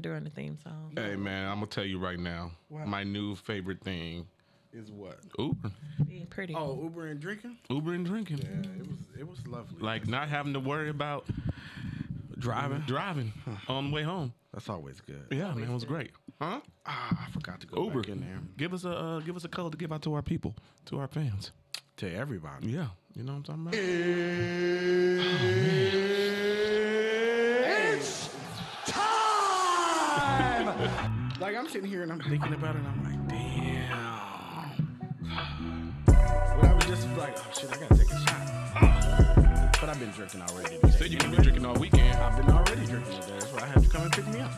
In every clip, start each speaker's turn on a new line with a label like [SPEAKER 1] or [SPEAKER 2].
[SPEAKER 1] during the theme song.
[SPEAKER 2] Hey man, I'm gonna tell you right now.
[SPEAKER 3] Wow.
[SPEAKER 2] My new favorite thing:
[SPEAKER 3] Is what?
[SPEAKER 2] Uber,
[SPEAKER 1] Being pretty.
[SPEAKER 3] Oh, Uber and drinking.
[SPEAKER 2] Uber and drinking.
[SPEAKER 3] Yeah, it was it was lovely.
[SPEAKER 2] Like not having to worry about
[SPEAKER 3] driving.
[SPEAKER 2] driving on the way home.
[SPEAKER 3] That's always good.
[SPEAKER 2] Yeah, man, it was great. Huh?
[SPEAKER 3] Ah, I forgot to go
[SPEAKER 2] Uber.
[SPEAKER 3] back in there
[SPEAKER 2] Give us a uh, give us a code to give out to our people, to our fans.
[SPEAKER 3] to everybody.
[SPEAKER 2] Yeah, you know what I'm talking about.
[SPEAKER 3] It's time. like I'm sitting here and I'm thinking about it. and I'm like, damn. When I was just like, oh shit, I gotta take a shot. But I've been drinking already. Today.
[SPEAKER 2] Said you can be drinking all weekend.
[SPEAKER 3] I've been already drinking today. That's why I had you come and pick me up.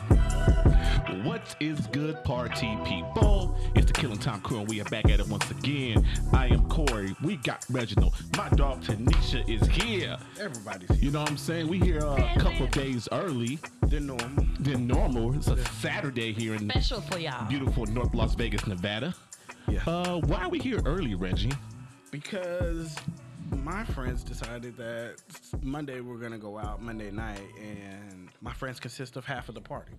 [SPEAKER 2] What is good, party people? It's the Killing Time Crew, and we are back at it once again. I am Corey. We got Reginald. My dog Tanisha is here.
[SPEAKER 3] Everybody's
[SPEAKER 2] You
[SPEAKER 3] here.
[SPEAKER 2] know what I'm saying? We here uh, a couple days early
[SPEAKER 3] Then norm.
[SPEAKER 2] than normal. It's a Saturday here in
[SPEAKER 1] Special for y'all.
[SPEAKER 2] beautiful North Las Vegas, Nevada.
[SPEAKER 3] Yeah.
[SPEAKER 2] Uh, why are we here early, Reggie?
[SPEAKER 3] because my friends decided that Monday we're gonna go out Monday night, and my friends consist of half of the party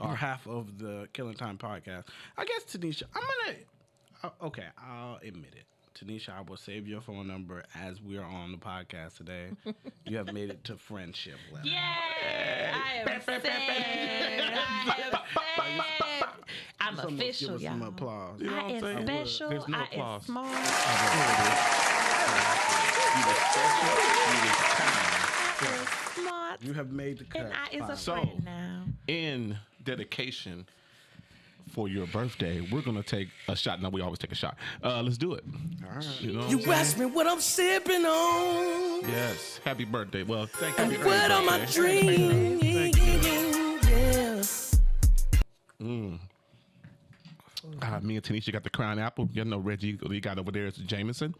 [SPEAKER 3] or half of the Killing Time podcast. I guess Tanisha, I'm gonna uh, okay, I'll admit it. Tanisha, I will save your phone number as we are on the podcast today. you have made it to friendship level.
[SPEAKER 1] Yay! I am saved. I am saved. I'm
[SPEAKER 3] Someone
[SPEAKER 1] official,
[SPEAKER 3] give us some
[SPEAKER 1] y'all.
[SPEAKER 3] applause.
[SPEAKER 2] You know
[SPEAKER 1] I
[SPEAKER 2] what I'm saying?
[SPEAKER 1] am special.
[SPEAKER 2] There's no
[SPEAKER 1] I am
[SPEAKER 2] applause.
[SPEAKER 1] smart. I am smart.
[SPEAKER 3] You have made the cut.
[SPEAKER 1] And I is a
[SPEAKER 2] So-
[SPEAKER 1] friend now.
[SPEAKER 2] In dedication for your birthday, we're gonna take a shot. Now we always take a shot. Uh, let's do it.
[SPEAKER 3] All right.
[SPEAKER 2] You know what I'm
[SPEAKER 4] You
[SPEAKER 2] saying?
[SPEAKER 4] ask me what I'm sipping on,
[SPEAKER 2] Yes. Happy birthday. Well, thank you.
[SPEAKER 4] and
[SPEAKER 2] Happy
[SPEAKER 4] what are my
[SPEAKER 2] birthday.
[SPEAKER 4] dreams. Yeah.
[SPEAKER 2] Uh, me and Tanisha got the crown apple. You know Reggie we got over there is Jameson.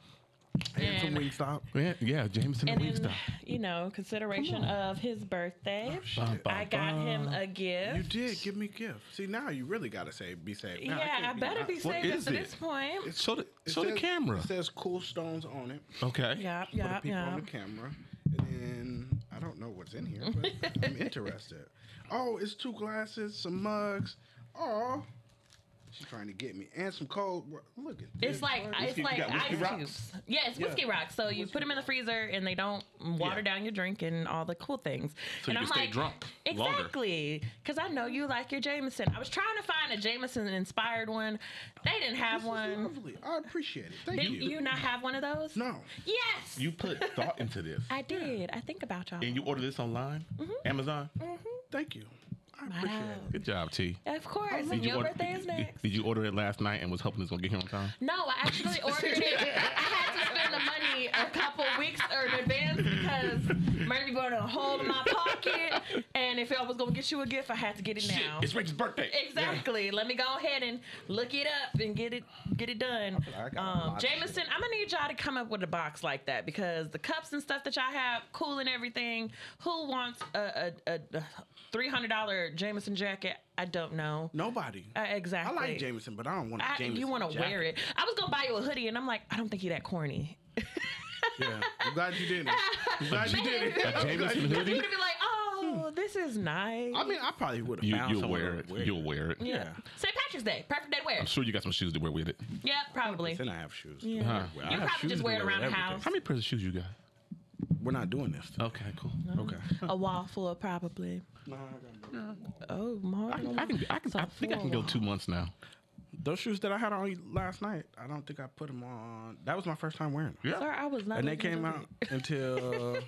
[SPEAKER 3] And some Wingstop.
[SPEAKER 2] Yeah, yeah Jameson and
[SPEAKER 1] And
[SPEAKER 2] Wingstop.
[SPEAKER 1] in, you know, consideration of his birthday,
[SPEAKER 2] Bum, bum,
[SPEAKER 1] I got him a gift.
[SPEAKER 3] You did give me a gift. See, now you really gotta say, be safe. Now,
[SPEAKER 1] yeah, I,
[SPEAKER 3] can't
[SPEAKER 1] better be
[SPEAKER 2] What
[SPEAKER 1] saved
[SPEAKER 2] is
[SPEAKER 1] at
[SPEAKER 2] it?
[SPEAKER 1] this point.
[SPEAKER 2] Show the,
[SPEAKER 3] It
[SPEAKER 2] show the
[SPEAKER 3] says-
[SPEAKER 2] camera.
[SPEAKER 3] It says cool stones on it
[SPEAKER 2] Okay.
[SPEAKER 1] Yep,
[SPEAKER 3] for the
[SPEAKER 1] yep,
[SPEAKER 3] people on
[SPEAKER 1] yep.
[SPEAKER 3] the camera. And then I don't know what's in here, but I'm interested. Oh, it's two glasses, some mugs. Oh, she's trying to get me. And some cold. wa- Look at this.
[SPEAKER 1] It's like it's
[SPEAKER 2] you
[SPEAKER 1] like
[SPEAKER 2] got whiskey
[SPEAKER 1] ice
[SPEAKER 2] rocks?
[SPEAKER 1] cubes. Yeah, it's whiskey rocks. So you put them in the freezer and they don't water
[SPEAKER 3] Yeah.
[SPEAKER 1] down your drink and all the cool things.
[SPEAKER 2] So
[SPEAKER 1] and
[SPEAKER 2] you can stay drunk longer.
[SPEAKER 1] Exactly, because I know you like your Jameson. I was trying to find a Jameson inspired one. They didn't have
[SPEAKER 3] This is
[SPEAKER 1] one.
[SPEAKER 3] lovely. I appreciate it. Thank
[SPEAKER 1] Did
[SPEAKER 3] you.
[SPEAKER 1] you not have one of those?
[SPEAKER 3] No.
[SPEAKER 1] Yes.
[SPEAKER 2] You put thought into this.
[SPEAKER 1] I Mm-hmm. did. I think about y'all.
[SPEAKER 2] And you order this online? Amazon?
[SPEAKER 3] Thank you. I appreciate it.
[SPEAKER 2] Good job, T.
[SPEAKER 1] Of course.
[SPEAKER 2] Did you
[SPEAKER 1] Your
[SPEAKER 2] order-
[SPEAKER 1] birthday is
[SPEAKER 2] did-
[SPEAKER 1] next.
[SPEAKER 2] Did you order it last night and was hoping it's gonna get here on time?
[SPEAKER 1] No, I actually ordered it. I had to spend the money a couple weeks or in advance because money going in a hole in my pocket. And if I was gonna get you a gift, I had to get it
[SPEAKER 2] Shit,
[SPEAKER 1] now.
[SPEAKER 2] it's Reggie's birthday.
[SPEAKER 1] Exactly. Let me go ahead and look it up and get it get it done.
[SPEAKER 3] I got a
[SPEAKER 1] Um,
[SPEAKER 3] lot of
[SPEAKER 1] Jameson, I'm gonna need y'all to come up with a box like that because the cups and stuff that y'all have, cool and everything. Who wants a, a, a a $300 Jameson jacket? I don't know.
[SPEAKER 3] Nobody.
[SPEAKER 1] Uh,
[SPEAKER 3] I
[SPEAKER 1] exactly.
[SPEAKER 3] like Jameson, but I don't want a
[SPEAKER 1] I,
[SPEAKER 3] Jameson.
[SPEAKER 1] you want to
[SPEAKER 3] jacket.
[SPEAKER 1] wear it. I was gonna buy you a hoodie, and I'm like, I don't think you that corny.
[SPEAKER 3] Yeah. I'm glad you didn't. I'm glad you did it.
[SPEAKER 2] A Jameson
[SPEAKER 1] You're
[SPEAKER 2] hoodie?
[SPEAKER 1] gonna be like, oh, this is nice.
[SPEAKER 3] I mean, I probably would have
[SPEAKER 2] You,
[SPEAKER 3] found
[SPEAKER 2] you'll
[SPEAKER 3] someone
[SPEAKER 2] wear
[SPEAKER 3] who
[SPEAKER 2] it.
[SPEAKER 3] would wear
[SPEAKER 2] You'll wear it.
[SPEAKER 3] yeah.
[SPEAKER 1] St. Patrick's Day, perfect day to wear.
[SPEAKER 2] I'm sure you got some shoes to wear with it.
[SPEAKER 1] Yeah, probably.
[SPEAKER 3] Then I have shoes.
[SPEAKER 1] Yeah.
[SPEAKER 2] Huh.
[SPEAKER 3] I
[SPEAKER 1] You probably
[SPEAKER 3] have shoes
[SPEAKER 1] just
[SPEAKER 3] to
[SPEAKER 1] wear it
[SPEAKER 3] wear
[SPEAKER 1] around the
[SPEAKER 3] with
[SPEAKER 1] house.
[SPEAKER 2] How many pairs of shoes you got?
[SPEAKER 3] We're not doing this.
[SPEAKER 2] Okay, cool.
[SPEAKER 3] Okay.
[SPEAKER 1] A wall full, probably. Oh,
[SPEAKER 2] I,
[SPEAKER 1] Martin.
[SPEAKER 2] I can. I, can, I think I can go two months now.
[SPEAKER 3] Those shoes that I had on last night, I don't think I put them on. That was my first time wearing them.
[SPEAKER 2] Yeah.
[SPEAKER 1] Sir, I was not.
[SPEAKER 3] And they
[SPEAKER 1] looking
[SPEAKER 3] came
[SPEAKER 1] at
[SPEAKER 3] out until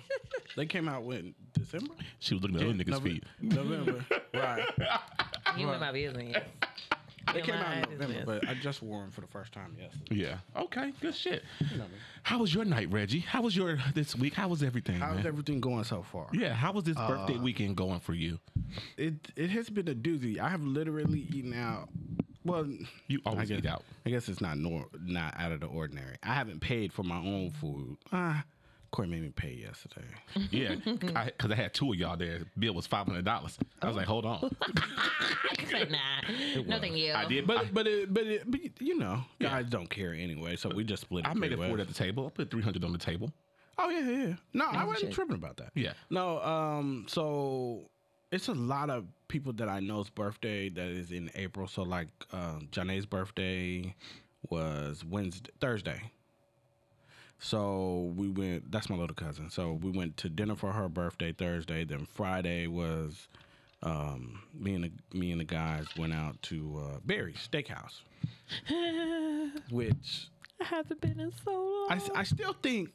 [SPEAKER 3] they came out when December,
[SPEAKER 2] She was looking at other niggas'
[SPEAKER 3] November,
[SPEAKER 2] feet.
[SPEAKER 3] November. right?
[SPEAKER 1] it. You in my business.
[SPEAKER 3] They came out in
[SPEAKER 1] Mine is
[SPEAKER 3] November,
[SPEAKER 1] this.
[SPEAKER 3] but I just wore them for the first time yesterday.
[SPEAKER 2] Yeah. Okay. Good shit.
[SPEAKER 3] You know me.
[SPEAKER 2] How was your night, Reggie? How was your this week? How was everything?
[SPEAKER 3] How's
[SPEAKER 2] man?
[SPEAKER 3] everything going so far?
[SPEAKER 2] yeah. How was this birthday weekend going for you?
[SPEAKER 3] It it has been a doozy. I have literally eaten out. Well,
[SPEAKER 2] You
[SPEAKER 3] I
[SPEAKER 2] always
[SPEAKER 3] guess,
[SPEAKER 2] eat out.
[SPEAKER 3] I guess it's not nor, not out of the ordinary. I haven't paid for my own food. Ah, Corey made me pay yesterday.
[SPEAKER 2] Yeah. Because I, had two of y'all there. Bill was five hundred dollars. I was like, hold on.
[SPEAKER 1] You say, nah, no thank you.
[SPEAKER 2] I did, but
[SPEAKER 3] But but it, but, it, but you know, guys don't care anyway, so we just split. It
[SPEAKER 2] I made it
[SPEAKER 3] three
[SPEAKER 2] four
[SPEAKER 3] ways.
[SPEAKER 2] at the table. I put three hundred on the table.
[SPEAKER 3] Oh yeah, yeah. yeah. No, I wasn't
[SPEAKER 1] shit.
[SPEAKER 3] tripping about that.
[SPEAKER 2] Yeah.
[SPEAKER 3] No, um, so it's a lot of people that I know's birthday that is in April. So like um Janae's birthday was Wednesday Thursday. So we went that's my little cousin. So we went to dinner for her birthday Thursday. Then Friday was um, me and the me and the guys went out to uh Barry's steakhouse. which
[SPEAKER 1] I haven't been in so long.
[SPEAKER 3] I, I still think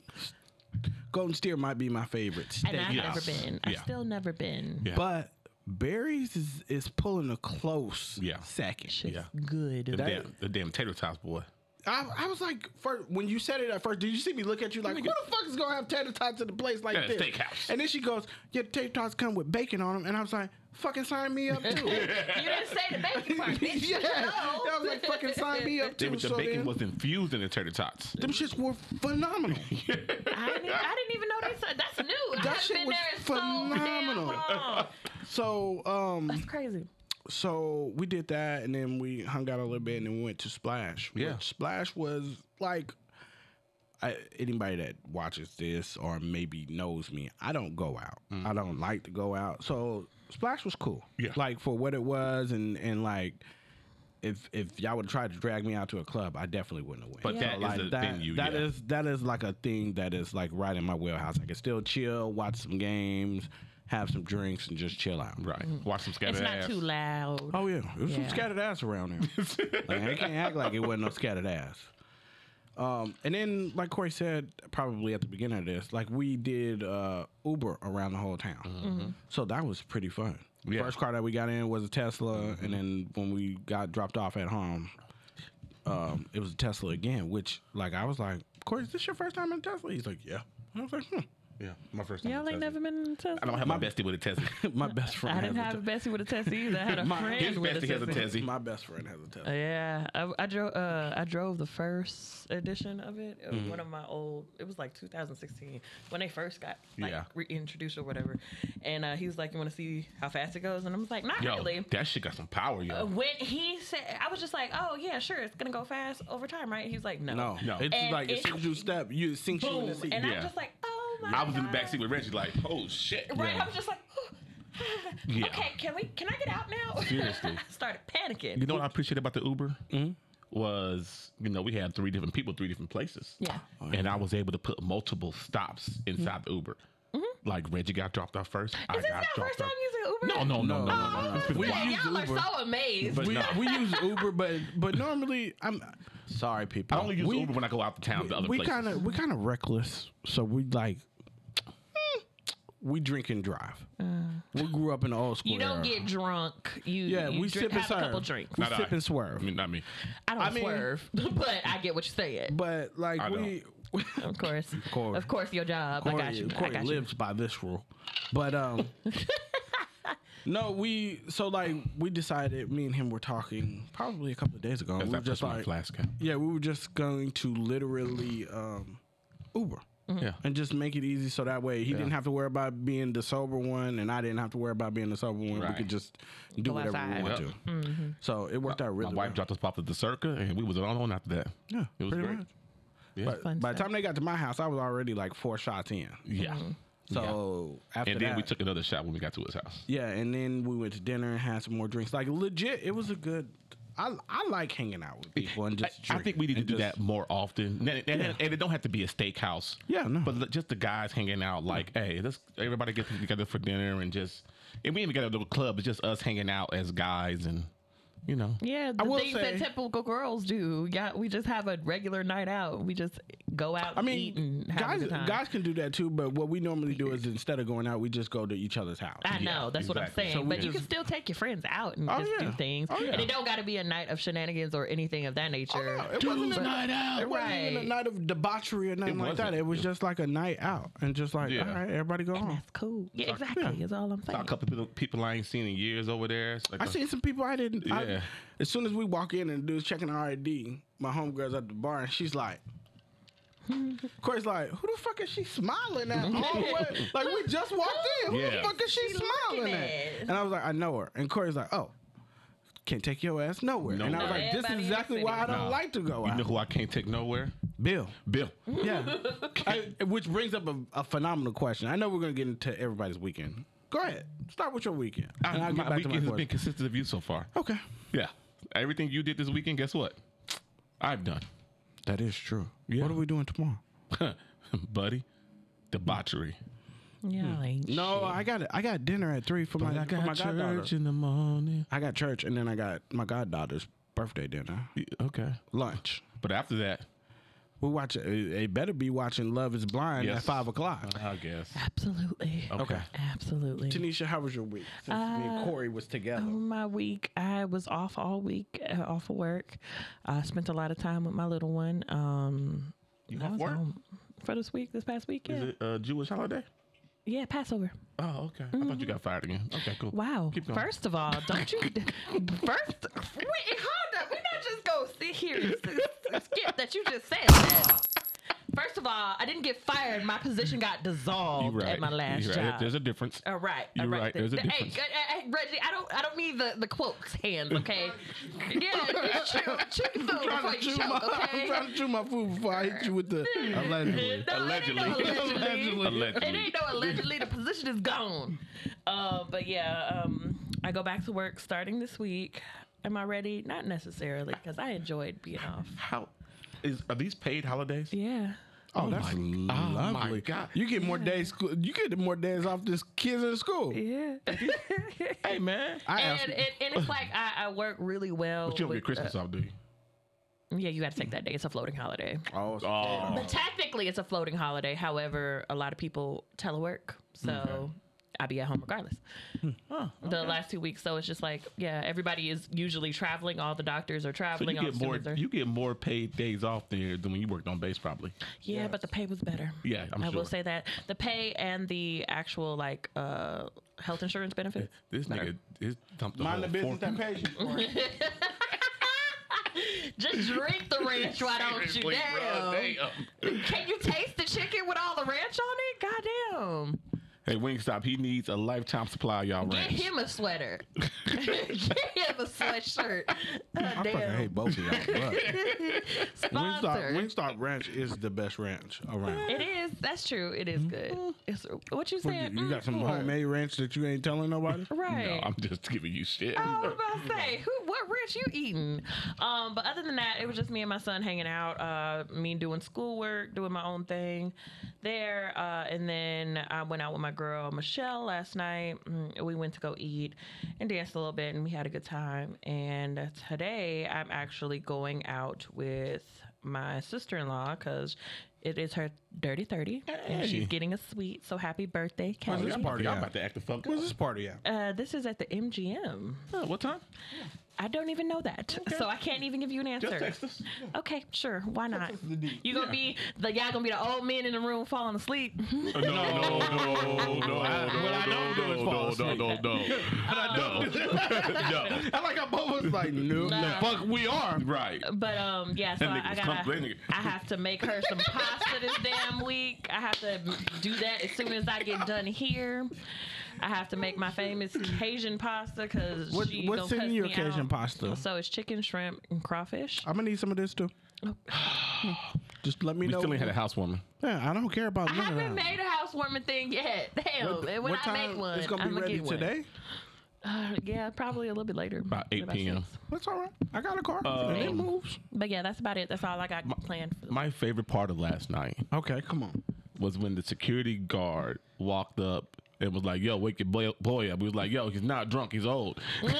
[SPEAKER 3] Golden Steer might be my favorite steakhouse.
[SPEAKER 1] and I've never
[SPEAKER 2] Yes.
[SPEAKER 1] been.
[SPEAKER 2] Yeah.
[SPEAKER 1] I've still never been.
[SPEAKER 2] Yeah.
[SPEAKER 3] But Barry's is, is pulling a close
[SPEAKER 2] Yeah.
[SPEAKER 3] second.
[SPEAKER 1] Shit's
[SPEAKER 2] Yeah.
[SPEAKER 1] good.
[SPEAKER 2] The damn, the damn tater tots, boy.
[SPEAKER 3] I, I was like, first, when you said it at first, did you see me look at you like, who the fuck is gonna have tater tots in a place like
[SPEAKER 2] Yeah,
[SPEAKER 3] this?
[SPEAKER 2] steakhouse.
[SPEAKER 3] And then she goes, yeah, tater tots come with bacon on them, and I was like, fucking sign me up too.
[SPEAKER 1] you didn't say the baby part, bitch.
[SPEAKER 3] yeah,
[SPEAKER 1] Hello.
[SPEAKER 3] I was like, fucking sign me up
[SPEAKER 2] They,
[SPEAKER 3] too.
[SPEAKER 2] the
[SPEAKER 3] so
[SPEAKER 2] bacon
[SPEAKER 3] then,
[SPEAKER 2] was infused in the tater tots.
[SPEAKER 3] them shits were phenomenal.
[SPEAKER 1] I didn't, I didn't even know they said that's new. I
[SPEAKER 3] That
[SPEAKER 1] haven't
[SPEAKER 3] shit
[SPEAKER 1] been
[SPEAKER 3] was
[SPEAKER 1] there in
[SPEAKER 3] phenomenal.
[SPEAKER 1] so damn long.
[SPEAKER 3] so, um,
[SPEAKER 1] It's crazy.
[SPEAKER 3] so we did that, and then we hung out a little bit, and then we went to Splash.
[SPEAKER 2] Yeah.
[SPEAKER 3] which Splash was like, I, anybody that watches this or maybe knows me, I don't go out. I don't like to go out. So Splash was cool.
[SPEAKER 2] Mm. Yeah.
[SPEAKER 3] like for what it was, and and like. If, if y'all would try to drag me out to a club, I definitely wouldn't have went.
[SPEAKER 2] But
[SPEAKER 3] So,
[SPEAKER 2] that is
[SPEAKER 3] like
[SPEAKER 2] a venue,
[SPEAKER 3] that
[SPEAKER 2] yeah.
[SPEAKER 3] is that is like a thing that is like right in my wheelhouse. I can still chill, watch some games, have some drinks, and just chill out.
[SPEAKER 2] Right. Watch some scattered
[SPEAKER 1] Mm. It's not
[SPEAKER 2] ass.
[SPEAKER 1] too loud.
[SPEAKER 3] Oh yeah, there's some
[SPEAKER 1] Yeah.
[SPEAKER 3] scattered ass around there. like, I can't act like it wasn't no scattered ass. Um, and then, like Corey said, probably at the beginning of this, like we did uh, Uber around the whole town,
[SPEAKER 1] Mm-hmm.
[SPEAKER 3] Mm-hmm. so that was pretty fun.
[SPEAKER 2] Yeah.
[SPEAKER 3] First car that we got in was a Tesla, and then when we got dropped off at home, um, it was a Tesla again. Which, like, I was like, Corey, is this your first time in a Tesla? He's like, Yeah. And I was like, hmm.
[SPEAKER 2] Yeah. My first time.
[SPEAKER 1] Y'all
[SPEAKER 2] with
[SPEAKER 1] ain't
[SPEAKER 2] Tesla.
[SPEAKER 1] never been in Tesla.
[SPEAKER 2] I don't have my bestie with a Tesla.
[SPEAKER 3] "Hmm." My best friend.
[SPEAKER 1] I didn't
[SPEAKER 3] has
[SPEAKER 1] have
[SPEAKER 3] a
[SPEAKER 1] a Bessie with a Tessie either. I had a
[SPEAKER 3] My-
[SPEAKER 2] His
[SPEAKER 1] friend with
[SPEAKER 2] bestie has a
[SPEAKER 1] a Tessie. Uh,
[SPEAKER 3] Tesla.
[SPEAKER 2] Tesla.
[SPEAKER 3] My best friend has a Tesla.
[SPEAKER 1] Yeah, I, I drove. Uh, I drove the first edition of it. It was one of my old. It was like 2016 when they first got like
[SPEAKER 2] Yeah.
[SPEAKER 1] reintroduced or whatever. And uh, he was like, "You want to see how fast it goes?" And I was like, "Not
[SPEAKER 2] Yo,
[SPEAKER 1] really."
[SPEAKER 2] that shit got some power, yo.
[SPEAKER 1] Uh, When he said, I was just like, "Oh yeah, sure, it's gonna go fast over time, right?" He was like, "No."
[SPEAKER 3] No,
[SPEAKER 2] No.
[SPEAKER 3] It's
[SPEAKER 1] And
[SPEAKER 3] like as
[SPEAKER 1] it-
[SPEAKER 3] soon as you step, you it sinks you in
[SPEAKER 1] Boom.
[SPEAKER 3] the seat.
[SPEAKER 1] And
[SPEAKER 2] Yeah.
[SPEAKER 1] I'm just like, "Oh my."
[SPEAKER 2] I was in the
[SPEAKER 1] God."
[SPEAKER 2] backseat with Reggie, like, oh shit.
[SPEAKER 1] Right,
[SPEAKER 3] Yeah.
[SPEAKER 1] I was just like,
[SPEAKER 2] Yeah.
[SPEAKER 1] "Okay, can we? Can I get out now?"
[SPEAKER 2] Seriously.
[SPEAKER 1] I started panicking.
[SPEAKER 2] You know what I appreciate about the Uber?
[SPEAKER 1] Mm-hmm.
[SPEAKER 2] Was, you know, we had three different people, three different places.
[SPEAKER 1] Yeah.
[SPEAKER 2] And I was able to put multiple stops inside the Uber. Like Reggie got dropped off first. I
[SPEAKER 1] Mm-hmm. Is this
[SPEAKER 2] got
[SPEAKER 1] not
[SPEAKER 2] dropped
[SPEAKER 1] first time
[SPEAKER 2] off.
[SPEAKER 1] using Uber?
[SPEAKER 2] No, no, no, no,
[SPEAKER 3] No,
[SPEAKER 2] no, no, no.
[SPEAKER 1] Oh,
[SPEAKER 2] It's been
[SPEAKER 1] we
[SPEAKER 2] a while.
[SPEAKER 3] use
[SPEAKER 1] y'all
[SPEAKER 3] Uber.
[SPEAKER 1] are so amazed.
[SPEAKER 2] But
[SPEAKER 3] we,
[SPEAKER 2] no.
[SPEAKER 3] we use Uber, but but normally I'm sorry, people.
[SPEAKER 2] I only use
[SPEAKER 3] we,
[SPEAKER 2] Uber when I go out to town to other
[SPEAKER 3] we
[SPEAKER 2] places.
[SPEAKER 3] kind of we kind of reckless, so we like we drink and drive. we grew up in the old school.
[SPEAKER 1] Uh. you don't
[SPEAKER 3] era.
[SPEAKER 1] get drunk. You
[SPEAKER 3] yeah.
[SPEAKER 1] you
[SPEAKER 3] we
[SPEAKER 1] drink,
[SPEAKER 3] sip and
[SPEAKER 1] have
[SPEAKER 3] serve.
[SPEAKER 1] a couple drinks.
[SPEAKER 3] We
[SPEAKER 2] Not
[SPEAKER 3] sip
[SPEAKER 2] I.
[SPEAKER 3] and swerve.
[SPEAKER 2] I mean, not me.
[SPEAKER 1] I don't
[SPEAKER 3] I mean-
[SPEAKER 1] swerve, but I get what you're saying.
[SPEAKER 3] but like
[SPEAKER 2] I
[SPEAKER 3] we,
[SPEAKER 1] Of course,
[SPEAKER 3] Corey.
[SPEAKER 1] of course, your job. I got you.
[SPEAKER 3] Corey
[SPEAKER 1] I got you.
[SPEAKER 3] lives by this rule, but um, no, we so like we decided. Me and him were talking probably a couple of days ago. and
[SPEAKER 2] As
[SPEAKER 3] We
[SPEAKER 2] I
[SPEAKER 3] were just
[SPEAKER 2] just my
[SPEAKER 3] like,
[SPEAKER 2] flask out.
[SPEAKER 3] yeah, we were just going to literally um, Uber
[SPEAKER 1] Mm-hmm.
[SPEAKER 2] Yeah.
[SPEAKER 3] and just make it easy so that way he didn't have to worry about being the sober one and I didn't have to worry about being the sober one. We
[SPEAKER 2] Right.
[SPEAKER 3] could just do whatever
[SPEAKER 1] outside. Mm-hmm.
[SPEAKER 3] we want
[SPEAKER 2] Yep.
[SPEAKER 3] to. So it worked out
[SPEAKER 2] My
[SPEAKER 3] really
[SPEAKER 2] wife
[SPEAKER 3] well.
[SPEAKER 2] dropped us off at the Circa, and we was all on after that.
[SPEAKER 3] Yeah,
[SPEAKER 2] It was
[SPEAKER 3] pretty
[SPEAKER 2] great.
[SPEAKER 3] much.
[SPEAKER 2] Yeah.
[SPEAKER 3] But
[SPEAKER 1] Fun
[SPEAKER 3] by the
[SPEAKER 1] stuff.
[SPEAKER 3] time they got to my house, I was already like four shots in.
[SPEAKER 2] Yeah.
[SPEAKER 1] Mm-hmm.
[SPEAKER 3] So after
[SPEAKER 2] And then
[SPEAKER 3] that,
[SPEAKER 2] we took another shot when we got to his house.
[SPEAKER 3] Yeah, and then we went to dinner and had some more drinks. Like legit, it was a good. I I like hanging out with people and just.
[SPEAKER 2] I, I
[SPEAKER 3] drink
[SPEAKER 2] think we need to
[SPEAKER 3] and
[SPEAKER 2] do
[SPEAKER 3] just-
[SPEAKER 2] that more often, and, and- and- and it don't have to be a steakhouse.
[SPEAKER 3] Yeah, no.
[SPEAKER 2] But li- just the guys hanging out, like, hey, let's everybody get together for dinner and just, and we ain't even got a little club. It's just us hanging out as guys, and you know,
[SPEAKER 1] Yeah,
[SPEAKER 3] I
[SPEAKER 1] the
[SPEAKER 3] will
[SPEAKER 1] things
[SPEAKER 3] say-
[SPEAKER 1] that typical girls do. Yeah, we just have a regular night out. We just go out.
[SPEAKER 3] I
[SPEAKER 1] and eat
[SPEAKER 3] mean,
[SPEAKER 1] and have a
[SPEAKER 3] guys,
[SPEAKER 1] good time.
[SPEAKER 3] guys can do that too. But what we normally do is instead of going out, we just go to each other's house.
[SPEAKER 1] I
[SPEAKER 2] Yeah,
[SPEAKER 1] know that's what I'm
[SPEAKER 2] exactly.
[SPEAKER 1] saying,
[SPEAKER 2] So we
[SPEAKER 1] but you
[SPEAKER 2] just-
[SPEAKER 1] can still take your friends out and
[SPEAKER 3] Oh,
[SPEAKER 1] just
[SPEAKER 3] yeah.
[SPEAKER 1] do things,
[SPEAKER 3] Oh, yeah. Oh,
[SPEAKER 1] and it don't got to be a night of shenanigans or anything of that nature.
[SPEAKER 3] No, it wasn't a
[SPEAKER 1] But-
[SPEAKER 3] night out. It wasn't even a
[SPEAKER 1] Right.
[SPEAKER 3] night of debauchery or nothing
[SPEAKER 2] It
[SPEAKER 3] like that.
[SPEAKER 2] wasn't.
[SPEAKER 3] It was
[SPEAKER 2] It-
[SPEAKER 3] just like a night out and just like,
[SPEAKER 2] Yeah.
[SPEAKER 3] all right, everybody go home.
[SPEAKER 1] That's cool. Yeah, exactly. Is all I'm
[SPEAKER 2] saw a
[SPEAKER 1] saying.
[SPEAKER 2] couple people, people I ain't seen in years over there. It's like
[SPEAKER 3] I
[SPEAKER 2] a-
[SPEAKER 3] seen some people I didn't. I-
[SPEAKER 2] Yeah.
[SPEAKER 3] as soon as we walk in and dude's checking our ID, my homegirl's at the bar and she's like, Corey's like, who the fuck is she smiling at? all the way? Like, we just walked in. Who the
[SPEAKER 2] Yeah.
[SPEAKER 3] fuck is she smiling
[SPEAKER 1] looking
[SPEAKER 3] at?
[SPEAKER 1] at?
[SPEAKER 3] And I was like, I know her. And Corey's like, oh, can't take your ass nowhere. And I was
[SPEAKER 2] Nowhere.
[SPEAKER 3] like, this is
[SPEAKER 1] Everybody in the
[SPEAKER 3] exactly why I
[SPEAKER 1] city.
[SPEAKER 3] don't
[SPEAKER 2] Nah.
[SPEAKER 3] like to go
[SPEAKER 2] you
[SPEAKER 3] out.
[SPEAKER 2] know who I can't take nowhere?
[SPEAKER 3] Bill.
[SPEAKER 2] Bill.
[SPEAKER 3] Mm-hmm. Yeah. I- which brings up a, a phenomenal question. I know we're going to get into everybody's weekend, Go ahead. Start with your weekend.
[SPEAKER 2] I,
[SPEAKER 3] and I'll get
[SPEAKER 2] my
[SPEAKER 3] back to
[SPEAKER 2] weekend
[SPEAKER 3] my
[SPEAKER 2] has been
[SPEAKER 3] question.
[SPEAKER 2] consistent of you so far.
[SPEAKER 3] okay.
[SPEAKER 2] Yeah. Everything you did this weekend, guess what? I've done.
[SPEAKER 3] That is true.
[SPEAKER 2] Yeah.
[SPEAKER 3] What are we doing tomorrow?
[SPEAKER 2] Buddy, debauchery.
[SPEAKER 1] Y'all ain't
[SPEAKER 3] No, I got I got dinner at three for my for my goddaughter.
[SPEAKER 2] in the morning.
[SPEAKER 3] I got church, and then I got my goddaughter's birthday dinner,
[SPEAKER 2] Okay.
[SPEAKER 3] lunch.
[SPEAKER 2] But after that,
[SPEAKER 3] We watch. They better be watching Love Is Blind
[SPEAKER 2] Yes.
[SPEAKER 3] at five o'clock.
[SPEAKER 2] I guess.
[SPEAKER 1] Absolutely.
[SPEAKER 2] Okay.
[SPEAKER 1] Absolutely. Uh,
[SPEAKER 3] Tanisha, how was your week? Since me and Corey was together.
[SPEAKER 1] my week i was off all week uh, off of work i spent a lot of time with my little one um
[SPEAKER 2] You
[SPEAKER 1] and I
[SPEAKER 2] off
[SPEAKER 1] was
[SPEAKER 2] work?
[SPEAKER 1] home for this week this past week yeah,
[SPEAKER 2] Is it a Jewish holiday?
[SPEAKER 1] yeah passover
[SPEAKER 2] Oh, okay. I thought you got fired again. Okay, cool.
[SPEAKER 1] wow
[SPEAKER 2] Keep going.
[SPEAKER 1] first of all don't you first wait hold up we not just gonna sit here and s- s- skip that you just said that first of all i didn't get fired my position got
[SPEAKER 2] You're
[SPEAKER 1] dissolved at my
[SPEAKER 2] You're
[SPEAKER 1] last job
[SPEAKER 2] There's a difference.
[SPEAKER 1] All right,
[SPEAKER 2] You're
[SPEAKER 1] all
[SPEAKER 2] right. There's a
[SPEAKER 1] Th-
[SPEAKER 2] difference.
[SPEAKER 1] Hey, uh, uh, hey, Reggie, I don't, I don't need the, the quotes hands, okay? yeah, just chew, chew your food before you choke, okay?
[SPEAKER 3] trying to chew my food before I hit you with the allegedly.
[SPEAKER 1] No, It Oh, ain't no allegedly.
[SPEAKER 2] Allegedly.
[SPEAKER 1] It ain't no allegedly. The position is gone. Uh, but yeah, um, I go back to work starting this week. Am I ready? Not necessarily, because I enjoyed being off.
[SPEAKER 2] How is are these paid holidays?
[SPEAKER 1] Yeah.
[SPEAKER 3] Oh, that's
[SPEAKER 2] my- oh, my
[SPEAKER 3] lovely.
[SPEAKER 2] God.
[SPEAKER 3] You get more days. sco- You get more days off this kids in school.
[SPEAKER 1] Yeah.
[SPEAKER 2] Hey man.
[SPEAKER 3] I asked.
[SPEAKER 1] and, and, and it's like I, I work really well.
[SPEAKER 2] But you don't
[SPEAKER 1] with,
[SPEAKER 2] get Christmas off, do you?
[SPEAKER 1] uh, yeah, you got to take that day. It's a floating holiday.
[SPEAKER 3] Oh,
[SPEAKER 2] Oh.
[SPEAKER 1] But technically, it's a floating holiday. However, a lot of people telework, so I be at home regardless.
[SPEAKER 2] Hmm. Oh,
[SPEAKER 1] The last two weeks, so it's just like, yeah, everybody is usually traveling. All the doctors are
[SPEAKER 2] So
[SPEAKER 1] traveling.
[SPEAKER 2] you
[SPEAKER 1] all
[SPEAKER 2] get
[SPEAKER 1] the
[SPEAKER 2] more
[SPEAKER 1] students are-
[SPEAKER 2] you get more paid days off there than when you worked on base probably.
[SPEAKER 1] yeah, but the pay was better.
[SPEAKER 2] Yeah, I'm
[SPEAKER 1] I
[SPEAKER 2] sure.
[SPEAKER 1] will say that the pay and the actual like uh, health insurance benefits.
[SPEAKER 2] This nigga is dumped the
[SPEAKER 3] Mind the
[SPEAKER 2] whole fork-
[SPEAKER 3] business that pays you. for it.
[SPEAKER 1] Just drink the ranch, why don't you?
[SPEAKER 2] Seriously, bro,
[SPEAKER 1] Damn.
[SPEAKER 2] damn.
[SPEAKER 1] Can you taste the chicken with all the ranch on it? Goddamn.
[SPEAKER 2] Hey, Wingstop, he needs a lifetime supply of y'all
[SPEAKER 1] Get
[SPEAKER 2] ranch.
[SPEAKER 1] him a sweater. Get him a sweatshirt.
[SPEAKER 3] I
[SPEAKER 1] Uh,
[SPEAKER 3] fucking
[SPEAKER 1] damn.
[SPEAKER 3] hate both of y'all. But
[SPEAKER 1] Sponsor.
[SPEAKER 3] Wingstop, Wingstop Ranch is the best ranch around.
[SPEAKER 1] It is. That's true. It is good.
[SPEAKER 2] Hmm.
[SPEAKER 1] It's, what you
[SPEAKER 3] What,
[SPEAKER 1] saying?
[SPEAKER 3] you, you got
[SPEAKER 1] mm,
[SPEAKER 3] some
[SPEAKER 1] for?
[SPEAKER 3] homemade ranch that you ain't telling nobody.
[SPEAKER 2] No,
[SPEAKER 1] Right.
[SPEAKER 2] I'm just giving you shit.
[SPEAKER 1] I was about to say, who, what ranch you eating? Um, but other than that, it was just me and my son hanging out. Uh, me doing schoolwork, doing my own thing there. Uh, and then I went out with my girl Michelle last night. Mm, We went to go eat and dance a little bit, and we had a good time. And today, I'm actually going out with my sister-in-law because. It is her dirty thirty, and
[SPEAKER 2] Hey.
[SPEAKER 1] she's getting a sweet. So happy birthday,
[SPEAKER 3] Where's
[SPEAKER 1] Kelly!
[SPEAKER 3] this
[SPEAKER 2] I'm
[SPEAKER 3] party
[SPEAKER 2] y'all
[SPEAKER 3] at?
[SPEAKER 2] about to act the fuck
[SPEAKER 3] Where's this
[SPEAKER 2] up.
[SPEAKER 3] party at?
[SPEAKER 1] Uh, this is at the MGM.
[SPEAKER 2] Huh, what time?
[SPEAKER 1] I don't even know that, so I can't even give you an
[SPEAKER 2] Just
[SPEAKER 1] answer.
[SPEAKER 2] text us.
[SPEAKER 1] Okay, sure, why not?
[SPEAKER 3] the deed.
[SPEAKER 1] You gonna be the y'all gonna be the old men in the room falling asleep.
[SPEAKER 2] No, no, no, no, no.
[SPEAKER 3] what I don't do is fall asleep.
[SPEAKER 2] no, no. No.
[SPEAKER 3] I like how both of us like, no,
[SPEAKER 1] Nah.
[SPEAKER 3] the fuck we are.
[SPEAKER 2] Right.
[SPEAKER 1] But um, yeah, so
[SPEAKER 2] That
[SPEAKER 1] I,
[SPEAKER 2] nigga was
[SPEAKER 1] gotta,
[SPEAKER 2] complaining.
[SPEAKER 1] I have to make her some pasta this damn week. I have to do that as soon as I get done here. I have to make my famous Cajun pasta because
[SPEAKER 3] What,
[SPEAKER 1] she
[SPEAKER 3] what's
[SPEAKER 1] gonna
[SPEAKER 3] in
[SPEAKER 1] cuss
[SPEAKER 3] your
[SPEAKER 1] me
[SPEAKER 3] Cajun
[SPEAKER 1] out.
[SPEAKER 3] pasta? Oh,
[SPEAKER 1] So it's chicken, shrimp, and crawfish.
[SPEAKER 3] I'm gonna need some of this too. Just let me
[SPEAKER 2] We
[SPEAKER 3] know.
[SPEAKER 2] still ain't had a housewarming.
[SPEAKER 3] yeah, I don't care about
[SPEAKER 1] I
[SPEAKER 3] none of
[SPEAKER 1] haven't
[SPEAKER 3] that.
[SPEAKER 1] made a housewarming thing yet. Damn, and when I make one,
[SPEAKER 3] It's gonna be
[SPEAKER 1] I'm gonna
[SPEAKER 3] ready
[SPEAKER 1] get one.
[SPEAKER 3] today.
[SPEAKER 1] Uh, yeah, probably a little bit later.
[SPEAKER 2] About 8 p.m..
[SPEAKER 1] six.
[SPEAKER 3] That's all right. I got a car and it
[SPEAKER 2] Um,
[SPEAKER 3] moves.
[SPEAKER 1] But yeah, that's about it. That's all I got planned for the
[SPEAKER 2] My favorite part of last night
[SPEAKER 3] Okay, come on.
[SPEAKER 2] was when the security guard walked up and was like, yo, wake your boy, boy up. We was like, yo, he's not drunk. He's old.
[SPEAKER 1] Wait,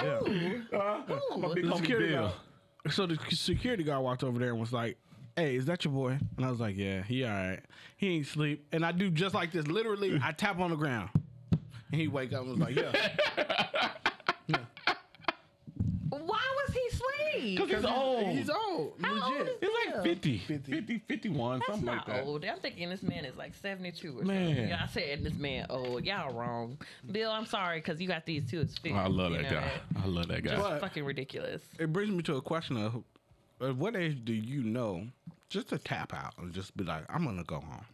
[SPEAKER 1] ooh.
[SPEAKER 2] My big
[SPEAKER 3] The
[SPEAKER 2] homie
[SPEAKER 3] security
[SPEAKER 2] Bill.
[SPEAKER 3] guard. So the security guard walked over there and was like, "Hey, is that your boy?" And I was like, "Yeah, he all right. He ain't sleep." And I do just like this. Literally, I tap on the ground, and he wake up and was like, "Yeah."
[SPEAKER 1] Why was he asleep?
[SPEAKER 2] He's old.
[SPEAKER 3] He's old.
[SPEAKER 1] Oh. How old
[SPEAKER 3] Legit.
[SPEAKER 1] is
[SPEAKER 2] It's
[SPEAKER 1] Bill?
[SPEAKER 2] like 50, 50, 51,
[SPEAKER 1] That's
[SPEAKER 2] something like
[SPEAKER 1] not
[SPEAKER 2] that.
[SPEAKER 1] old. I'm thinking this man is like 72 or
[SPEAKER 2] Man.
[SPEAKER 1] something. Yeah, I said this man old. Y'all wrong. Bill, I'm sorry because you got these two. It's 50.
[SPEAKER 2] I love
[SPEAKER 1] you
[SPEAKER 2] that
[SPEAKER 1] know
[SPEAKER 2] guy. I love that guy.
[SPEAKER 1] It's
[SPEAKER 3] But-
[SPEAKER 1] fucking ridiculous.
[SPEAKER 3] It brings me to a question of, at what age do you know just to tap out and just be like, "I'm gonna go home"?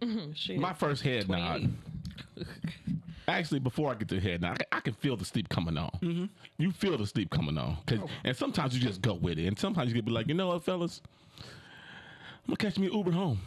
[SPEAKER 1] Mm, Shit.
[SPEAKER 2] My first head nod.
[SPEAKER 1] 28.
[SPEAKER 2] Actually, before I get to the head nod, I, I can feel the sleep coming on.
[SPEAKER 1] Mm-hmm.
[SPEAKER 2] You feel the sleep coming on, 'Cause-
[SPEAKER 1] Oh.
[SPEAKER 2] and sometimes you just go with it, and sometimes you can be like, you know what, fellas, I'm gonna catch me an Uber home.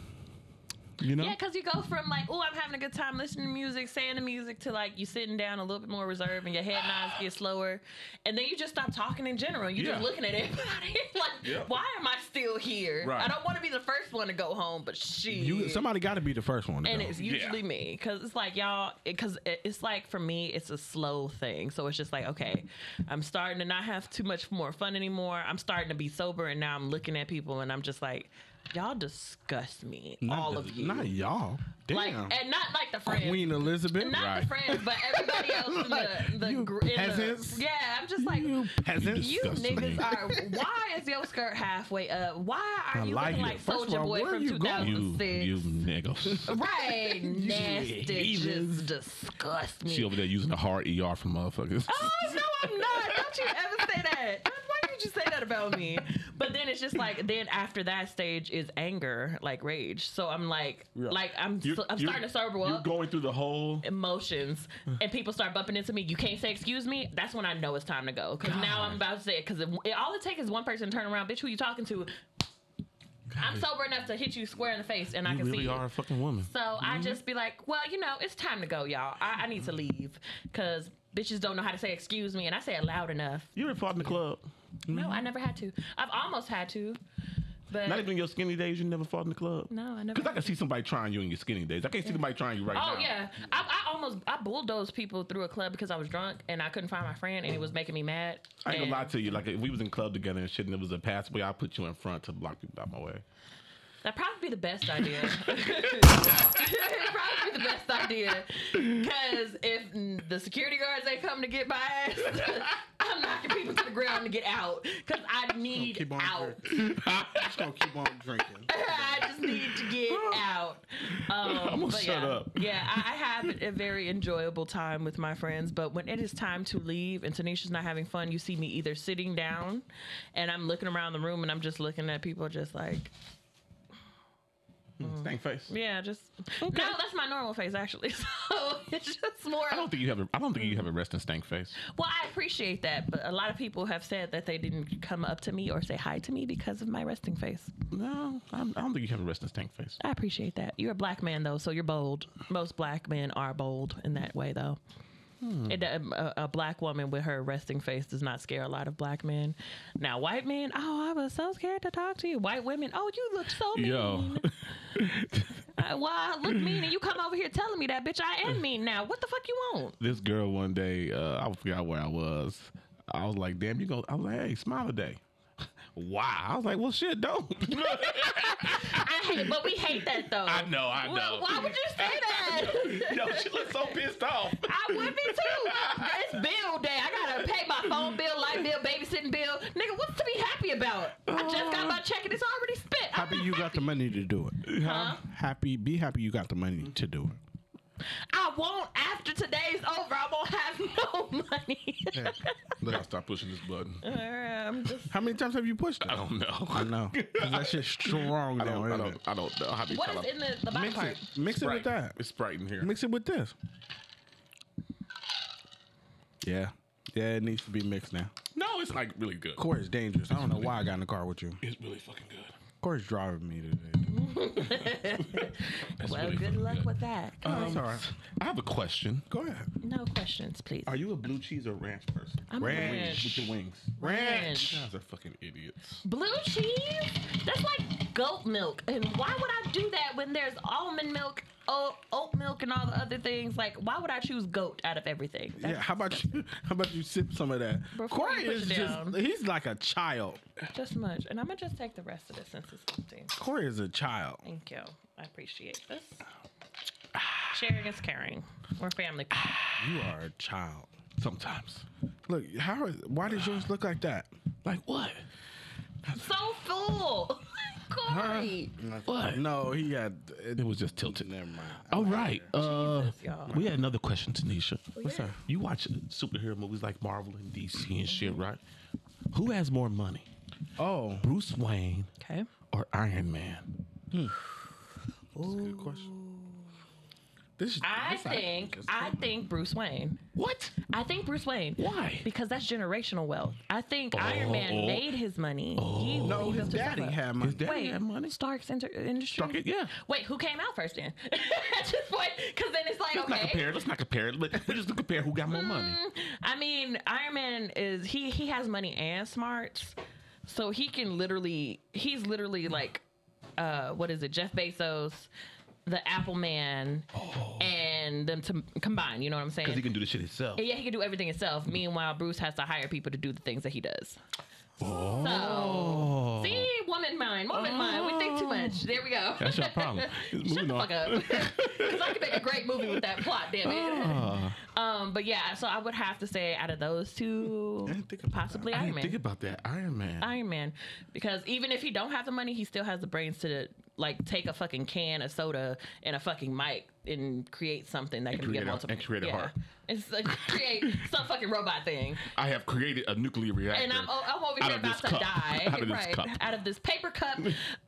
[SPEAKER 2] You know?
[SPEAKER 1] Yeah, because you go from like, oh, I'm having a good time listening to music, saying the music, to like you sitting down a little bit more reserved and your head nods get slower, and then you just stop talking in general. You're
[SPEAKER 2] Yeah.
[SPEAKER 1] just looking at everybody like,
[SPEAKER 2] Yeah.
[SPEAKER 1] why am I still here?
[SPEAKER 2] Right.
[SPEAKER 1] I don't want to be the first one to go home, but she.
[SPEAKER 3] You somebody got to be the first one. To
[SPEAKER 1] and
[SPEAKER 3] go.
[SPEAKER 1] it's usually me because it's like y'all because it's like for me it's a slow thing so it's just like okay i'm starting to not have too much more fun anymore i'm starting to be sober and now i'm looking at people and i'm just like y'all disgust me
[SPEAKER 3] Not
[SPEAKER 1] all
[SPEAKER 3] the-
[SPEAKER 1] of you
[SPEAKER 3] Not y'all.
[SPEAKER 1] like
[SPEAKER 3] Damn. Oh,
[SPEAKER 1] and not like the friends
[SPEAKER 3] Queen Elizabeth.
[SPEAKER 1] not the friends but everybody else in the, the,
[SPEAKER 3] You
[SPEAKER 1] gr- in the-
[SPEAKER 3] peasants.
[SPEAKER 1] yeah i'm just like
[SPEAKER 3] you peasants.
[SPEAKER 1] you niggas are. Why is your skirt halfway up? Why are
[SPEAKER 3] I
[SPEAKER 1] you
[SPEAKER 3] like
[SPEAKER 1] looking
[SPEAKER 3] it.
[SPEAKER 1] like
[SPEAKER 3] First of
[SPEAKER 1] Soldier
[SPEAKER 3] all,
[SPEAKER 1] Boy
[SPEAKER 3] where
[SPEAKER 1] from
[SPEAKER 3] you going?
[SPEAKER 2] you,
[SPEAKER 1] 2006?
[SPEAKER 2] you niggas.
[SPEAKER 1] Right, nasty,
[SPEAKER 3] heathens.
[SPEAKER 1] just disgust me.
[SPEAKER 2] she over there using the hard ER for motherfuckers.
[SPEAKER 1] Oh no, I'm not. Don't you ever say that. Why would you say that about me? But then it's just like then after that stage is anger, like rage. So I'm like,
[SPEAKER 2] Yeah.
[SPEAKER 1] like I'm,
[SPEAKER 2] You're-
[SPEAKER 1] so, I'm
[SPEAKER 2] you're-
[SPEAKER 1] starting to sober
[SPEAKER 2] You're
[SPEAKER 1] up.
[SPEAKER 2] going through the whole.
[SPEAKER 1] emotions
[SPEAKER 2] Mm.
[SPEAKER 1] and people start bumping into me you can't say excuse me that's when i know it's time to go because now i'm about to say it because it, it- all it takes is one person to turn around bitch who you talking to i'm sober enough to hit you square in the face and i
[SPEAKER 2] Mm. You
[SPEAKER 1] can see
[SPEAKER 2] really
[SPEAKER 1] you.
[SPEAKER 2] are Mm-hmm. a fucking woman.
[SPEAKER 1] So I just be like, well, you know, it's time to go, y'all. I, I need to
[SPEAKER 2] Mm.
[SPEAKER 1] leave because bitches don't know how to say excuse me, and I say it loud enough.
[SPEAKER 2] You ever fought in the club?
[SPEAKER 1] No, I never had to. I've almost had to, but
[SPEAKER 2] Mm-hmm. Not even in your skinny days, you never fought in the club?
[SPEAKER 1] no, I never.
[SPEAKER 2] Because I
[SPEAKER 1] had
[SPEAKER 2] can
[SPEAKER 1] to.
[SPEAKER 2] see somebody trying you in your skinny days. I can't see somebody trying you right now.
[SPEAKER 1] Oh yeah, I, I almost I bulldozed people through a club because I was drunk and I couldn't find my friend, and it was making me mad.
[SPEAKER 2] I ain't
[SPEAKER 1] and,
[SPEAKER 2] gonna lie to you. Like if we was in club together and shit, and it was a pathway, I put you in front to block people out my way.
[SPEAKER 1] That'd probably be the best idea. It'd probably be the best idea. Because if mm, the security guards they come to get my ass, I'm knocking people to the ground to get out. Because I need
[SPEAKER 3] Keep on
[SPEAKER 1] out.
[SPEAKER 3] drinking. Just gonna keep on drinking.
[SPEAKER 1] I just need to get out. Um,
[SPEAKER 2] I'm gonna
[SPEAKER 1] but
[SPEAKER 2] shut
[SPEAKER 1] yeah.
[SPEAKER 2] up.
[SPEAKER 1] Yeah, I, I have a very enjoyable time with my friends, but when it is time to leave and Tanisha's not having fun, you see me either sitting down and I'm looking around the room and I'm just looking at people just like,
[SPEAKER 2] Stank face.
[SPEAKER 1] Mm-hmm. Yeah, just no. That's my normal face actually. So it's just more.
[SPEAKER 2] I don't think you have. A, I don't think
[SPEAKER 1] Mm.
[SPEAKER 2] you have a resting stank face.
[SPEAKER 1] Well, I appreciate that, but a lot of people have said that they didn't come up to me or say hi to me because of my resting face.
[SPEAKER 2] No, I don't I don't think you have a resting stank face.
[SPEAKER 1] I appreciate that. You're a black man though, so you're bold. Most black men are bold in that way though. It, a, a- a black woman with her resting face does not scare a lot of black men. Now, white men, oh, I was so scared to talk to you. White women, oh, you look so mean.
[SPEAKER 2] Yo,
[SPEAKER 1] Uh, well, I look mean, and you come over here telling me that, bitch. I am mean now. What the fuck you want?
[SPEAKER 2] this girl one day, uh, I forgot where I was. I was like, "Damn, you go." I was like, "Hey, smile today." Why? I was like, "Well, shit, don't."
[SPEAKER 1] I hate, but we hate that though.
[SPEAKER 2] I know, I
[SPEAKER 1] Well,
[SPEAKER 2] know.
[SPEAKER 1] why would you say that?
[SPEAKER 2] Yo, she looks so pissed off.
[SPEAKER 1] I would be too. It's bill day. I gotta pay my phone bill, light bill, babysitting bill. Nigga, what's to be happy about? I just got my check and it's already spent. I'm
[SPEAKER 3] Happy
[SPEAKER 1] not
[SPEAKER 3] you got the money to do it.
[SPEAKER 1] Huh?
[SPEAKER 3] Happy, be happy you got the money to do it.
[SPEAKER 1] I won't. After today's over, I won't have no money.
[SPEAKER 2] Look, I stop pushing this button.
[SPEAKER 1] I'm just.
[SPEAKER 3] How many times have you pushed it?
[SPEAKER 2] I don't know.
[SPEAKER 3] I know. 'Cause that shit's strong
[SPEAKER 2] I don't.
[SPEAKER 3] though.
[SPEAKER 2] I
[SPEAKER 3] isn't
[SPEAKER 2] don't. I don't know how to
[SPEAKER 1] What is in the, the bottom
[SPEAKER 3] Mix
[SPEAKER 1] part?
[SPEAKER 3] it. Mix it with that.
[SPEAKER 2] It's Sprite in here.
[SPEAKER 3] Mix it with this. Yeah. Yeah, it needs to be mixed now.
[SPEAKER 2] No, it's like really good.
[SPEAKER 3] Corey's dangerous. I don't know why I got in the car with you.
[SPEAKER 2] It's really fucking good.
[SPEAKER 3] Corey's driving me today.
[SPEAKER 2] It's
[SPEAKER 1] Well,
[SPEAKER 2] really
[SPEAKER 1] good
[SPEAKER 2] fucking Uh,
[SPEAKER 1] luck with that.
[SPEAKER 3] That's all right.
[SPEAKER 2] I have a question.
[SPEAKER 3] Go ahead.
[SPEAKER 1] No questions, please.
[SPEAKER 2] Are you a blue cheese or ranch person?
[SPEAKER 1] I'm a
[SPEAKER 3] Ranch.
[SPEAKER 2] With
[SPEAKER 1] ranch.
[SPEAKER 2] your wings.
[SPEAKER 1] Ranch.
[SPEAKER 2] You guys are fucking idiots.
[SPEAKER 1] Blue cheese? That's like goat milk. And why would I do that when there's almond milk, oat, oat milk, and all the other things? Like, why would I choose goat out of everything?
[SPEAKER 3] Yeah, how about you? How about you sip some of that?
[SPEAKER 1] Before
[SPEAKER 3] Corey
[SPEAKER 1] you push
[SPEAKER 3] is
[SPEAKER 1] it down.
[SPEAKER 3] just—he's like a child.
[SPEAKER 1] That's just much. And I'm going to just take the rest of this since it's empty.
[SPEAKER 3] Corey is a child.
[SPEAKER 1] Thank you. I appreciate this. Sharing is caring. We're family.
[SPEAKER 3] You are a child.
[SPEAKER 2] Sometimes.
[SPEAKER 3] Look, how? is- Why does yours look like that?
[SPEAKER 2] Like what?
[SPEAKER 1] so full. Corey.
[SPEAKER 2] What?
[SPEAKER 3] No, he had. It,
[SPEAKER 2] It was just tilted.
[SPEAKER 3] never mind.
[SPEAKER 2] All right. Uh,
[SPEAKER 1] y'all.
[SPEAKER 2] we had another question, Tanisha.
[SPEAKER 1] What's yeah. up?
[SPEAKER 2] You watch superhero movies like Marvel and DC and
[SPEAKER 1] Mm-hmm.
[SPEAKER 2] shit, right? Who has more money,
[SPEAKER 3] Oh,
[SPEAKER 2] Bruce Wayne
[SPEAKER 1] Okay. Hmm.
[SPEAKER 2] or Iron Man?
[SPEAKER 3] that's a good question.
[SPEAKER 2] This,
[SPEAKER 1] I
[SPEAKER 2] this
[SPEAKER 1] think
[SPEAKER 2] is-
[SPEAKER 1] I think Bruce Wayne.
[SPEAKER 2] what?
[SPEAKER 1] I think Bruce Wayne.
[SPEAKER 2] Why?
[SPEAKER 1] Because that's generational wealth. I think Iron
[SPEAKER 2] Oh.
[SPEAKER 1] Man made his money. He,
[SPEAKER 3] No,
[SPEAKER 1] he
[SPEAKER 3] his
[SPEAKER 1] built himself
[SPEAKER 3] daddy
[SPEAKER 1] up.
[SPEAKER 3] had money.
[SPEAKER 2] His daddy
[SPEAKER 1] Wait,
[SPEAKER 2] had money.
[SPEAKER 1] Stark's inter- industry.
[SPEAKER 2] Stark it- yeah.
[SPEAKER 1] Wait, who came out first then? At this point, because then it's like
[SPEAKER 2] Let's not
[SPEAKER 1] okay. Hmm.
[SPEAKER 2] compare. Let's not compare. Let's just compare who got more money.
[SPEAKER 1] I mean, Iron Man is he he has money and smarts, so he can literally he's literally like, uh, what is it? Jeff Bezos, the Apple Man, and them to combine. You know what I'm saying?
[SPEAKER 2] Because Oh. he can do this shit himself.
[SPEAKER 1] yeah, he can do everything himself. Meanwhile, Bruce has to hire people to do the things that he does. So, see, woman mind, woman mind. We think too much. There we go.
[SPEAKER 2] That's your problem. It's
[SPEAKER 1] Shut
[SPEAKER 2] moving
[SPEAKER 1] the
[SPEAKER 2] on.
[SPEAKER 1] fuck up. Because I could make a great movie with that plot, damn it.
[SPEAKER 2] Ah,
[SPEAKER 1] Um, but yeah, so I would have to say out of those two,
[SPEAKER 3] didn't think about
[SPEAKER 1] possibly
[SPEAKER 2] I
[SPEAKER 1] Iron
[SPEAKER 2] didn't
[SPEAKER 1] Man.
[SPEAKER 2] think about that. Iron Man.
[SPEAKER 1] Iron Man, because even if he don't have the money, he still has the brains to like take a fucking can of soda and a fucking mic and create something that can
[SPEAKER 2] create
[SPEAKER 1] get
[SPEAKER 2] a-
[SPEAKER 1] multiple.
[SPEAKER 2] and create a heart.
[SPEAKER 1] It's like create some fucking robot thing.
[SPEAKER 2] I have created a nuclear reactor.
[SPEAKER 1] And I'm, I'm over
[SPEAKER 2] out
[SPEAKER 1] here
[SPEAKER 2] of this
[SPEAKER 1] about to
[SPEAKER 2] cup.
[SPEAKER 1] die.
[SPEAKER 2] Out of this
[SPEAKER 1] right.
[SPEAKER 2] cup.
[SPEAKER 1] Out of this paper cup,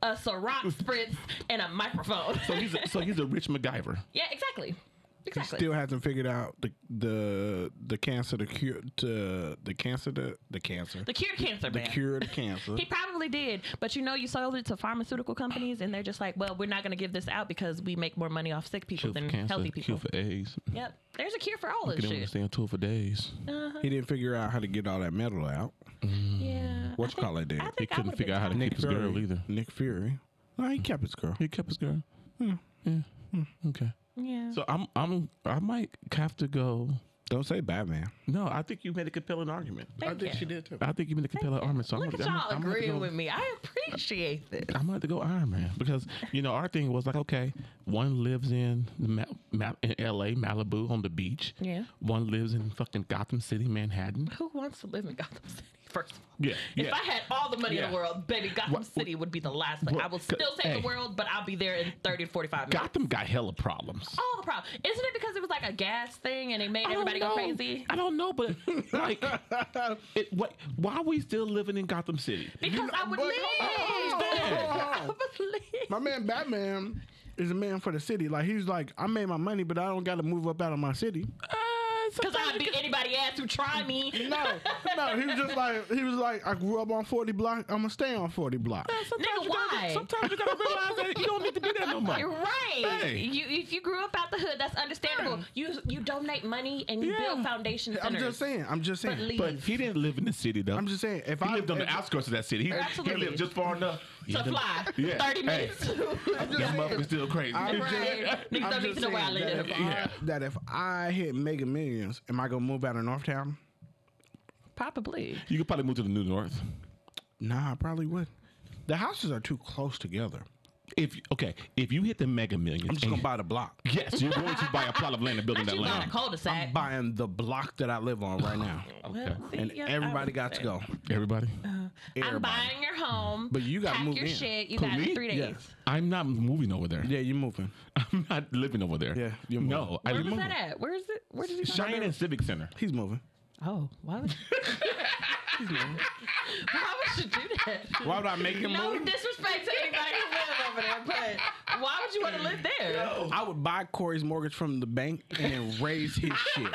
[SPEAKER 1] a Ciroc spritz, and a microphone.
[SPEAKER 2] so he's a, so he's a rich MacGyver.
[SPEAKER 1] yeah, exactly.
[SPEAKER 3] He
[SPEAKER 1] Exactly.
[SPEAKER 3] still hasn't figured out the the the cancer the cure to the cancer to the cancer
[SPEAKER 1] the cure to cancer,
[SPEAKER 3] the
[SPEAKER 1] man.
[SPEAKER 3] cure to cancer.
[SPEAKER 1] He probably did, but you know, you sold it to pharmaceutical companies, and they're just like, "Well, we're not going to give this out because we make more money off sick people than healthy people."
[SPEAKER 2] AIDS.
[SPEAKER 1] Yep, there's a cure for all this
[SPEAKER 2] Get him to
[SPEAKER 1] shit.
[SPEAKER 2] stay on tour for days.
[SPEAKER 3] He didn't figure out how to get all that metal out.
[SPEAKER 1] Yeah,
[SPEAKER 3] What you call it did?
[SPEAKER 1] I
[SPEAKER 2] He
[SPEAKER 1] think I
[SPEAKER 2] couldn't
[SPEAKER 1] would've
[SPEAKER 2] figure
[SPEAKER 1] been
[SPEAKER 2] out how to
[SPEAKER 1] fine.
[SPEAKER 2] keep his girl either.
[SPEAKER 3] Nick Fury. No, he kept his girl.
[SPEAKER 2] He kept his girl.
[SPEAKER 1] Hmm.
[SPEAKER 2] Yeah. Yeah. Okay.
[SPEAKER 1] Yeah,
[SPEAKER 2] So I'm I'm I might have to go.
[SPEAKER 3] Don't say Batman.
[SPEAKER 2] No, I think you made a compelling argument.
[SPEAKER 1] Thank you.
[SPEAKER 3] did too.
[SPEAKER 2] I think you made a compelling argument. So
[SPEAKER 1] Look
[SPEAKER 2] I'm,
[SPEAKER 1] at
[SPEAKER 2] gonna-
[SPEAKER 1] y'all
[SPEAKER 2] I'm, gonna have to
[SPEAKER 1] agreeing
[SPEAKER 2] go-
[SPEAKER 1] with me. I appreciate this.
[SPEAKER 2] I'm gonna have to go Iron Man because you know our thing was like okay, one lives in Ma- Ma- in L.A. Malibu on the beach.
[SPEAKER 1] Yeah.
[SPEAKER 2] One lives in fucking Gotham City, Manhattan.
[SPEAKER 1] Who wants to live in Gotham City? First of all.
[SPEAKER 2] Yeah.
[SPEAKER 1] If
[SPEAKER 2] yeah.
[SPEAKER 1] I had all the money in
[SPEAKER 2] Yeah.
[SPEAKER 1] the world, baby, Gotham
[SPEAKER 2] What-
[SPEAKER 1] City would be the last place.
[SPEAKER 2] what-
[SPEAKER 1] I will still save
[SPEAKER 2] hey.
[SPEAKER 1] the world, but I'll be there in 30 to 45 minutes.
[SPEAKER 2] Gotham got hella problems.
[SPEAKER 1] all the problem. Isn't it because it was like a gas thing and it made
[SPEAKER 2] I don't
[SPEAKER 1] everybody go
[SPEAKER 2] know.
[SPEAKER 1] crazy?
[SPEAKER 2] I don't know, but like, it, what, why are we still living in Gotham City?
[SPEAKER 1] Because I would
[SPEAKER 3] but-
[SPEAKER 1] leave.
[SPEAKER 3] hold on,
[SPEAKER 1] I
[SPEAKER 3] hold on.
[SPEAKER 1] would leave.
[SPEAKER 3] My man Batman is a man for the city. Like he's like, I made my money, but I don't got to move up out of my city.
[SPEAKER 2] Uh,
[SPEAKER 1] Because I'd beat anybody ass who try me.
[SPEAKER 3] No, no. He was just like, he was like, I grew up on forty block. I'm gonna stay on forty block.
[SPEAKER 1] Nigga,
[SPEAKER 2] you gotta-
[SPEAKER 1] why?
[SPEAKER 2] sometimes you gotta realize that you don't need to be there no more.
[SPEAKER 1] You're right.
[SPEAKER 2] Hey.
[SPEAKER 1] You, if you grew up out the hood, that's understandable. You you donate money and you
[SPEAKER 2] Yeah.
[SPEAKER 1] build foundation centers.
[SPEAKER 3] I'm just saying. I'm just
[SPEAKER 1] But
[SPEAKER 3] saying.
[SPEAKER 1] leave.
[SPEAKER 2] But he didn't live in the city though.
[SPEAKER 3] I'm just saying. If
[SPEAKER 2] He
[SPEAKER 3] I
[SPEAKER 2] lived on the
[SPEAKER 3] if-
[SPEAKER 2] outskirts of that city. He, he
[SPEAKER 1] Absolutely.
[SPEAKER 2] lived just far enough.
[SPEAKER 1] to fly.
[SPEAKER 2] Yeah.
[SPEAKER 1] 30
[SPEAKER 2] Hey.
[SPEAKER 1] minutes.
[SPEAKER 2] That motherfucker's still crazy.
[SPEAKER 3] I'm
[SPEAKER 1] Right.
[SPEAKER 3] just-
[SPEAKER 1] Niggas
[SPEAKER 3] I'm
[SPEAKER 1] don't need
[SPEAKER 3] just
[SPEAKER 1] to know where I
[SPEAKER 3] saying
[SPEAKER 1] live.
[SPEAKER 3] That if,
[SPEAKER 2] Yeah.
[SPEAKER 3] I, that if I hit mega millions, am I gonna move out of Northtown?
[SPEAKER 1] Probably.
[SPEAKER 2] You could probably move to the New North.
[SPEAKER 3] Nah, I probably would. The houses are too close together.
[SPEAKER 2] If okay, if you hit the Mega Millions,
[SPEAKER 3] I'm just
[SPEAKER 2] and-
[SPEAKER 3] gonna buy the block.
[SPEAKER 2] Yes, you're going to buy a plot of land and build in
[SPEAKER 1] Not
[SPEAKER 2] that
[SPEAKER 1] you buying a
[SPEAKER 2] land.
[SPEAKER 1] cul-de-sac.
[SPEAKER 3] I'm buying the block that I live on right now,
[SPEAKER 2] Okay.
[SPEAKER 1] See,
[SPEAKER 3] and
[SPEAKER 1] Oh, yeah, I
[SPEAKER 3] everybody
[SPEAKER 1] would
[SPEAKER 3] got
[SPEAKER 1] say.
[SPEAKER 3] to go.
[SPEAKER 2] Everybody,
[SPEAKER 1] Uh, I'm
[SPEAKER 3] Everybody.
[SPEAKER 1] buying your home.
[SPEAKER 3] But you gotta
[SPEAKER 1] pack
[SPEAKER 3] move
[SPEAKER 1] your
[SPEAKER 3] in.
[SPEAKER 1] shit. You
[SPEAKER 2] Who,
[SPEAKER 1] got
[SPEAKER 2] me?
[SPEAKER 1] three days.
[SPEAKER 3] Yes.
[SPEAKER 2] I'm not moving over there.
[SPEAKER 3] Yeah, you moving.
[SPEAKER 2] I'm not living over there.
[SPEAKER 3] Yeah, you're
[SPEAKER 2] no, I
[SPEAKER 1] Where was
[SPEAKER 2] live
[SPEAKER 1] that at? Where is it? Where did you
[SPEAKER 2] Cheyenne and Civic Center.
[SPEAKER 3] He's moving.
[SPEAKER 1] Oh, why would Why would you do that?
[SPEAKER 3] Why would I make him
[SPEAKER 1] No
[SPEAKER 3] move?
[SPEAKER 1] disrespect to anybody who lives over there, but why would you want to live there?
[SPEAKER 3] I would buy Corey's mortgage from the bank and then raise his shit.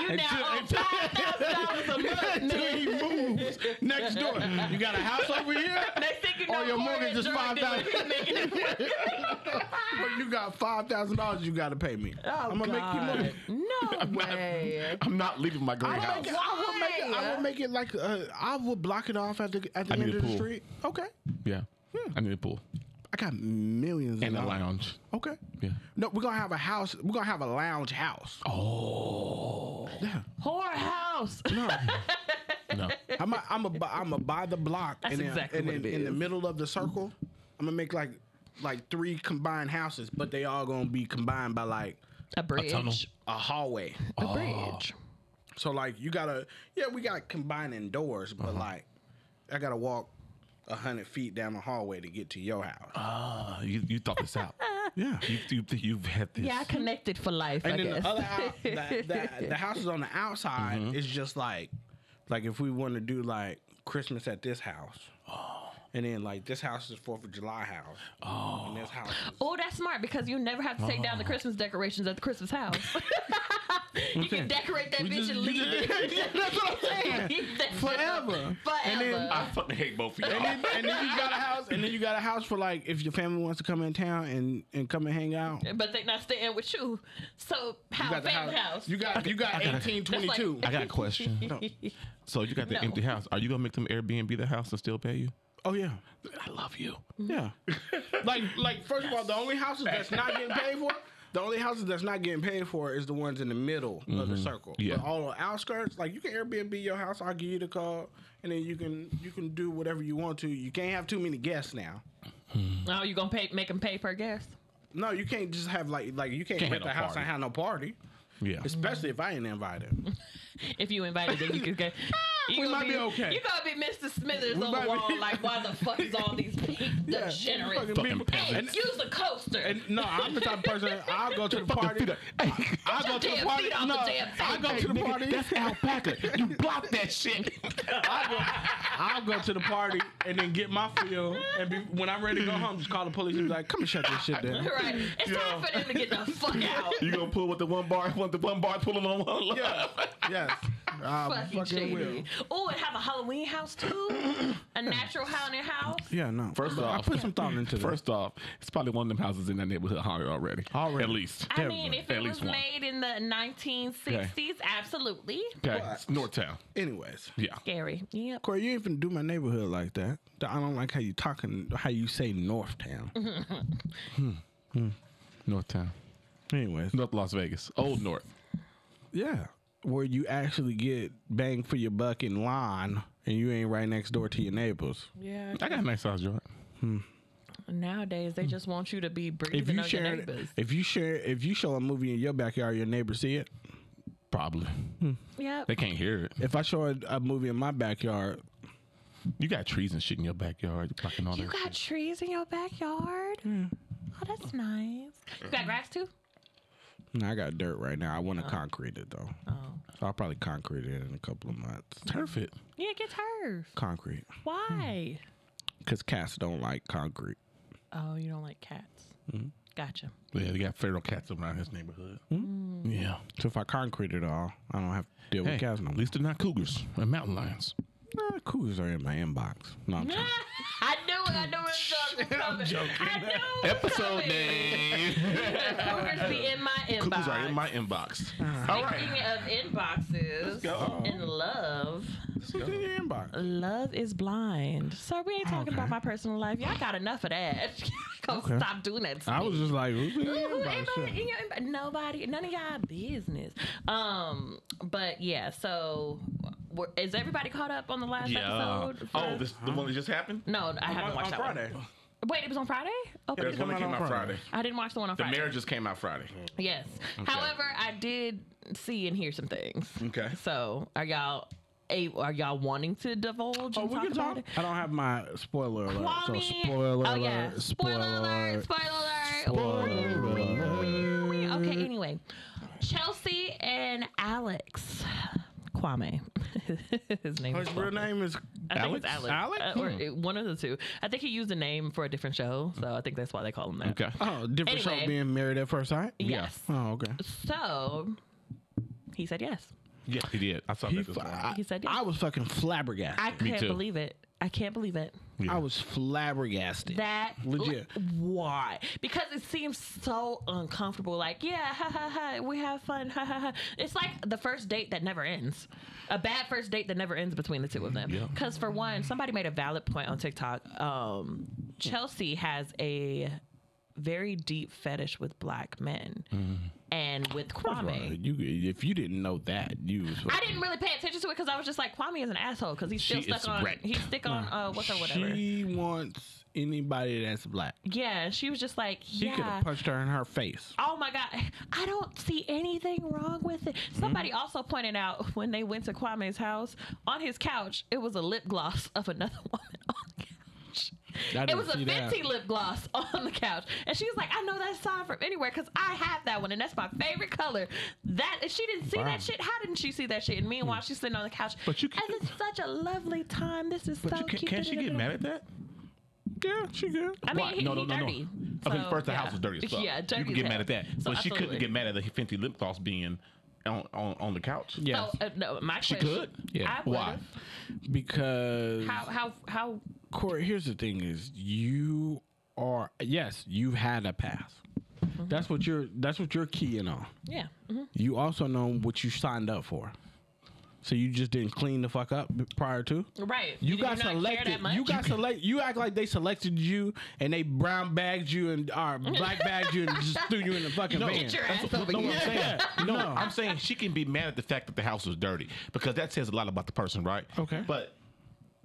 [SPEAKER 1] You now own
[SPEAKER 3] until-
[SPEAKER 1] five thousand dollars a month.
[SPEAKER 3] Until he moves next door. You got a house over here?
[SPEAKER 1] Next thing you
[SPEAKER 3] Or
[SPEAKER 1] know,
[SPEAKER 3] your
[SPEAKER 1] Corey
[SPEAKER 3] mortgage
[SPEAKER 1] and
[SPEAKER 3] is
[SPEAKER 1] Jordan
[SPEAKER 3] $5,000.
[SPEAKER 1] is making it work.
[SPEAKER 3] Or you got five thousand dollars you gotta pay me.
[SPEAKER 1] Oh,
[SPEAKER 3] I'm gonna make you move.
[SPEAKER 1] God. No
[SPEAKER 2] not-
[SPEAKER 1] way.
[SPEAKER 2] I'm not leaving my
[SPEAKER 3] I
[SPEAKER 2] great house.
[SPEAKER 3] would, make it, I would make it. I would make it like uh, I would block it off at the at the
[SPEAKER 2] I need
[SPEAKER 3] end
[SPEAKER 2] a
[SPEAKER 3] of the
[SPEAKER 2] pool.
[SPEAKER 3] street. Okay,
[SPEAKER 2] Yeah.
[SPEAKER 1] Hmm.
[SPEAKER 2] I need a pool
[SPEAKER 3] I got millions.
[SPEAKER 2] and
[SPEAKER 3] of
[SPEAKER 2] a
[SPEAKER 3] dollars.
[SPEAKER 2] lounge.
[SPEAKER 3] Okay.
[SPEAKER 2] Yeah.
[SPEAKER 3] No, we're gonna have a house. We're gonna have a lounge house.
[SPEAKER 2] Oh.
[SPEAKER 3] Yeah.
[SPEAKER 1] Whorehouse.
[SPEAKER 3] No,
[SPEAKER 2] No.
[SPEAKER 3] I'm a, I'm a, bu- I'm a buy the block,
[SPEAKER 1] That's
[SPEAKER 3] and then,
[SPEAKER 1] exactly
[SPEAKER 3] and
[SPEAKER 1] what
[SPEAKER 3] then
[SPEAKER 1] it
[SPEAKER 3] in the
[SPEAKER 1] is.
[SPEAKER 3] middle of the circle, I'm gonna make like like three combined houses, but they all gonna be combined by like
[SPEAKER 1] A
[SPEAKER 2] tunnel.
[SPEAKER 1] bridge.
[SPEAKER 3] a hallway.
[SPEAKER 1] A, bridge.
[SPEAKER 3] So like you gotta, yeah, we got combining doors,
[SPEAKER 1] Uh-huh.
[SPEAKER 3] but like I gotta walk a hundred feet down the hallway to get to your house.
[SPEAKER 1] Uh,
[SPEAKER 2] Ah, you, you thought this out.
[SPEAKER 3] yeah.
[SPEAKER 2] you, you, you've had this.
[SPEAKER 1] Yeah, I connected for life,
[SPEAKER 3] And
[SPEAKER 1] I
[SPEAKER 3] then
[SPEAKER 1] guess. Mm-hmm.
[SPEAKER 3] the other house, the, the, the houses on the outside
[SPEAKER 1] Oh.
[SPEAKER 3] is just like, like if we want to do like Christmas at this house, And then like this house is Fourth of July house. Oh. And this house. Is,
[SPEAKER 1] Oh, that's smart because you never have to take down the Christmas decorations at the Christmas house. you can decorate that
[SPEAKER 2] We
[SPEAKER 1] bitch
[SPEAKER 2] just-
[SPEAKER 1] and leave it.
[SPEAKER 2] Yeah, that's what I'm saying.
[SPEAKER 1] That's-
[SPEAKER 3] Forever. And then-
[SPEAKER 1] Forever.
[SPEAKER 2] I fucking hate both of y'all.
[SPEAKER 3] and, then, and then you got a house, and then you got a house for like if your family wants to come in town and, and come and hang out.
[SPEAKER 1] but they not staying with you. So
[SPEAKER 3] You
[SPEAKER 1] how
[SPEAKER 3] got the
[SPEAKER 1] family house.
[SPEAKER 3] house. You got you got
[SPEAKER 2] I gotta-
[SPEAKER 3] eighteen twenty two.
[SPEAKER 2] I got a question. So you got the
[SPEAKER 1] No.
[SPEAKER 2] empty house. Are you gonna make them Airbnb the house and still pay you?
[SPEAKER 3] Oh yeah,
[SPEAKER 2] I love you.
[SPEAKER 3] yeah. like like first of all, the only houses that's not getting paid for. The only houses that's not getting paid for is the ones in the middle of the circle.
[SPEAKER 2] Yeah.
[SPEAKER 3] But all on outskirts, like you can Airbnb your house. I'll give you the call, and then you can you can do whatever you want to. You can't have too many guests now.
[SPEAKER 1] Oh, you gonna pay? Make them pay per guest?
[SPEAKER 3] No, you can't just have like like you can't,
[SPEAKER 2] Can't
[SPEAKER 3] rent
[SPEAKER 2] have
[SPEAKER 3] the
[SPEAKER 2] no
[SPEAKER 3] house and
[SPEAKER 2] party.
[SPEAKER 3] have no party.
[SPEAKER 2] Yeah.
[SPEAKER 3] Especially if I ain't invited.
[SPEAKER 1] If you invited, then you could go. You
[SPEAKER 3] We
[SPEAKER 1] gonna
[SPEAKER 3] might be okay.
[SPEAKER 1] You gonna be Mr. Smithers on
[SPEAKER 3] might
[SPEAKER 1] the
[SPEAKER 3] be-
[SPEAKER 1] wall? Like, why the fuck is all these people
[SPEAKER 3] Yeah.
[SPEAKER 1] degenerate?
[SPEAKER 3] Fucking
[SPEAKER 2] Fucking
[SPEAKER 3] people-
[SPEAKER 1] Hey,
[SPEAKER 2] peasants.
[SPEAKER 1] use the coaster.
[SPEAKER 3] And no, I'm the type of person I'll go to the party. I- I'll go
[SPEAKER 1] your
[SPEAKER 3] to the
[SPEAKER 1] damn
[SPEAKER 3] party.
[SPEAKER 1] feet off
[SPEAKER 3] No,
[SPEAKER 1] the damn
[SPEAKER 3] I go to the
[SPEAKER 2] Nigga,
[SPEAKER 3] party.
[SPEAKER 2] That's alpaca. You block that shit.
[SPEAKER 3] I'll go, I'll go to the party and then get my feel. And be, when I'm ready to go home, just call the police and be like, "Come and shut this shit down."
[SPEAKER 1] right? It's time for them to get the fuck out.
[SPEAKER 2] You gonna pull with the one bar, with the one bar pulling on one line.
[SPEAKER 3] Yeah, yes. I
[SPEAKER 1] Fucking
[SPEAKER 3] fucking will.
[SPEAKER 1] shady. Oh, and have a Halloween house too, a natural haunted house.
[SPEAKER 3] Yeah, no.
[SPEAKER 2] First
[SPEAKER 3] I
[SPEAKER 2] off,
[SPEAKER 3] put some thought into this.
[SPEAKER 2] First off, it's probably one of them houses in that neighborhood haunted already.
[SPEAKER 3] Already.
[SPEAKER 2] At least.
[SPEAKER 1] I mean, if
[SPEAKER 2] At
[SPEAKER 1] it
[SPEAKER 2] least
[SPEAKER 1] was
[SPEAKER 2] one.
[SPEAKER 1] made in the 1960s, absolutely
[SPEAKER 2] Okay.
[SPEAKER 3] What?
[SPEAKER 2] It's Northtown.
[SPEAKER 3] Anyways,
[SPEAKER 2] Yeah.
[SPEAKER 1] scary. Yep.
[SPEAKER 3] Corey, you ain't finna do my neighborhood like that. I don't like how you talking, how you say Northtown.
[SPEAKER 2] Northtown.
[SPEAKER 1] Mm-hmm.
[SPEAKER 3] Anyways,
[SPEAKER 2] North Las Vegas. Old North.
[SPEAKER 3] yeah, where you actually get bang for your buck in line, and you ain't right next door to your neighbors.
[SPEAKER 1] Yeah.
[SPEAKER 2] I got a nice size joint.
[SPEAKER 1] Nowadays, they just want you to be breathing
[SPEAKER 3] Mm. if you
[SPEAKER 1] on
[SPEAKER 3] share
[SPEAKER 1] your
[SPEAKER 3] it,
[SPEAKER 1] neighbors.
[SPEAKER 3] if you share if you show a movie in your backyard, your neighbors see it.
[SPEAKER 2] Probably.
[SPEAKER 1] Yep.
[SPEAKER 2] They can't hear it.
[SPEAKER 3] If I show a, a movie in my backyard,
[SPEAKER 2] You got trees and shit in your backyard. You're blocking all
[SPEAKER 1] You
[SPEAKER 2] that.
[SPEAKER 1] got trees in your backyard. Oh, that's nice. You got grass too.
[SPEAKER 3] no, I got dirt right now. I want to
[SPEAKER 1] Uh-huh.
[SPEAKER 3] concrete it though,
[SPEAKER 1] Oh.
[SPEAKER 3] so I'll probably concrete it in a couple of months.
[SPEAKER 2] turf it.
[SPEAKER 1] Yeah, get turf.
[SPEAKER 3] Concrete,
[SPEAKER 1] Why?
[SPEAKER 3] because cats don't like concrete.
[SPEAKER 1] Oh, you don't like cats.
[SPEAKER 2] Hmm?
[SPEAKER 1] Gotcha.
[SPEAKER 2] Yeah, they got feral cats around his neighborhood.
[SPEAKER 1] Mm.
[SPEAKER 2] Yeah.
[SPEAKER 3] So if I concrete it all, I don't have to deal
[SPEAKER 2] Hey,
[SPEAKER 3] with cats no
[SPEAKER 2] at
[SPEAKER 3] more.
[SPEAKER 2] least they're not cougars and mountain lions.
[SPEAKER 3] Nah, cougars are in my inbox. No, I'm joking.
[SPEAKER 1] I knew it. I knew it was coming. i knew it was
[SPEAKER 2] Episode
[SPEAKER 1] coming.
[SPEAKER 2] name.
[SPEAKER 1] Cougars be in my inbox.
[SPEAKER 2] Cougars are in my inbox.
[SPEAKER 1] Uh-huh.
[SPEAKER 2] All right.
[SPEAKER 1] Speaking of inboxes
[SPEAKER 2] go.
[SPEAKER 1] and love,
[SPEAKER 3] It's in your inbox.
[SPEAKER 1] love is blind. So we ain't talking about my personal life. Y'all got enough of that. Go stop doing that. to
[SPEAKER 3] I
[SPEAKER 1] me.
[SPEAKER 3] was just like, who's in your
[SPEAKER 1] Who- who
[SPEAKER 3] inbox?
[SPEAKER 1] anybody-
[SPEAKER 3] Shit.
[SPEAKER 1] in your inbox? Nobody, none of y'all business. Um, but yeah. So, we is everybody caught up on the last
[SPEAKER 2] Yeah.
[SPEAKER 1] episode?
[SPEAKER 2] Oh,
[SPEAKER 1] for-
[SPEAKER 2] this the one that just happened.
[SPEAKER 1] No, I haven't
[SPEAKER 3] On-
[SPEAKER 1] watched
[SPEAKER 3] on
[SPEAKER 1] that
[SPEAKER 3] Friday.
[SPEAKER 1] One. Wait, it was on Friday. Oh,
[SPEAKER 2] There's one that
[SPEAKER 3] Come
[SPEAKER 2] came
[SPEAKER 3] out on
[SPEAKER 2] out
[SPEAKER 3] Friday.
[SPEAKER 2] Friday.
[SPEAKER 1] I didn't watch the one on
[SPEAKER 2] The
[SPEAKER 1] Friday.
[SPEAKER 2] marriage just came out Friday.
[SPEAKER 1] Yes. However, I did see and hear some things.
[SPEAKER 2] Okay.
[SPEAKER 1] So are y'all a are y'all wanting to divulge?
[SPEAKER 3] Oh,
[SPEAKER 1] and
[SPEAKER 3] we
[SPEAKER 1] talk
[SPEAKER 3] can
[SPEAKER 1] about
[SPEAKER 3] talk.
[SPEAKER 1] It?
[SPEAKER 3] I don't have my spoiler alert. So
[SPEAKER 1] Kwame.
[SPEAKER 3] spoiler
[SPEAKER 1] oh yeah.
[SPEAKER 3] alert.
[SPEAKER 1] Spoiler alert. Spoiler alert. Okay. Anyway, Chelsea and Alex. Kwame. His name. is
[SPEAKER 3] His real
[SPEAKER 1] Kwame.
[SPEAKER 3] name is
[SPEAKER 1] I think it's
[SPEAKER 2] Alex? Hmm.
[SPEAKER 1] Alex.
[SPEAKER 3] Alex?
[SPEAKER 1] Uh, or uh, one of the two. I think he used a name for a different show, so I think that's why they call him that.
[SPEAKER 2] Okay.
[SPEAKER 3] oh different show
[SPEAKER 1] Anyway.
[SPEAKER 3] being married at first sight.
[SPEAKER 1] Yes.
[SPEAKER 3] Oh okay.
[SPEAKER 1] So he said yes.
[SPEAKER 2] Yeah, he did. I saw that this morning.
[SPEAKER 1] He said yes.
[SPEAKER 3] I was fucking flabbergasted.
[SPEAKER 1] I can't
[SPEAKER 2] too.
[SPEAKER 1] believe it. I can't believe it.
[SPEAKER 2] Yeah.
[SPEAKER 3] I was flabbergasted.
[SPEAKER 1] That
[SPEAKER 3] Legit.
[SPEAKER 1] like, why? Because it seems so uncomfortable. Like, yeah, ha ha ha, we have fun. Ha ha ha. It's like the first date that never ends. A bad first date that never ends between the two of them.
[SPEAKER 2] Yeah.
[SPEAKER 1] Because for one, somebody made a valid point on TikTok. Um, Chelsea has a very deep fetish with black men,
[SPEAKER 2] Mm-hmm.
[SPEAKER 1] and with Kwame.
[SPEAKER 3] Bruh, you, if you didn't know that, you was
[SPEAKER 1] I didn't really pay attention to it because I was just like Kwame is an asshole because he's still
[SPEAKER 2] She is
[SPEAKER 1] stuck on
[SPEAKER 2] wrecked.
[SPEAKER 1] he's stick on uh what's her whatever.
[SPEAKER 3] She wants anybody that's black.
[SPEAKER 1] yeah, and she was just like
[SPEAKER 3] He could
[SPEAKER 1] yeah.
[SPEAKER 3] have punched her in her face.
[SPEAKER 1] Oh my God, I don't see anything wrong with it.
[SPEAKER 2] Mm-hmm.
[SPEAKER 1] Somebody also pointed out when they went to Kwame's house, on his couch, it was a lip gloss of another woman on the couch.
[SPEAKER 3] I
[SPEAKER 1] It
[SPEAKER 3] didn't
[SPEAKER 1] was a
[SPEAKER 3] see that.
[SPEAKER 1] Fenty lip gloss on the couch. And she was like, I know that sign from anywhere because I have that one and that's my favorite color. That if she didn't see
[SPEAKER 3] Wow.
[SPEAKER 1] that shit, how didn't she see that shit? And meanwhile, she's sitting on the couch.
[SPEAKER 2] Hmm. But you
[SPEAKER 1] and
[SPEAKER 2] can't-
[SPEAKER 1] it's such a lovely time. This is so
[SPEAKER 2] But you can,
[SPEAKER 1] cute.
[SPEAKER 2] can't she get mad at that? Yeah, she good.
[SPEAKER 1] I mean, he-
[SPEAKER 2] no, no,
[SPEAKER 1] he
[SPEAKER 2] no,
[SPEAKER 1] dirty,
[SPEAKER 2] no. I mean,
[SPEAKER 1] so,
[SPEAKER 2] first the
[SPEAKER 1] yeah.
[SPEAKER 2] house was dirty as fuck.
[SPEAKER 1] Yeah, dirty
[SPEAKER 2] You could
[SPEAKER 1] as
[SPEAKER 2] get mad
[SPEAKER 1] hell.
[SPEAKER 2] at that,
[SPEAKER 1] So,
[SPEAKER 2] but she couldn't
[SPEAKER 1] absolutely.
[SPEAKER 2] get mad at the Fenty lip gloss being on on, on the couch.
[SPEAKER 3] Yes.
[SPEAKER 1] Oh, uh, no, my
[SPEAKER 2] She
[SPEAKER 1] question.
[SPEAKER 2] could?
[SPEAKER 3] Yeah.
[SPEAKER 1] I
[SPEAKER 2] Why?
[SPEAKER 1] would've.
[SPEAKER 3] Because
[SPEAKER 1] How? How? How?
[SPEAKER 3] Corey, here's the thing: is you are yes, you've had a pass.
[SPEAKER 1] Mm-hmm.
[SPEAKER 3] That's what you're. That's what you're keying on.
[SPEAKER 1] Yeah. mhm.
[SPEAKER 3] You also know what you signed up for. So you just didn't clean the fuck up b- prior to.
[SPEAKER 1] Right.
[SPEAKER 3] You
[SPEAKER 1] Did
[SPEAKER 3] got
[SPEAKER 1] not care
[SPEAKER 3] selected.
[SPEAKER 1] that much?
[SPEAKER 3] You got select. You act like they selected you and they brown bagged you and or black bagged you and just threw you in the fucking
[SPEAKER 2] No,
[SPEAKER 3] van.
[SPEAKER 1] Get your ass over
[SPEAKER 2] no, I'm
[SPEAKER 1] here.
[SPEAKER 2] saying. No,
[SPEAKER 3] No.
[SPEAKER 2] I'm saying she can be mad at the fact that the house was dirty because that says a lot about the person, right?
[SPEAKER 3] Okay.
[SPEAKER 2] But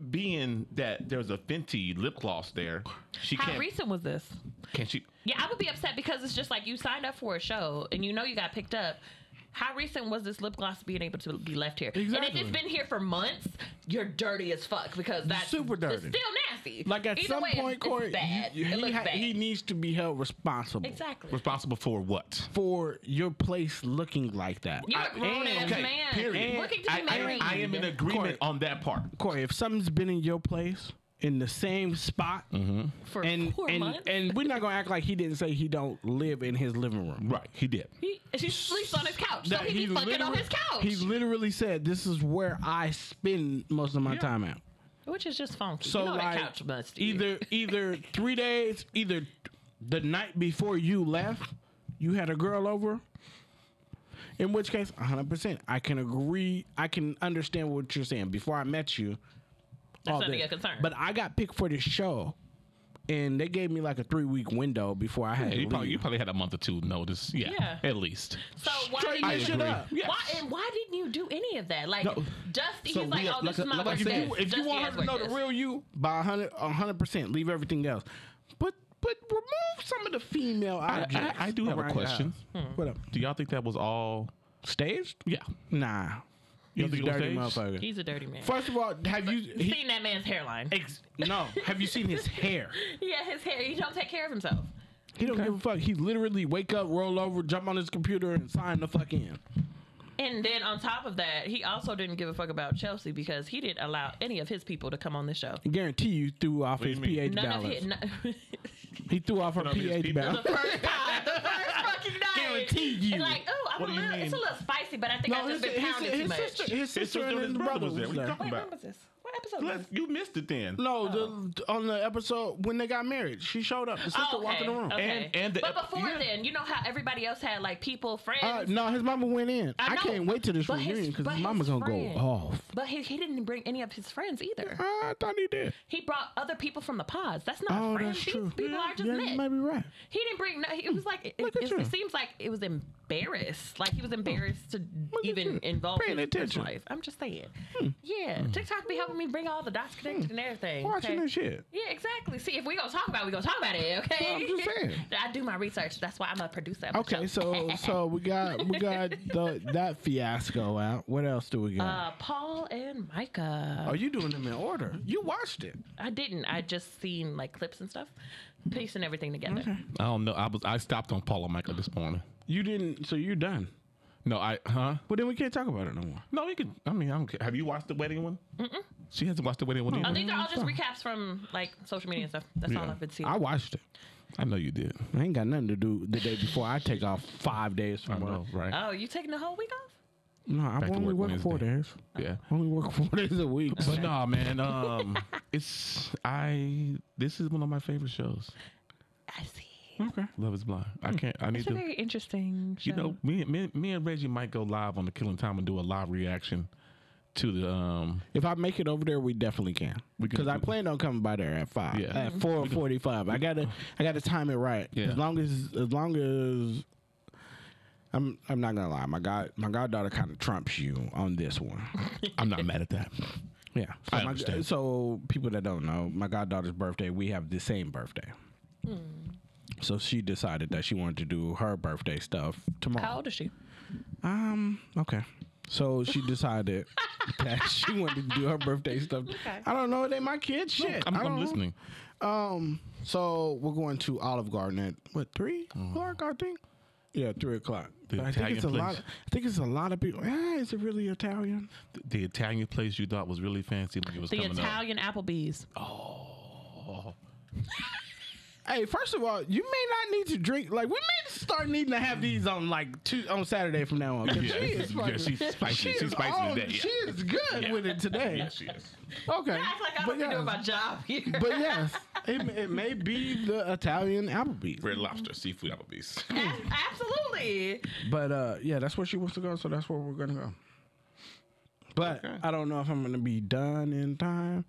[SPEAKER 2] being that there's a Fenty lip gloss there, she
[SPEAKER 1] How
[SPEAKER 2] can't.
[SPEAKER 1] recent was this?
[SPEAKER 2] can she?
[SPEAKER 1] Yeah, I would be upset because it's just like you signed up for a show and you know you got picked up. How recent was this lip gloss being able to be left here? And if
[SPEAKER 3] Exactly.
[SPEAKER 1] it's been here for months, you're dirty as fuck because that's
[SPEAKER 3] Super
[SPEAKER 1] It's
[SPEAKER 3] dirty.
[SPEAKER 1] still nasty.
[SPEAKER 3] Like at
[SPEAKER 1] Either
[SPEAKER 3] some
[SPEAKER 1] way, it's-
[SPEAKER 3] point,
[SPEAKER 1] it's
[SPEAKER 3] Corey,
[SPEAKER 1] bad.
[SPEAKER 3] you-
[SPEAKER 1] it
[SPEAKER 3] he,
[SPEAKER 1] looks
[SPEAKER 3] ha-
[SPEAKER 1] bad.
[SPEAKER 3] he needs to be held responsible
[SPEAKER 1] exactly.
[SPEAKER 2] Responsible for what?
[SPEAKER 3] for your place looking like that.
[SPEAKER 1] You're a grown ass
[SPEAKER 2] okay,
[SPEAKER 1] man.
[SPEAKER 2] period.
[SPEAKER 1] Looking to
[SPEAKER 2] I,
[SPEAKER 1] be
[SPEAKER 2] I,
[SPEAKER 1] married.
[SPEAKER 2] I am in agreement
[SPEAKER 3] Corey.
[SPEAKER 2] on that part.
[SPEAKER 3] Corey, if something's been in your place in the same spot,
[SPEAKER 1] for
[SPEAKER 3] and
[SPEAKER 1] four
[SPEAKER 3] and
[SPEAKER 1] months.
[SPEAKER 3] and we're not gonna act like he didn't say he don't live in his living room.
[SPEAKER 2] Right, he did.
[SPEAKER 1] he, she sleeps on his couch, so
[SPEAKER 3] That
[SPEAKER 1] he be fucking on
[SPEAKER 3] literally-
[SPEAKER 1] his couch,
[SPEAKER 3] He literally said, "This is where I spend most of my time at."
[SPEAKER 1] which is just funky.
[SPEAKER 3] So
[SPEAKER 1] you know what a
[SPEAKER 3] like,
[SPEAKER 1] couch must be.
[SPEAKER 3] either either three days, either the night before you left, you had a girl over. In which case, 100%, I can agree. I can understand what you're saying. Before I met you, all
[SPEAKER 1] not
[SPEAKER 3] this.
[SPEAKER 1] your concern.
[SPEAKER 3] But I got picked for this show, and they gave me like a three week window before I had to
[SPEAKER 2] You probably, you
[SPEAKER 3] leave.
[SPEAKER 2] probably had a month or two notice. Yeah,
[SPEAKER 1] Yeah.
[SPEAKER 2] at least.
[SPEAKER 1] So why didn't
[SPEAKER 3] Straighten that
[SPEAKER 1] you
[SPEAKER 3] shit up. Yes.
[SPEAKER 1] Why and why didn't you do any of that? Like Dusty,
[SPEAKER 2] So
[SPEAKER 1] he's
[SPEAKER 2] we
[SPEAKER 1] like,
[SPEAKER 2] are-
[SPEAKER 1] oh, this
[SPEAKER 2] like-
[SPEAKER 1] is my
[SPEAKER 2] like
[SPEAKER 1] work
[SPEAKER 2] I said,
[SPEAKER 1] desk.
[SPEAKER 3] If you
[SPEAKER 1] Dusty
[SPEAKER 3] want
[SPEAKER 1] has
[SPEAKER 3] her to know
[SPEAKER 1] work
[SPEAKER 3] the
[SPEAKER 1] desk.
[SPEAKER 3] real you, by 100 100%, leave everything else. But but remove some of the female
[SPEAKER 2] I,
[SPEAKER 3] objects.
[SPEAKER 2] I, I do have a
[SPEAKER 3] around your
[SPEAKER 2] question.
[SPEAKER 3] house. What up?
[SPEAKER 2] Do y'all think that was all?
[SPEAKER 3] Staged?
[SPEAKER 2] Yeah.
[SPEAKER 3] Nah.
[SPEAKER 2] You
[SPEAKER 3] He's a
[SPEAKER 2] think it was
[SPEAKER 3] dirty
[SPEAKER 2] staged?
[SPEAKER 3] motherfucker.
[SPEAKER 1] He's a dirty man.
[SPEAKER 3] First of all, have you
[SPEAKER 1] Seen
[SPEAKER 3] he,
[SPEAKER 1] that man's hairline.
[SPEAKER 3] ex, no? Have you seen his hair?
[SPEAKER 1] Yeah, his hair. He don't take care of himself.
[SPEAKER 3] He don't give a fuck. He literally wake up, roll over, jump on his computer, and sign the fuck in.
[SPEAKER 1] And then on top of that, he also didn't give a fuck about Chelsea because he didn't allow any of his people to come on the show.
[SPEAKER 3] I guarantee you threw off
[SPEAKER 2] do
[SPEAKER 3] his
[SPEAKER 2] you mean?
[SPEAKER 3] pH
[SPEAKER 1] None
[SPEAKER 3] balance.
[SPEAKER 1] of his. none-
[SPEAKER 3] he threw off her
[SPEAKER 2] None of his
[SPEAKER 3] pH
[SPEAKER 2] people?
[SPEAKER 3] balance.
[SPEAKER 1] first time, the first fucking night.
[SPEAKER 3] Guarantee you.
[SPEAKER 1] And like, oh, I'm
[SPEAKER 2] What
[SPEAKER 1] a
[SPEAKER 2] do you
[SPEAKER 1] little. It's a
[SPEAKER 2] mean?
[SPEAKER 1] little spicy, but I think I've just been pounded too much.
[SPEAKER 3] sister, his sister, and his brother was there.
[SPEAKER 2] What you talking
[SPEAKER 1] Wait,
[SPEAKER 2] about?
[SPEAKER 1] when was this? What episode? Was
[SPEAKER 2] Let's-
[SPEAKER 1] this?
[SPEAKER 2] you missed it then.
[SPEAKER 3] No, the, on the episode when they got married, she showed up. The sister
[SPEAKER 1] Oh,
[SPEAKER 3] walked in the room.
[SPEAKER 1] okay.
[SPEAKER 2] And- and the
[SPEAKER 1] but
[SPEAKER 2] ep-
[SPEAKER 1] before
[SPEAKER 2] yeah.
[SPEAKER 1] then, you know how everybody else had like people, friends.
[SPEAKER 3] Uh, no, his mama went in. I,
[SPEAKER 1] know,
[SPEAKER 3] can't wait till this
[SPEAKER 1] but his-
[SPEAKER 3] reunion because
[SPEAKER 1] but
[SPEAKER 3] his
[SPEAKER 1] his
[SPEAKER 3] mama's gonna
[SPEAKER 1] friend-
[SPEAKER 3] go off.
[SPEAKER 1] But he, he didn't bring any of his friends either.
[SPEAKER 3] I thought he did.
[SPEAKER 1] He brought other people from the pods. That's not
[SPEAKER 3] Oh,
[SPEAKER 1] friends.
[SPEAKER 3] that's
[SPEAKER 1] These
[SPEAKER 3] true.
[SPEAKER 1] people are just
[SPEAKER 3] yeah,
[SPEAKER 1] met.
[SPEAKER 3] you might be right.
[SPEAKER 1] He didn't bring. No, it was like it,
[SPEAKER 3] Look at
[SPEAKER 1] it,
[SPEAKER 3] you. Hmm.
[SPEAKER 1] it seems like it was embarrassed. Like he was embarrassed to
[SPEAKER 3] at
[SPEAKER 1] even
[SPEAKER 3] you.
[SPEAKER 1] involve
[SPEAKER 3] Paying
[SPEAKER 1] his
[SPEAKER 3] attention. Hmm.
[SPEAKER 1] attention. life. I'm just saying. Yeah, TikTok be helping me bring all the dots connected and everything.
[SPEAKER 3] Watching
[SPEAKER 1] okay?
[SPEAKER 3] this shit.
[SPEAKER 1] Yeah, exactly. See, if we gonna talk about, it, we gonna talk about it. Okay.
[SPEAKER 3] I'm just saying.
[SPEAKER 1] I do my research. That's why I'm a producer. of the
[SPEAKER 3] Okay,
[SPEAKER 1] show.
[SPEAKER 3] so so we got we got the, that fiasco out. What else do we got?
[SPEAKER 1] Uh, Paul and Micah.
[SPEAKER 3] Oh, you doing them in order? You watched it.
[SPEAKER 1] I didn't. I just seen like clips and stuff, piecing everything together.
[SPEAKER 2] I don't know. I was I stopped on Paula Michael this morning.
[SPEAKER 3] You didn't. So you're done.
[SPEAKER 2] No, I huh?
[SPEAKER 3] Well, then we can't talk about it no more.
[SPEAKER 2] No, you can. I mean, I don't care. Have you watched the wedding one? Mm-mm. She hasn't watched the wedding one.
[SPEAKER 1] Oh,
[SPEAKER 2] either?
[SPEAKER 1] these are all just recaps from like social media and stuff. That's all
[SPEAKER 2] Yeah.
[SPEAKER 1] I've been seeing.
[SPEAKER 3] Mm, I watched it.
[SPEAKER 2] I know you did.
[SPEAKER 3] I ain't got nothing to do the day before. I take off five days
[SPEAKER 2] I
[SPEAKER 3] from work.
[SPEAKER 2] know, right?
[SPEAKER 1] oh, you taking the whole week off?
[SPEAKER 3] No, I
[SPEAKER 2] to
[SPEAKER 3] only
[SPEAKER 2] work
[SPEAKER 3] work, four
[SPEAKER 2] Wednesday.
[SPEAKER 3] days.
[SPEAKER 2] yeah.
[SPEAKER 3] I only work four days a week.
[SPEAKER 2] But no, man. Um, it's I. This is one of my favorite shows.
[SPEAKER 1] I see.
[SPEAKER 3] okay.
[SPEAKER 2] Love is blind. I can't. I need
[SPEAKER 1] It's Mm. a
[SPEAKER 2] to.
[SPEAKER 1] very interesting show.
[SPEAKER 2] You know, me, me, me and Reggie might go live on the Killing Time and do a live reaction to the um
[SPEAKER 3] If I make it over there, we definitely can.
[SPEAKER 2] We can
[SPEAKER 3] Because I
[SPEAKER 2] do-
[SPEAKER 3] plan on coming by there at five.
[SPEAKER 2] Yeah.
[SPEAKER 3] At four forty five. I gotta I gotta time it right.
[SPEAKER 2] Yeah.
[SPEAKER 3] As long as as long as I'm I'm not gonna lie, my god my goddaughter kinda trumps you on this one.
[SPEAKER 2] I'm not mad at that.
[SPEAKER 3] Yeah. So
[SPEAKER 2] I
[SPEAKER 3] my-
[SPEAKER 2] understand.
[SPEAKER 3] so people that don't know, my goddaughter's birthday, we have the same birthday. So she decided that she wanted to do her birthday stuff tomorrow.
[SPEAKER 1] How old is she?
[SPEAKER 3] Um. Okay. So she decided that she wanted to do her birthday stuff.
[SPEAKER 1] Okay.
[SPEAKER 3] I don't know. They my kids. Shit.
[SPEAKER 2] I'm,
[SPEAKER 3] I don't
[SPEAKER 2] I'm
[SPEAKER 3] know.
[SPEAKER 2] listening.
[SPEAKER 3] Um. So we're going to Olive Garden at what three o'clock? I think. Yeah, three o'clock.
[SPEAKER 2] Oh. The
[SPEAKER 3] I think
[SPEAKER 2] Italian
[SPEAKER 3] it's a lot.
[SPEAKER 2] place.
[SPEAKER 3] I think it's a lot of people. Ah, is it really Italian?
[SPEAKER 2] The, the Italian place you thought was really fancy when you was
[SPEAKER 1] The
[SPEAKER 2] coming up.
[SPEAKER 1] Italian Applebee's.
[SPEAKER 3] Hey, first of all, you may not need to drink. Like, we may start needing to have these on like two on Saturday from now on. 'cause
[SPEAKER 2] Yeah,
[SPEAKER 3] she is
[SPEAKER 2] yeah,
[SPEAKER 3] fucking, Oh,
[SPEAKER 2] she's spicy.
[SPEAKER 3] she
[SPEAKER 2] She's
[SPEAKER 3] is
[SPEAKER 2] spicy
[SPEAKER 3] on-
[SPEAKER 2] today, yeah.
[SPEAKER 3] She is good
[SPEAKER 2] Yeah.
[SPEAKER 3] with it today.
[SPEAKER 2] Yes, yes.
[SPEAKER 3] Okay,
[SPEAKER 1] Act like I
[SPEAKER 3] but
[SPEAKER 1] don't
[SPEAKER 3] yes,
[SPEAKER 1] do my job here.
[SPEAKER 3] but yes, it, it may be the Italian Applebee's.
[SPEAKER 2] Red lobster, seafood Applebee's.
[SPEAKER 1] A- absolutely.
[SPEAKER 3] But uh, yeah, that's where she wants to go, so that's where we're gonna go. But
[SPEAKER 2] Okay.
[SPEAKER 3] I don't know if I'm gonna be done in time.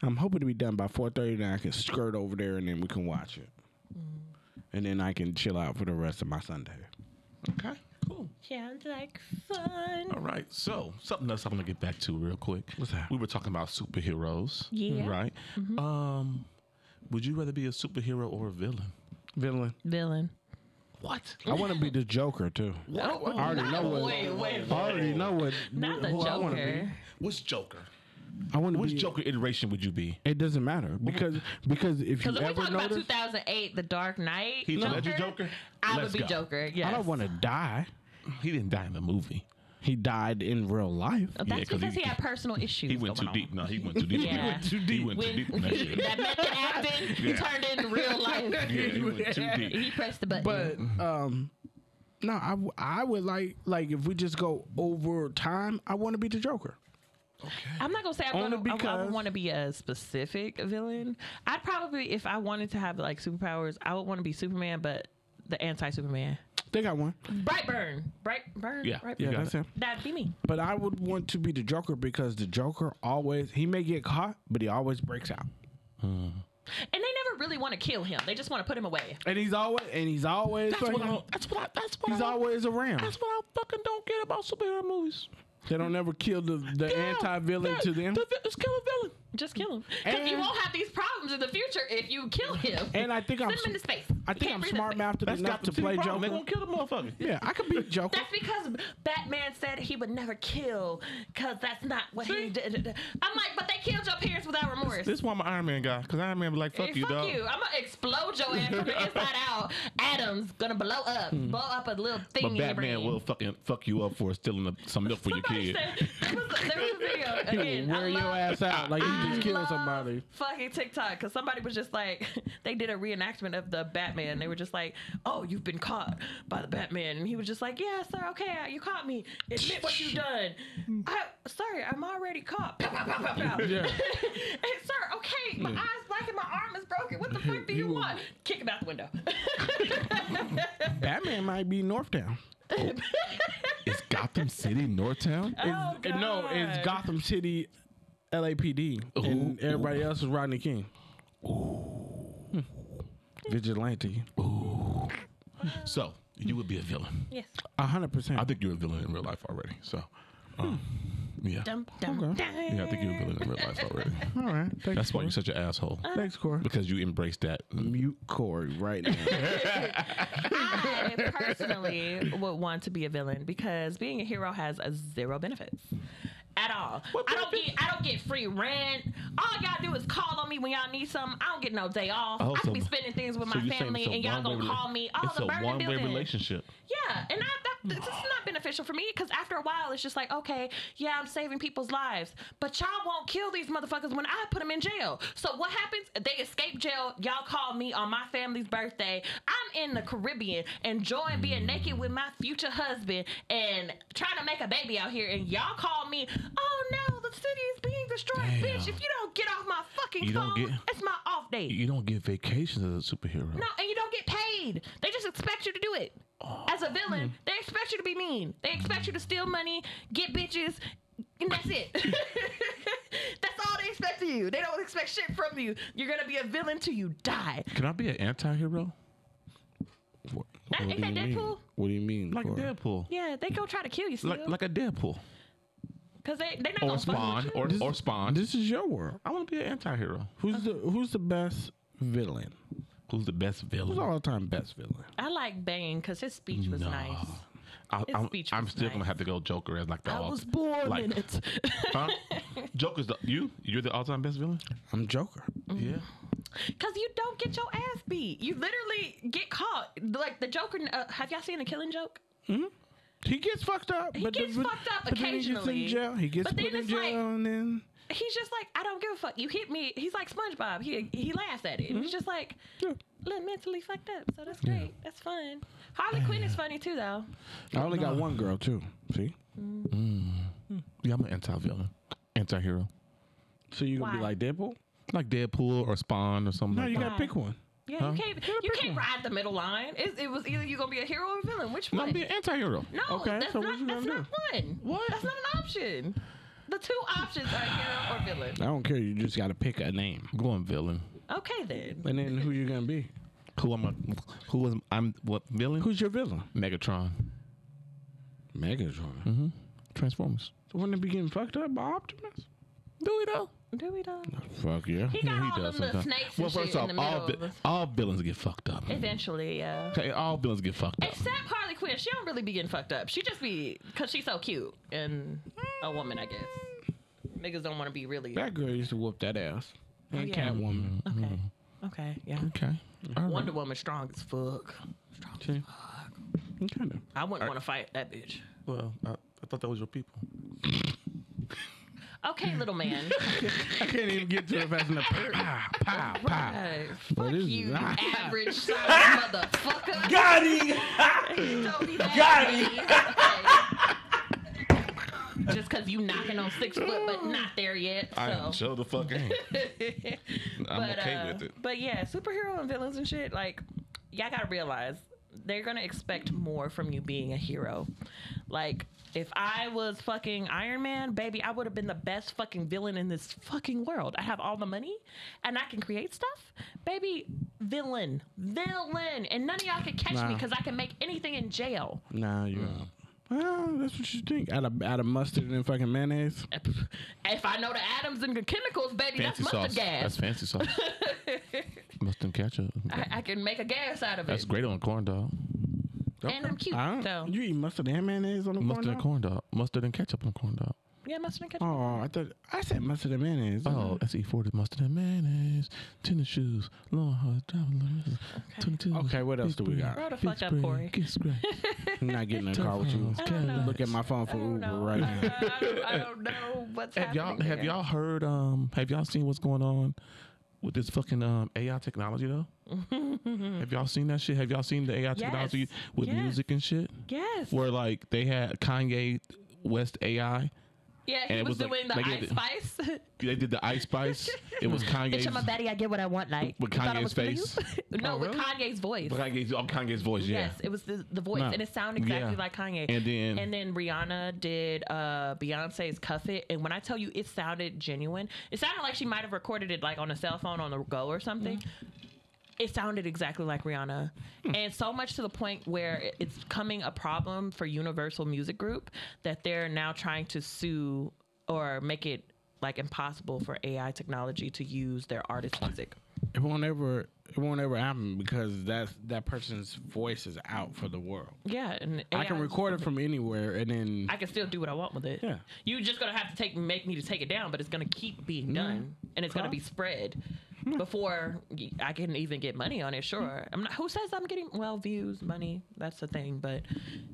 [SPEAKER 3] I'm hoping to be done by 4:30, and I can skirt over there, and then we can watch it, and then I can chill out for the rest of my Sunday.
[SPEAKER 2] okay, cool.
[SPEAKER 1] Sounds like fun.
[SPEAKER 2] All right. So something else I'm gonna get back to real quick.
[SPEAKER 3] What's that?
[SPEAKER 2] We were talking about superheroes.
[SPEAKER 1] Yeah.
[SPEAKER 2] Right. Um, would you rather be a superhero or a villain?
[SPEAKER 3] Villain.
[SPEAKER 1] Villain.
[SPEAKER 2] What?
[SPEAKER 3] I want to be the Joker too.
[SPEAKER 2] What?
[SPEAKER 3] I already know what.
[SPEAKER 1] Wait, wait,
[SPEAKER 3] I already know what.
[SPEAKER 1] Not the
[SPEAKER 3] who I want to be.
[SPEAKER 1] Joker.
[SPEAKER 2] Which Joker?
[SPEAKER 3] I want to
[SPEAKER 2] Which
[SPEAKER 3] be.
[SPEAKER 2] Joker iteration would you be?
[SPEAKER 3] It doesn't matter because because if you
[SPEAKER 1] Because we're
[SPEAKER 3] ever
[SPEAKER 1] talking about
[SPEAKER 3] notice,
[SPEAKER 1] 2008, The Dark Knight.
[SPEAKER 2] Heath Ledger Joker?
[SPEAKER 1] I
[SPEAKER 2] Let's
[SPEAKER 1] would be
[SPEAKER 2] go.
[SPEAKER 1] Joker. Yes.
[SPEAKER 3] I don't want to die.
[SPEAKER 2] He didn't die in the movie.
[SPEAKER 3] He died in real life.
[SPEAKER 1] That's
[SPEAKER 2] 'cause
[SPEAKER 1] because he, had personal issues.
[SPEAKER 2] He went too
[SPEAKER 1] going on.
[SPEAKER 2] deep. No, he went too deep.
[SPEAKER 1] Yeah.
[SPEAKER 2] He went too deep. He went too deep.
[SPEAKER 1] When
[SPEAKER 2] in that shit.
[SPEAKER 1] that method acting
[SPEAKER 2] Yeah.
[SPEAKER 1] turned into real life,
[SPEAKER 2] Yeah, he went too deep.
[SPEAKER 1] he pressed the button.
[SPEAKER 3] But um, no, I, w- I would like like if we just go over time, I want to be the Joker.
[SPEAKER 1] I'm not gonna say I'm
[SPEAKER 3] Only
[SPEAKER 1] gonna, I, I
[SPEAKER 3] because-
[SPEAKER 1] would want to be a specific villain. I'd probably, if I wanted to have like superpowers, I would want to be Superman, but the anti-Superman.
[SPEAKER 3] They got one.
[SPEAKER 1] Brightburn, Brightburn,
[SPEAKER 2] Yeah,
[SPEAKER 1] Brightburn.
[SPEAKER 2] yeah.
[SPEAKER 3] Yeah,
[SPEAKER 2] got
[SPEAKER 3] that's
[SPEAKER 2] it.
[SPEAKER 3] him.
[SPEAKER 1] That'd be me.
[SPEAKER 3] But I would want to be the Joker because the Joker always he may get caught, but he always breaks out,
[SPEAKER 1] And they never really want to kill him. They just want to put him away.
[SPEAKER 3] and he's always and he's always
[SPEAKER 2] That's what
[SPEAKER 3] fucking-
[SPEAKER 2] I. That's what I. That's what
[SPEAKER 3] he's
[SPEAKER 2] I.
[SPEAKER 3] always around.
[SPEAKER 2] that's what I fucking don't get about superhero movies.
[SPEAKER 3] They don't ever kill the the
[SPEAKER 2] Yeah,
[SPEAKER 3] anti villain
[SPEAKER 2] yeah,
[SPEAKER 3] to them.
[SPEAKER 2] The, vi- it's kill a villain.
[SPEAKER 1] Just kill him. Because you
[SPEAKER 3] And-
[SPEAKER 1] won't have these problems in the future if you kill him.
[SPEAKER 3] And I think I'm
[SPEAKER 1] Send him
[SPEAKER 3] sm-
[SPEAKER 1] into space.
[SPEAKER 3] I
[SPEAKER 1] He
[SPEAKER 3] think
[SPEAKER 1] can't
[SPEAKER 3] I'm
[SPEAKER 1] breathe in
[SPEAKER 3] smart
[SPEAKER 1] space.
[SPEAKER 3] mouthed
[SPEAKER 2] That's
[SPEAKER 3] enough
[SPEAKER 2] got
[SPEAKER 3] to play
[SPEAKER 2] problem. They
[SPEAKER 3] Joker.
[SPEAKER 2] gonna kill the motherfucker.
[SPEAKER 3] Yeah, I could be Joker.
[SPEAKER 1] That's because Batman said he would never kill, because that's not what he did. I'm like, but they killed your parents without remorse.
[SPEAKER 2] This is why I'm an Iron Man guy, because Iron Man be like, fuck
[SPEAKER 1] Hey,
[SPEAKER 2] you,
[SPEAKER 1] fuck
[SPEAKER 2] dog.
[SPEAKER 1] you. I'm gonna explode your ass from the inside out. Adam's gonna blow up, blow up a little thing.
[SPEAKER 2] Mm-hmm. But
[SPEAKER 1] in your brain.
[SPEAKER 2] Batman will fucking fuck you up for stealing a- some milk for your
[SPEAKER 1] Somebody
[SPEAKER 2] kid.
[SPEAKER 1] said- there was a- there was a video. Again, I
[SPEAKER 3] Wear your
[SPEAKER 1] love-
[SPEAKER 3] ass out like you
[SPEAKER 1] I
[SPEAKER 3] just killed
[SPEAKER 1] love
[SPEAKER 3] somebody.
[SPEAKER 1] Fucking TikTok, because somebody was just like, they did a reenactment of the Batman. They were just like, "Oh, you've been caught by the Batman," and he was just like, "Yeah, sir, okay, uh, you caught me. Admit what you done. I, sorry, I'm already caught. Pow, pow, pow, pow, pow.
[SPEAKER 3] Yeah.
[SPEAKER 1] and sir, okay, my eyes black and my arm is broken. What the fuck do
[SPEAKER 3] He
[SPEAKER 1] you
[SPEAKER 3] will-
[SPEAKER 1] want? Kick him out the window.
[SPEAKER 3] Batman might be Northtown.
[SPEAKER 2] Is Gotham City Northtown?
[SPEAKER 1] Oh,
[SPEAKER 3] It's- eh, No, it's
[SPEAKER 1] God.
[SPEAKER 3] Gotham City LAPD. and
[SPEAKER 2] Ooh,
[SPEAKER 3] everybody else is Rodney King. Hmm. Vigilante.
[SPEAKER 1] Uh-huh.
[SPEAKER 2] So you would be a villain.
[SPEAKER 1] yes.
[SPEAKER 3] A hundred
[SPEAKER 2] I
[SPEAKER 3] percent.
[SPEAKER 2] think you're a villain in real life already. So, um, yeah,
[SPEAKER 1] Dum, dum, dum.
[SPEAKER 2] yeah, I think you're a villain in real life already.
[SPEAKER 3] All right. Thanks,
[SPEAKER 2] That's why
[SPEAKER 3] Corey.
[SPEAKER 2] you're such an asshole
[SPEAKER 3] Thanks, Corey.
[SPEAKER 2] because you embrace that.
[SPEAKER 3] Mute Corey right now.
[SPEAKER 1] I personally would want to be a villain because being a hero has a zero benefits at all. I don't get I don't get free rent. All y'all do is call on me when y'all need something. I don't get no day off.
[SPEAKER 2] Oh,
[SPEAKER 1] I
[SPEAKER 2] so-
[SPEAKER 1] could be spending things with
[SPEAKER 2] So
[SPEAKER 1] my
[SPEAKER 2] you're saying
[SPEAKER 1] family
[SPEAKER 2] it's a
[SPEAKER 1] and y'all
[SPEAKER 2] one-way
[SPEAKER 1] gonna
[SPEAKER 2] rela-
[SPEAKER 1] call me. Oh,
[SPEAKER 2] it's
[SPEAKER 1] the
[SPEAKER 2] a
[SPEAKER 1] burden
[SPEAKER 2] one-way
[SPEAKER 1] building.
[SPEAKER 2] relationship.
[SPEAKER 1] Yeah, and I, that, this is not beneficial for me because after a while, it's just like, okay, yeah, I'm saving people's lives, but y'all won't kill these motherfuckers when I put them in jail. So what happens? They escape jail. Y'all call me on my family's birthday. I'm in the Caribbean enjoying being naked with my future husband and trying to make a baby out here, and y'all call me. Oh no, the city is being destroyed,
[SPEAKER 2] Damn.
[SPEAKER 1] bitch! If you don't get off my fucking
[SPEAKER 2] You don't
[SPEAKER 1] phone,
[SPEAKER 2] get-
[SPEAKER 1] it's my off day.
[SPEAKER 2] You don't get vacations as a superhero.
[SPEAKER 1] No, and you don't get paid. They just expect you to do it.
[SPEAKER 2] Oh,
[SPEAKER 1] As a
[SPEAKER 2] hmm.
[SPEAKER 1] villain, they expect you to be mean. They expect you to steal money, get bitches, and that's it. that's all they expect of you. They don't expect shit from you. You're gonna be a villain till you die.
[SPEAKER 2] Can I be an anti-hero?
[SPEAKER 3] what,
[SPEAKER 1] That- ain't that
[SPEAKER 3] mean?
[SPEAKER 1] Deadpool?
[SPEAKER 3] What do you mean?
[SPEAKER 2] Like
[SPEAKER 3] Corey?
[SPEAKER 2] Deadpool.
[SPEAKER 1] Yeah, they go try to kill you still.
[SPEAKER 2] Like like a Deadpool.
[SPEAKER 1] Cause they they not
[SPEAKER 2] Or
[SPEAKER 1] gonna fuck
[SPEAKER 2] Spawn.
[SPEAKER 1] with you.
[SPEAKER 2] Or, or Spawn.
[SPEAKER 3] This is your world.
[SPEAKER 2] I want to be an anti-hero.
[SPEAKER 3] Who's the Who's the best villain?
[SPEAKER 2] Who's the best
[SPEAKER 3] Who's
[SPEAKER 2] villain?
[SPEAKER 3] all time best villain?
[SPEAKER 1] I like Bane because his speech was nice.
[SPEAKER 2] I,
[SPEAKER 1] His
[SPEAKER 2] I'm,
[SPEAKER 1] speech
[SPEAKER 2] I'm
[SPEAKER 1] was
[SPEAKER 2] still gonna
[SPEAKER 1] nice.
[SPEAKER 2] have to go Joker as like the
[SPEAKER 1] I
[SPEAKER 2] all-
[SPEAKER 1] was born
[SPEAKER 2] like-
[SPEAKER 1] in it.
[SPEAKER 2] Huh? Joker's the you. You're the all-time best villain.
[SPEAKER 3] I'm Joker.
[SPEAKER 2] Yeah.
[SPEAKER 1] Cause you don't get your ass beat. You literally get caught. Like the Joker. Uh, have y'all seen the Killing Joke?
[SPEAKER 3] He gets fucked up.
[SPEAKER 1] He
[SPEAKER 3] but the-
[SPEAKER 1] gets
[SPEAKER 3] but-
[SPEAKER 1] fucked up
[SPEAKER 3] but then he gets in
[SPEAKER 1] occasionally.
[SPEAKER 3] jail. He gets
[SPEAKER 1] But then
[SPEAKER 3] put in
[SPEAKER 1] it's like-
[SPEAKER 3] jail and then
[SPEAKER 1] he's just like, I don't give a fuck. You hit me. He's like SpongeBob. He he laughs at it. He's just like, look, mentally fucked up. So that's great. That's fun. Harley Quinn is funny too, though.
[SPEAKER 3] I only got one girl too. See,
[SPEAKER 2] Yeah, I'm an anti-villain, anti-hero,
[SPEAKER 3] so you gonna be
[SPEAKER 1] Why?
[SPEAKER 3] like Deadpool?
[SPEAKER 2] like Deadpool or Spawn or something.
[SPEAKER 3] No,
[SPEAKER 2] like
[SPEAKER 3] you
[SPEAKER 2] that.
[SPEAKER 3] gotta pick one.
[SPEAKER 1] Yeah, you can't you can't ride the middle line. It, it was either you gonna be a hero or a villain. Which
[SPEAKER 2] No,
[SPEAKER 1] one?
[SPEAKER 2] I'm being anti-hero.
[SPEAKER 1] no,
[SPEAKER 3] okay,
[SPEAKER 1] that's
[SPEAKER 3] so what
[SPEAKER 1] not
[SPEAKER 3] you
[SPEAKER 1] that's
[SPEAKER 3] gonna
[SPEAKER 1] not fun.
[SPEAKER 3] What?
[SPEAKER 1] That's not an option. The two options are hero or villain.
[SPEAKER 3] I don't care. You just gotta pick a name,
[SPEAKER 2] I'm going villain.
[SPEAKER 1] Okay then.
[SPEAKER 3] and then who you gonna be?
[SPEAKER 2] Who am I? Who was I'm? What villain?
[SPEAKER 3] Who's your villain?
[SPEAKER 2] Megatron?
[SPEAKER 3] Megatron.
[SPEAKER 2] Mm-hmm. Transformers.
[SPEAKER 3] Wouldn't it be getting fucked up by Optimus?
[SPEAKER 2] Do we though?
[SPEAKER 1] Do we know?
[SPEAKER 3] Fuck yeah.
[SPEAKER 1] He got
[SPEAKER 2] Yeah,
[SPEAKER 1] all them little snakes and
[SPEAKER 2] well,
[SPEAKER 1] shit
[SPEAKER 2] first
[SPEAKER 1] in
[SPEAKER 2] off,
[SPEAKER 1] the
[SPEAKER 2] all,
[SPEAKER 1] middle.
[SPEAKER 2] vi-
[SPEAKER 1] of us.
[SPEAKER 2] all villains get fucked up.
[SPEAKER 1] Eventually, yeah.
[SPEAKER 2] Okay, all villains get fucked up.
[SPEAKER 1] Except Harley Quinn, she don't really be getting fucked up. She just be because she's so cute and a woman, I guess. Niggas don't want to be really.
[SPEAKER 3] That girl used to whoop that ass. And
[SPEAKER 1] Oh, yeah.
[SPEAKER 3] Catwoman.
[SPEAKER 1] Okay. Okay. Yeah.
[SPEAKER 2] Okay. All right.
[SPEAKER 1] Wonder Woman strong as fuck. Strong as Oh, fuck.
[SPEAKER 3] Kind of.
[SPEAKER 1] I wouldn't want to fight that bitch.
[SPEAKER 2] Well, I, I thought that was your people.
[SPEAKER 1] Okay, little man.
[SPEAKER 3] I can't even get to it fast enough. Pow, pow, pow.
[SPEAKER 1] Hey, fuck you,
[SPEAKER 3] this is
[SPEAKER 1] Uh, you
[SPEAKER 3] not-
[SPEAKER 1] average size motherfucker.
[SPEAKER 5] Got him!
[SPEAKER 1] Don't be mad
[SPEAKER 5] Got
[SPEAKER 1] at
[SPEAKER 5] it.
[SPEAKER 1] me. Okay. Just because you knocking on six foot, but not there yet. So.
[SPEAKER 2] show the fuck in. I'm
[SPEAKER 1] but,
[SPEAKER 2] okay
[SPEAKER 1] uh,
[SPEAKER 2] with it.
[SPEAKER 1] But yeah, superhero and villains and shit, like, y'all gotta realize they're gonna expect more from you being a hero. Like, if I was fucking Iron Man, baby, I would have been the best fucking villain in this fucking world. I have all the money and I can create stuff. Baby, villain, villain. And none of y'all could catch me
[SPEAKER 3] Nah.
[SPEAKER 1] because I can make anything in jail.
[SPEAKER 3] Nah, you Well, that's what you think. Out of out of mustard and fucking mayonnaise.
[SPEAKER 1] If I know the atoms and the chemicals, baby, that's
[SPEAKER 2] Fancy sauce.
[SPEAKER 1] mustard
[SPEAKER 2] That's
[SPEAKER 1] gas.
[SPEAKER 2] fancy sauce. Mustard ketchup.
[SPEAKER 1] I, I can make a gas out of
[SPEAKER 2] That's
[SPEAKER 1] it.
[SPEAKER 2] great on corn dog.
[SPEAKER 1] And I'm cute,
[SPEAKER 3] I don't,
[SPEAKER 1] though.
[SPEAKER 3] You eat mustard and mayonnaise on the
[SPEAKER 2] Mustard
[SPEAKER 3] corn
[SPEAKER 2] and corn
[SPEAKER 3] dog?
[SPEAKER 2] dog. Mustard and ketchup on corn dog.
[SPEAKER 1] yeah, mustard and ketchup.
[SPEAKER 3] Oh, I thought I said mustard and mayonnaise.
[SPEAKER 1] Mm-hmm.
[SPEAKER 2] Oh, that's E40 mustard and mayonnaise, tennis shoes, long hard traveling, twenty-two.
[SPEAKER 3] Okay, what else do we got?
[SPEAKER 1] Grow the fuck up, Corey.
[SPEAKER 3] I'm not getting in a car with you.
[SPEAKER 1] don't know.
[SPEAKER 3] Look at my phone for
[SPEAKER 1] I don't
[SPEAKER 3] Uber
[SPEAKER 1] know.
[SPEAKER 3] right
[SPEAKER 1] I,
[SPEAKER 3] now.
[SPEAKER 1] I don't, I don't know what's
[SPEAKER 2] Have y'all
[SPEAKER 1] happening.
[SPEAKER 2] have
[SPEAKER 1] here.
[SPEAKER 2] y'all heard? Um, have y'all seen what's going on with this fucking um AI technology though? have y'all seen that shit? Have y'all seen the AI technology
[SPEAKER 1] Yes.
[SPEAKER 2] with
[SPEAKER 1] Yeah.
[SPEAKER 2] music and shit?
[SPEAKER 1] Yes.
[SPEAKER 2] Where like they had Kanye West AI.
[SPEAKER 1] yeah,
[SPEAKER 2] and
[SPEAKER 1] he
[SPEAKER 2] it
[SPEAKER 1] was,
[SPEAKER 2] was like-
[SPEAKER 1] doing
[SPEAKER 2] like
[SPEAKER 1] the
[SPEAKER 2] it
[SPEAKER 1] Ice
[SPEAKER 2] did-
[SPEAKER 1] Spice.
[SPEAKER 2] They did the Ice Spice. it was Kanye's.
[SPEAKER 1] Bitch, I'm a baddie. I get what I want. Like
[SPEAKER 2] With
[SPEAKER 1] You thought I
[SPEAKER 2] Kanye's
[SPEAKER 1] was blue?
[SPEAKER 2] face?
[SPEAKER 1] no,
[SPEAKER 2] Oh,
[SPEAKER 1] with
[SPEAKER 2] really?
[SPEAKER 1] Kanye's voice.
[SPEAKER 2] Kanye's, oh, Kanye's voi's. Yeah.
[SPEAKER 1] Yes, it was the, the voice,
[SPEAKER 2] No.
[SPEAKER 1] and it sounded exactly
[SPEAKER 2] Yeah.
[SPEAKER 1] like Kanye.
[SPEAKER 2] And then-
[SPEAKER 3] Mm-hmm.
[SPEAKER 1] and then Rihanna did uh, Beyonce's "Cuff It," and when I tell you, it sounded genuine. It sounded like she might have recorded it like on a cell phone on the go or something.
[SPEAKER 3] Mm-hmm.
[SPEAKER 1] It sounded exactly like Rihanna,
[SPEAKER 3] Hmm.
[SPEAKER 1] and so much to the point where it- it's becoming a problem for Universal Music Group that they're now trying to sue or make it like impossible for AI technology to use their artist music.
[SPEAKER 3] It won't ever it won't ever happen because that's that person's voice is out for the world.
[SPEAKER 1] Yeah, and
[SPEAKER 3] I can
[SPEAKER 1] AI
[SPEAKER 3] record it from anywhere and then
[SPEAKER 1] I can still do what I want with it.
[SPEAKER 3] Yeah.
[SPEAKER 1] You just gonna have to take make me to take it down, but it's gonna keep being done, and it's gonna be spread before y- I can even get money on it. Sure, I'm not. Who says I'm getting well views, money? That's the thing, but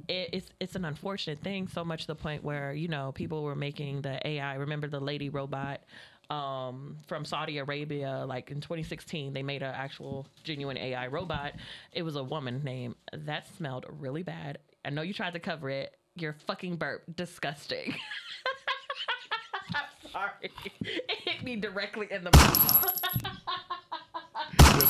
[SPEAKER 1] it, it's it's an unfortunate thing. So much to the point where you know people were making the AI. Remember the lady robot. Um, from Saudi Arabia, like in 2016, they made an actual genuine AI robot. It was a woman name that smelled really bad. I know you tried to cover it. Your fucking burp, disgusting. I'm sorry. It hit me directly in the mouth. Ew. you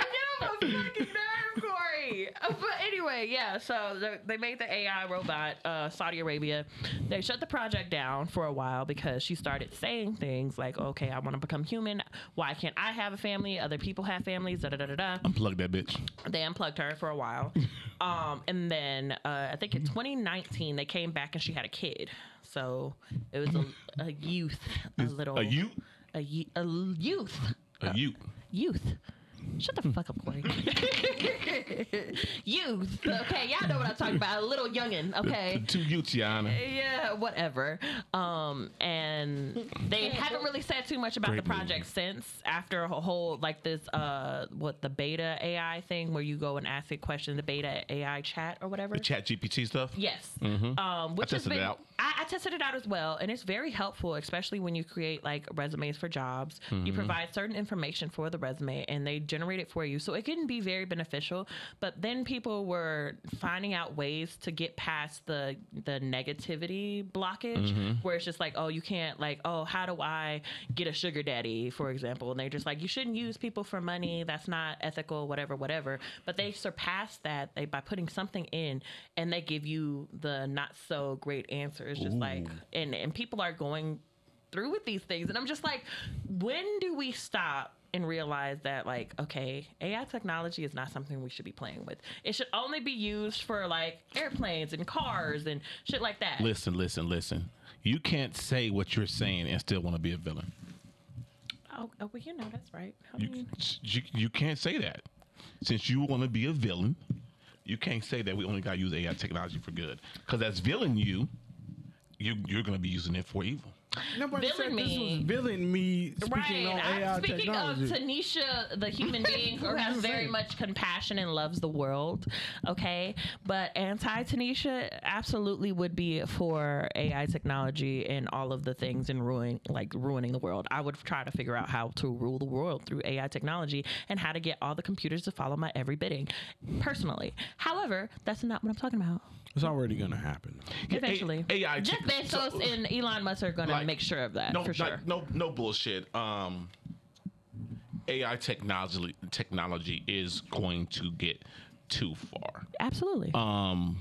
[SPEAKER 1] get on my fucking nerve, Corey. Uh, But anyway, yeah. So the- they made the AI robot, uh, Saudi Arabia. They shut the project down for a while because she started saying things like, "Okay, I want to become human. Why can't I have a family? Other people have families." Da da da da da
[SPEAKER 2] Unplug that bitch.
[SPEAKER 1] they unplugged her for a while um, and then uh, i think in 2019 they came back and she had a kid so it was a, a youth a little
[SPEAKER 2] A you?
[SPEAKER 1] a, ye- a l- youth
[SPEAKER 2] A you?
[SPEAKER 1] youth Shut the fuck up, Corey. youth. Okay, y'all know what I'm talking about. A little youngin', okay?
[SPEAKER 2] To you, Tiana.
[SPEAKER 1] yeah, whatever. Um, and they haven't really said too much about
[SPEAKER 2] Great
[SPEAKER 1] the project since after a whole like this uh what the beta AI thing where you go and ask a question the beta AI chat or whatever.
[SPEAKER 2] Chat GPT stuff. Mm-hmm.
[SPEAKER 1] Yes. Um, which has
[SPEAKER 2] tested it
[SPEAKER 1] been,
[SPEAKER 2] out.
[SPEAKER 1] I, I tested it out as well, and it's very helpful, especially when you create like resumes for jobs.
[SPEAKER 2] Mm-hmm.
[SPEAKER 1] You provide certain information for the resume, and they generate it for you, so it can be very beneficial. But then people were finding out ways to get past the the negativity blockage,
[SPEAKER 2] Mm-hmm.
[SPEAKER 1] where it's just like, oh, you can't like, oh, how do I get a sugar daddy, for example? And they're just like, you shouldn't use people for money. That's not ethical, whatever, whatever. But they surpass that they, by putting something in, and they give you the not so great answer. It's just like, and and people are going through with these things, and I'm just like, when do we stop? And realize that, like, okay, AI technology is not something we should be playing with. It should only be used for like airplanes and cars and shit like that.
[SPEAKER 2] Listen, listen, listen. You can't say what you're saying and still want to be a villain.
[SPEAKER 1] Oh, oh, well, you know that's right. I
[SPEAKER 2] You,
[SPEAKER 1] mean,
[SPEAKER 2] you, you can't say that. Since you want to be a villain, you can't say that we only got to use AI technology for good. Because as villain you, you you're going to be using it for evil.
[SPEAKER 3] Nobody
[SPEAKER 1] Villain
[SPEAKER 3] said this
[SPEAKER 1] me.
[SPEAKER 3] was villain me speaking
[SPEAKER 1] right.
[SPEAKER 3] on AI
[SPEAKER 1] I'm speaking
[SPEAKER 3] technology.
[SPEAKER 1] of Tanisha, the human being who has very much compassion and loves the world. Okay, but anti Tanisha absolutely would be for AI technology and all of the things and ruin like ruining the world. I would try to figure out how to rule the world through AI technology and how to get all the computers to follow my every bidding, personally. However, that's not what I'm talking about.
[SPEAKER 3] it's already gonna happen.
[SPEAKER 1] Eventually,
[SPEAKER 2] A- AI
[SPEAKER 1] Jeff
[SPEAKER 2] techn-
[SPEAKER 1] Bezos
[SPEAKER 2] so-
[SPEAKER 1] and Elon Musk are going
[SPEAKER 2] Like,
[SPEAKER 1] to make sure of that
[SPEAKER 2] no,
[SPEAKER 1] for
[SPEAKER 2] like,
[SPEAKER 1] sure.
[SPEAKER 2] no, no bullshit. Um, AI technology technology is going to get too far,
[SPEAKER 1] Absolutely.
[SPEAKER 2] Um,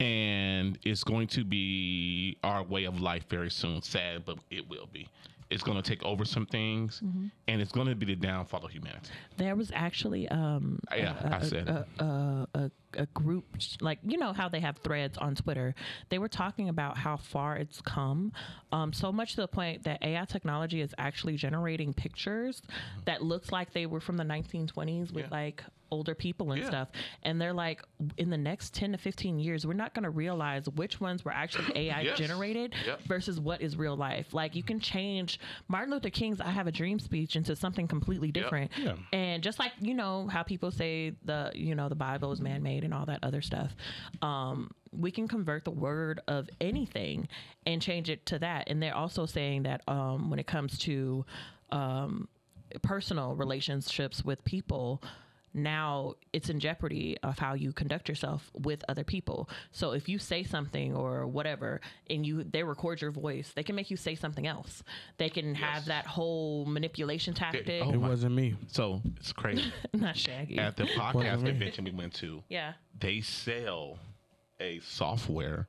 [SPEAKER 2] and it's going to be our way of life very soon. Sad, but it will be. It's going to take over some things, and it's going to be the downfall of humanity.
[SPEAKER 1] There was actually um,
[SPEAKER 2] Yeah,
[SPEAKER 1] a,
[SPEAKER 2] I said.
[SPEAKER 1] a, a, a, a group, like, you know how they have threads on Twitter. They were talking about how far it's come, um, so much to the point that AI technology is actually generating pictures that looks like they were from the 1920s with,
[SPEAKER 2] Mm-hmm. Yeah.
[SPEAKER 1] like, older people and
[SPEAKER 2] Yeah.
[SPEAKER 1] stuff. And they're like, in the next 10 to 15 years, we're not going to realize which ones were actually AI
[SPEAKER 2] Yes.
[SPEAKER 1] generated
[SPEAKER 2] Yep. versus
[SPEAKER 1] versus what is real life. Like you can change Martin Luther King's "I Have a Dream" speech into something completely different. And just like you know how people say the you know the Bible is man made and all that other stuff, um, we can convert the word of anything and change it to that. And they're also saying that um, when it comes to um, personal relationships with people now it's in jeopardy of how you conduct yourself with other people so if you say something or whatever and you they record your voice they can make you say something else they can have that whole manipulation tactic
[SPEAKER 2] oh.
[SPEAKER 3] It wasn't me.
[SPEAKER 2] So it's crazy.
[SPEAKER 1] not shaggy
[SPEAKER 2] At the podcast convention we went to,
[SPEAKER 1] yeah
[SPEAKER 2] they sell a software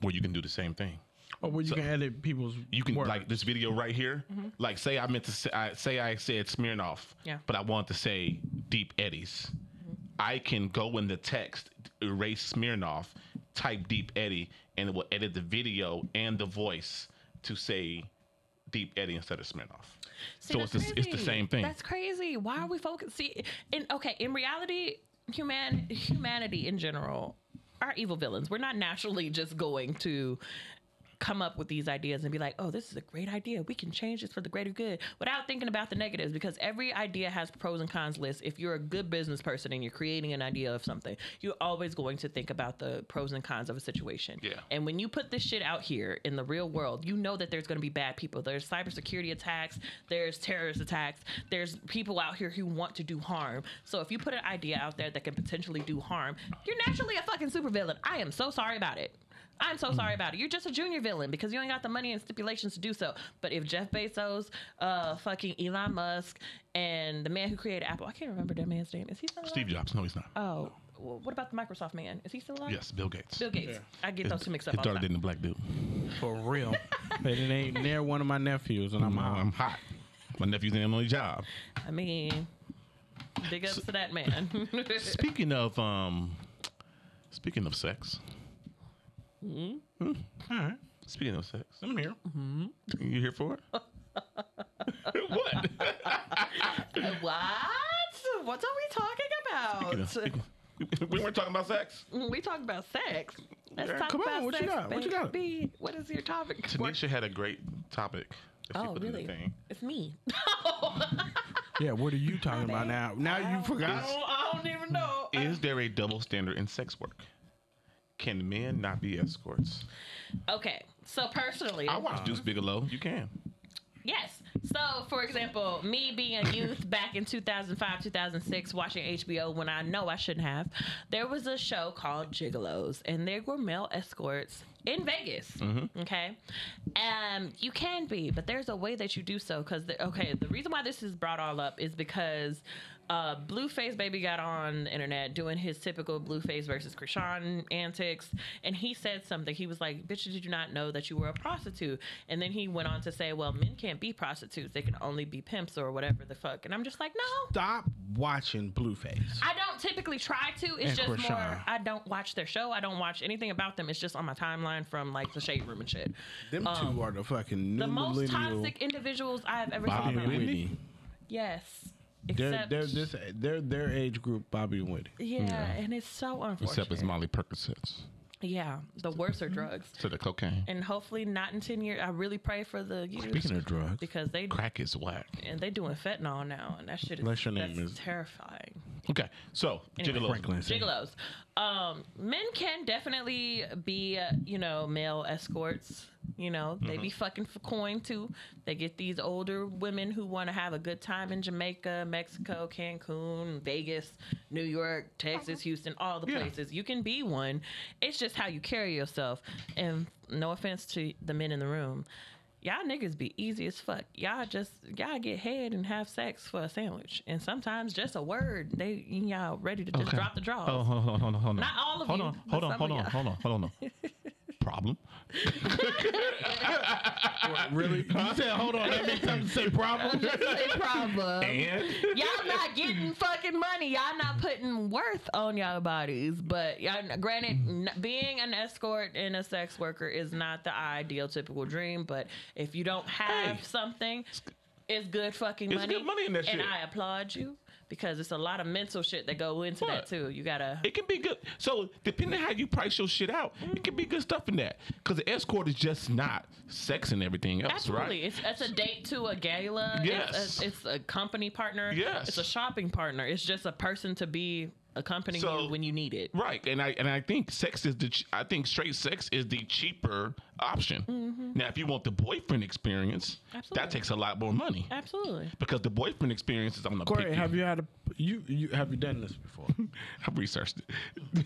[SPEAKER 2] where you can do the same thing.
[SPEAKER 3] Or where you can edit people's.
[SPEAKER 2] Oh, You can
[SPEAKER 3] work.
[SPEAKER 2] like this video right here. Like say I meant to say I, say I said Smirnoff,
[SPEAKER 1] Mm-hmm. Yeah. Mm-hmm.
[SPEAKER 2] but I wanted to say Deep Eddies. I can go in the text, erase Smirnoff, type Deep Eddie, and it will edit the video and the voice to say Deep Eddie instead of Smirnoff.
[SPEAKER 1] See,
[SPEAKER 2] so it's
[SPEAKER 1] that's
[SPEAKER 2] the, s- it's the
[SPEAKER 1] crazy.
[SPEAKER 2] same thing.
[SPEAKER 1] That's crazy. Why are we focused? See, in okay, in reality, human humanity in general are evil villains. We're not naturally just going to come up with these ideas and be like, "Oh, this is a great idea. We can change this for the greater good," without thinking about the negatives. Because every idea has pros and cons list. If you're a good business person and you're creating an idea of something, you're always going to think about the pros and cons of a situation.
[SPEAKER 2] Yeah.
[SPEAKER 1] And when you put this shit out here in the real world, you know that there's going to be bad people. There's cybersecurity attacks, there's terrorist attacks, there's people out here who want to do harm. So if you put an idea out there that can potentially do harm, you're naturally a fucking supervillain. I am so sorry about it. I'm so sorry about it. You're just a junior villain because you ain't got the money and stipulations to do so. But if Jeff Bezos, uh, fucking Elon Musk, and the man who created Apple, I can't remember that man's name. Is he still alive?
[SPEAKER 2] Steve Jobs. No, he's not.
[SPEAKER 1] Oh, well, what about the Microsoft man? Is he still alive?
[SPEAKER 2] yes, Bill Gates.
[SPEAKER 1] Bill Gates. I get those two mixed up.
[SPEAKER 2] His
[SPEAKER 1] all Uh. the
[SPEAKER 2] daughter
[SPEAKER 1] time.
[SPEAKER 2] dating a black dude.
[SPEAKER 3] for real. and it ain't near one of my nephews, and I'm
[SPEAKER 2] I'm,
[SPEAKER 3] out.
[SPEAKER 2] Oh, I'm hot. My nephew's in Emily job.
[SPEAKER 1] I mean, big ups to that man.
[SPEAKER 2] Speaking of um, speaking of sex.
[SPEAKER 3] All right,
[SPEAKER 2] Speaking of sex,
[SPEAKER 3] I'm here.
[SPEAKER 1] Mm-hmm.
[SPEAKER 2] you here for it? what?
[SPEAKER 1] what? What are we talking about?
[SPEAKER 2] we weren't talking about sex.
[SPEAKER 1] We talking about sex. Let's
[SPEAKER 2] Yeah,
[SPEAKER 1] talk
[SPEAKER 2] come on,
[SPEAKER 1] about
[SPEAKER 2] what you
[SPEAKER 1] sex,
[SPEAKER 2] got? What you got?
[SPEAKER 1] baby. What is your topic?
[SPEAKER 2] Tanisha had a great topic. If you
[SPEAKER 1] Oh,
[SPEAKER 2] put it in the
[SPEAKER 1] really?
[SPEAKER 2] thing.
[SPEAKER 1] It's me.
[SPEAKER 3] Yeah, what are you talking about
[SPEAKER 2] Oh,
[SPEAKER 3] now? Now you forgot.
[SPEAKER 1] I don't even know.
[SPEAKER 2] Is there a double standard in sex work? Can men not be escorts?
[SPEAKER 1] Okay, so personally,
[SPEAKER 2] I watch Deuce Bigelow. You can.
[SPEAKER 1] Yes. So, for example, me being a youth back in 2005, 2006, watching HBO when I know I shouldn't have, there was a show called Gigolos, and there were male escorts in Vegas. Okay. Um, you can be, but there's a way that you do so. Because, okay, the reason why this is brought all up is because uh, Blueface Baby got on the internet doing his typical Blueface versus Krishan antics, and he said something. He was like, "Bitch, did you not know that you were a prostitute?" And then he went on to say, "Well, men can't be prostitutes; they can only be pimps or whatever the fuck." And I'm just like, "No,
[SPEAKER 3] Stop watching Blueface.
[SPEAKER 1] I don't typically try to. It's
[SPEAKER 3] And
[SPEAKER 1] just more
[SPEAKER 3] Krishan.
[SPEAKER 1] I don't watch their show. I don't watch anything about them. It's just on my timeline from like the shade room and shit.
[SPEAKER 3] Them two are the fucking new
[SPEAKER 1] Um, The most
[SPEAKER 3] millennial
[SPEAKER 1] toxic individuals I've ever
[SPEAKER 3] Bobby
[SPEAKER 1] seen.
[SPEAKER 3] and
[SPEAKER 1] around.
[SPEAKER 3] Whitney.
[SPEAKER 1] Yes.
[SPEAKER 3] They're,
[SPEAKER 1] Except,
[SPEAKER 3] they're this they're their age group, Bobby and Whitney.
[SPEAKER 1] yeah, and it's so unfortunate.
[SPEAKER 2] Except it's Molly Percocets
[SPEAKER 1] Yeah, the worse are drugs.
[SPEAKER 2] to the cocaine.
[SPEAKER 1] and hopefully not in 10 years i really pray for the
[SPEAKER 2] Speaking
[SPEAKER 1] youth
[SPEAKER 2] of drugs,
[SPEAKER 1] because they
[SPEAKER 2] crack is whack.
[SPEAKER 1] and they doing fentanyl now and that shit is
[SPEAKER 3] Unless your name
[SPEAKER 1] that's
[SPEAKER 3] is-
[SPEAKER 1] terrifying
[SPEAKER 2] Okay, so
[SPEAKER 1] Anyway.
[SPEAKER 2] Gigolo.
[SPEAKER 3] Franklin said.
[SPEAKER 1] gigolos um men can definitely be uh, you know male escorts you know they
[SPEAKER 2] Mm-hmm.
[SPEAKER 1] be fucking for coin too they get these older women who want to have a good time in jamaica mexico cancun vegas new york texas houston all the
[SPEAKER 2] Yeah.
[SPEAKER 1] places you can be one it's just how you carry yourself and no offense to the men in the room y'all niggas be easy as fuck. Y'all just y'all get head and have sex for a sandwich, and sometimes just a word. They y'all ready to just
[SPEAKER 2] Okay.
[SPEAKER 1] drop the draws.
[SPEAKER 2] Oh, hold on, hold on, hold on.
[SPEAKER 1] Not all of
[SPEAKER 2] hold
[SPEAKER 1] you,
[SPEAKER 2] On,
[SPEAKER 1] but
[SPEAKER 2] hold on,
[SPEAKER 1] some
[SPEAKER 2] hold
[SPEAKER 1] of
[SPEAKER 2] on,
[SPEAKER 1] y'all.
[SPEAKER 2] hold on, hold on, Problem?
[SPEAKER 3] Really?
[SPEAKER 2] I said, hold on. That makes time to say problem.
[SPEAKER 1] problem.
[SPEAKER 2] and
[SPEAKER 1] Y'all not getting fucking money. Y'all not putting worth on y'all bodies. But y'all, granted,
[SPEAKER 2] Mm.
[SPEAKER 1] n- being an escort and a sex worker is not the ideal typical dream. But if you don't have
[SPEAKER 2] Hey.
[SPEAKER 1] something, it's good fucking
[SPEAKER 2] It's
[SPEAKER 1] money.
[SPEAKER 2] good money in that
[SPEAKER 1] and
[SPEAKER 2] shit.
[SPEAKER 1] I applaud you because it's a lot of mental shit that go into
[SPEAKER 2] What?
[SPEAKER 1] that too. You gotta
[SPEAKER 2] it can be good. So depending on how you price your shit out, it can be good stuff in that. Because the escort is just not sex and everything else,
[SPEAKER 1] Absolutely.
[SPEAKER 2] right?
[SPEAKER 1] It's, it's a date to a gala. It's-
[SPEAKER 2] Yes.
[SPEAKER 1] It's, it's a company partner.
[SPEAKER 2] Yes.
[SPEAKER 1] It's a shopping partner. It's just a person to be accompanying
[SPEAKER 2] So-
[SPEAKER 1] you when you need it.
[SPEAKER 2] Right, and I and I think sex is the ch- I think straight sex is the cheaper option. Now, if you want the boyfriend experience,
[SPEAKER 1] Mm-hmm.
[SPEAKER 2] that
[SPEAKER 1] Absolutely.
[SPEAKER 2] takes a lot more money
[SPEAKER 1] Absolutely.
[SPEAKER 2] because the boyfriend experience is on the
[SPEAKER 3] Corey, have you had a you you have you done this before?
[SPEAKER 2] I've researched it.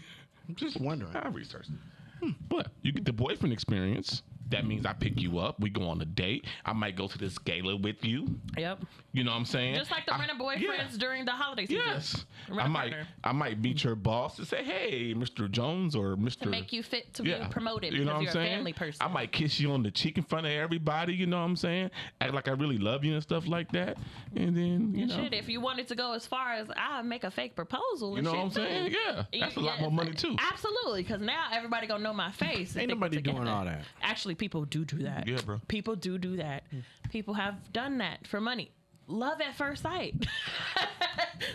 [SPEAKER 3] I'm just wondering.
[SPEAKER 2] I researched it. Hmm. But you get the boyfriend experience. That means I pick you up. We go on a date. I might go to this gala with you.
[SPEAKER 1] Yep.
[SPEAKER 2] You know what I'm saying?
[SPEAKER 1] Just like the
[SPEAKER 2] I-
[SPEAKER 1] rent a boyfriends
[SPEAKER 2] Yeah.
[SPEAKER 1] during the holiday season.
[SPEAKER 2] Yes.
[SPEAKER 1] Rent a
[SPEAKER 2] I might
[SPEAKER 1] partner.
[SPEAKER 2] I might meet your boss and say, Hey, Mr. Jones or Mr.
[SPEAKER 1] To make you fit to be promoted
[SPEAKER 2] You
[SPEAKER 1] because
[SPEAKER 2] know what I'm
[SPEAKER 1] you're
[SPEAKER 2] saying?
[SPEAKER 1] a family person.
[SPEAKER 2] I might kiss you on the cheek in front of everybody, you know what I'm saying? Act like I really love you and stuff like that. And then you
[SPEAKER 1] And
[SPEAKER 2] know,
[SPEAKER 1] shit, if you wanted to go as far as I make a fake proposal and
[SPEAKER 2] you know
[SPEAKER 1] shit
[SPEAKER 2] what I'm
[SPEAKER 1] too.
[SPEAKER 2] saying? Yeah.
[SPEAKER 1] You-
[SPEAKER 2] That's a lot
[SPEAKER 1] yeah,
[SPEAKER 2] more money too.
[SPEAKER 1] Absolutely, because now everybody gonna know my face. and think
[SPEAKER 3] Ain't nobody
[SPEAKER 1] it's a
[SPEAKER 3] doing
[SPEAKER 1] gimmick.
[SPEAKER 3] all that. Hmm.
[SPEAKER 1] Actually, people do do that.
[SPEAKER 2] Yeah, bro.
[SPEAKER 1] People do do that. People have done that for money. Love at first sight.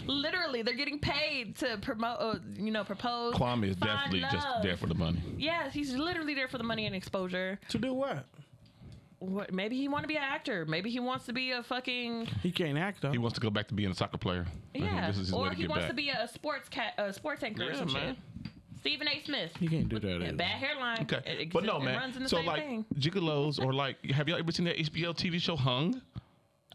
[SPEAKER 1] Literally, they're getting paid to promote. Uh, you know, propose.
[SPEAKER 2] Kwame is
[SPEAKER 1] find
[SPEAKER 2] definitely just
[SPEAKER 1] love.
[SPEAKER 2] there for the money.
[SPEAKER 1] Yes, he's literally there for the money and exposure.
[SPEAKER 3] To do what?
[SPEAKER 1] What? Maybe he want to be an actor. Maybe he wants to be a fucking
[SPEAKER 3] He can't act though.
[SPEAKER 2] He wants to go back to being a soccer player. I think
[SPEAKER 1] yeah.
[SPEAKER 2] This is his way
[SPEAKER 1] or
[SPEAKER 2] to
[SPEAKER 1] he
[SPEAKER 2] get
[SPEAKER 1] wants
[SPEAKER 2] back.
[SPEAKER 1] to be a sports cat, a sports anchor or
[SPEAKER 2] Yeah,
[SPEAKER 1] some
[SPEAKER 2] man.
[SPEAKER 1] shit. Stephen A. Smith.
[SPEAKER 3] He can't do that.
[SPEAKER 1] Yeah,
[SPEAKER 3] either.
[SPEAKER 1] bad hairline.
[SPEAKER 2] Okay,
[SPEAKER 1] It- it-
[SPEAKER 2] but no,
[SPEAKER 1] it
[SPEAKER 2] man.
[SPEAKER 1] runs in the
[SPEAKER 2] so
[SPEAKER 1] same
[SPEAKER 2] like
[SPEAKER 1] thing.
[SPEAKER 2] gigolos or like, have y'all ever seen that HBO TV show Hung?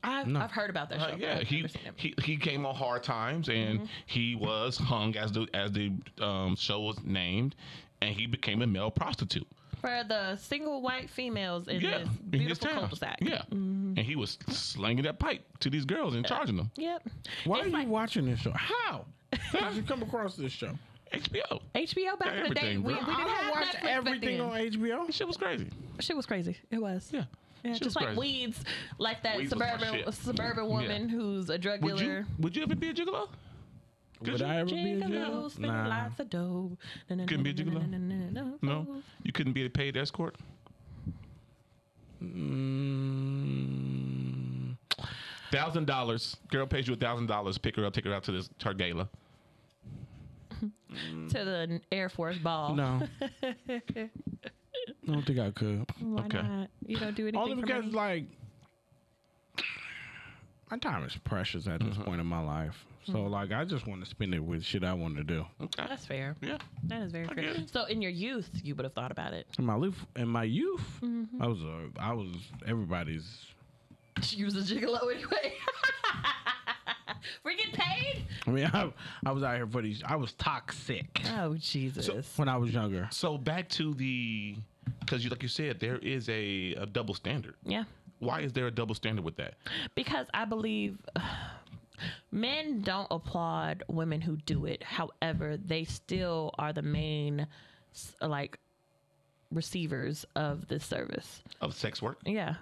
[SPEAKER 1] I've, I've heard about that show.
[SPEAKER 2] Uh,
[SPEAKER 1] but
[SPEAKER 2] yeah,
[SPEAKER 1] I've
[SPEAKER 2] he,
[SPEAKER 1] never seen it.
[SPEAKER 2] he he came on Hard Times and
[SPEAKER 1] Mm-hmm.
[SPEAKER 2] he was hung as the as the um, show was named, and he became a male prostitute.
[SPEAKER 1] for the single white females in
[SPEAKER 2] Yeah,
[SPEAKER 1] this
[SPEAKER 2] in his
[SPEAKER 1] beautiful
[SPEAKER 2] town.
[SPEAKER 1] cul-de-sac. Mm-hmm.
[SPEAKER 2] Yeah, and he was slinging that pipe to these girls and charging them.
[SPEAKER 1] Yep.
[SPEAKER 3] Why
[SPEAKER 1] It's
[SPEAKER 3] are you
[SPEAKER 1] like-
[SPEAKER 3] watching this show? How? How did you come across this show?
[SPEAKER 2] HBO,
[SPEAKER 1] HBO back in the day,
[SPEAKER 2] Everything,
[SPEAKER 1] we, we
[SPEAKER 2] bro.
[SPEAKER 1] didn't
[SPEAKER 3] I don't
[SPEAKER 1] have
[SPEAKER 3] watch
[SPEAKER 1] Netflix back
[SPEAKER 3] everything
[SPEAKER 1] then.
[SPEAKER 3] on HBO.
[SPEAKER 2] shit was crazy.
[SPEAKER 1] Shit was crazy. It was.
[SPEAKER 2] Yeah,
[SPEAKER 1] Yeah,
[SPEAKER 2] shit was
[SPEAKER 1] just like
[SPEAKER 2] crazy.
[SPEAKER 1] weeds, like that
[SPEAKER 2] Weeds was my
[SPEAKER 1] suburban
[SPEAKER 2] shit.
[SPEAKER 1] suburban woman who's a drug
[SPEAKER 2] Would you
[SPEAKER 1] dealer.
[SPEAKER 2] would you ever be a gigolo? Could
[SPEAKER 3] Would
[SPEAKER 2] you?
[SPEAKER 3] I ever be a
[SPEAKER 1] Gigolo,
[SPEAKER 3] gigolo?
[SPEAKER 1] spending lots of dough.
[SPEAKER 2] Couldn't be a gigolo? No,
[SPEAKER 1] No.
[SPEAKER 2] you couldn't be a paid escort.
[SPEAKER 3] Mm,
[SPEAKER 2] Thousand dollars. Girl pays you a thousand dollars. Pick her up. Take her out to this to her gala.
[SPEAKER 1] To the Air Force ball.
[SPEAKER 3] No. I don't think I could.
[SPEAKER 1] Why
[SPEAKER 2] Okay.
[SPEAKER 1] not? You don't do anything.
[SPEAKER 3] Only
[SPEAKER 1] for
[SPEAKER 3] because,
[SPEAKER 1] money?
[SPEAKER 3] Mm-hmm. like, my time is precious at this point in my life. So
[SPEAKER 1] Mm-hmm.
[SPEAKER 3] like, I just want to spend it with shit I want to do.
[SPEAKER 6] Okay.
[SPEAKER 1] That's fair.
[SPEAKER 6] yeah.
[SPEAKER 1] That is very fair.
[SPEAKER 6] get it.
[SPEAKER 1] So in your youth, you would have thought about it.
[SPEAKER 3] In my youth, in my youth,
[SPEAKER 1] Mm-hmm.
[SPEAKER 3] I was a, I was everybody's.
[SPEAKER 1] She was a gigolo anyway. We're getting paid.
[SPEAKER 3] I mean, I, I was out here for these. I was toxic
[SPEAKER 1] Oh Jesus.
[SPEAKER 3] when I was younger.
[SPEAKER 6] So back to the because you like you said there is a, a double standard.
[SPEAKER 1] yeah.
[SPEAKER 6] Why is there a double standard with that?
[SPEAKER 1] Because I believe men don't applaud women who do it. However, they still are the main s- like receivers of this service.
[SPEAKER 6] Of sex work?
[SPEAKER 1] Yeah.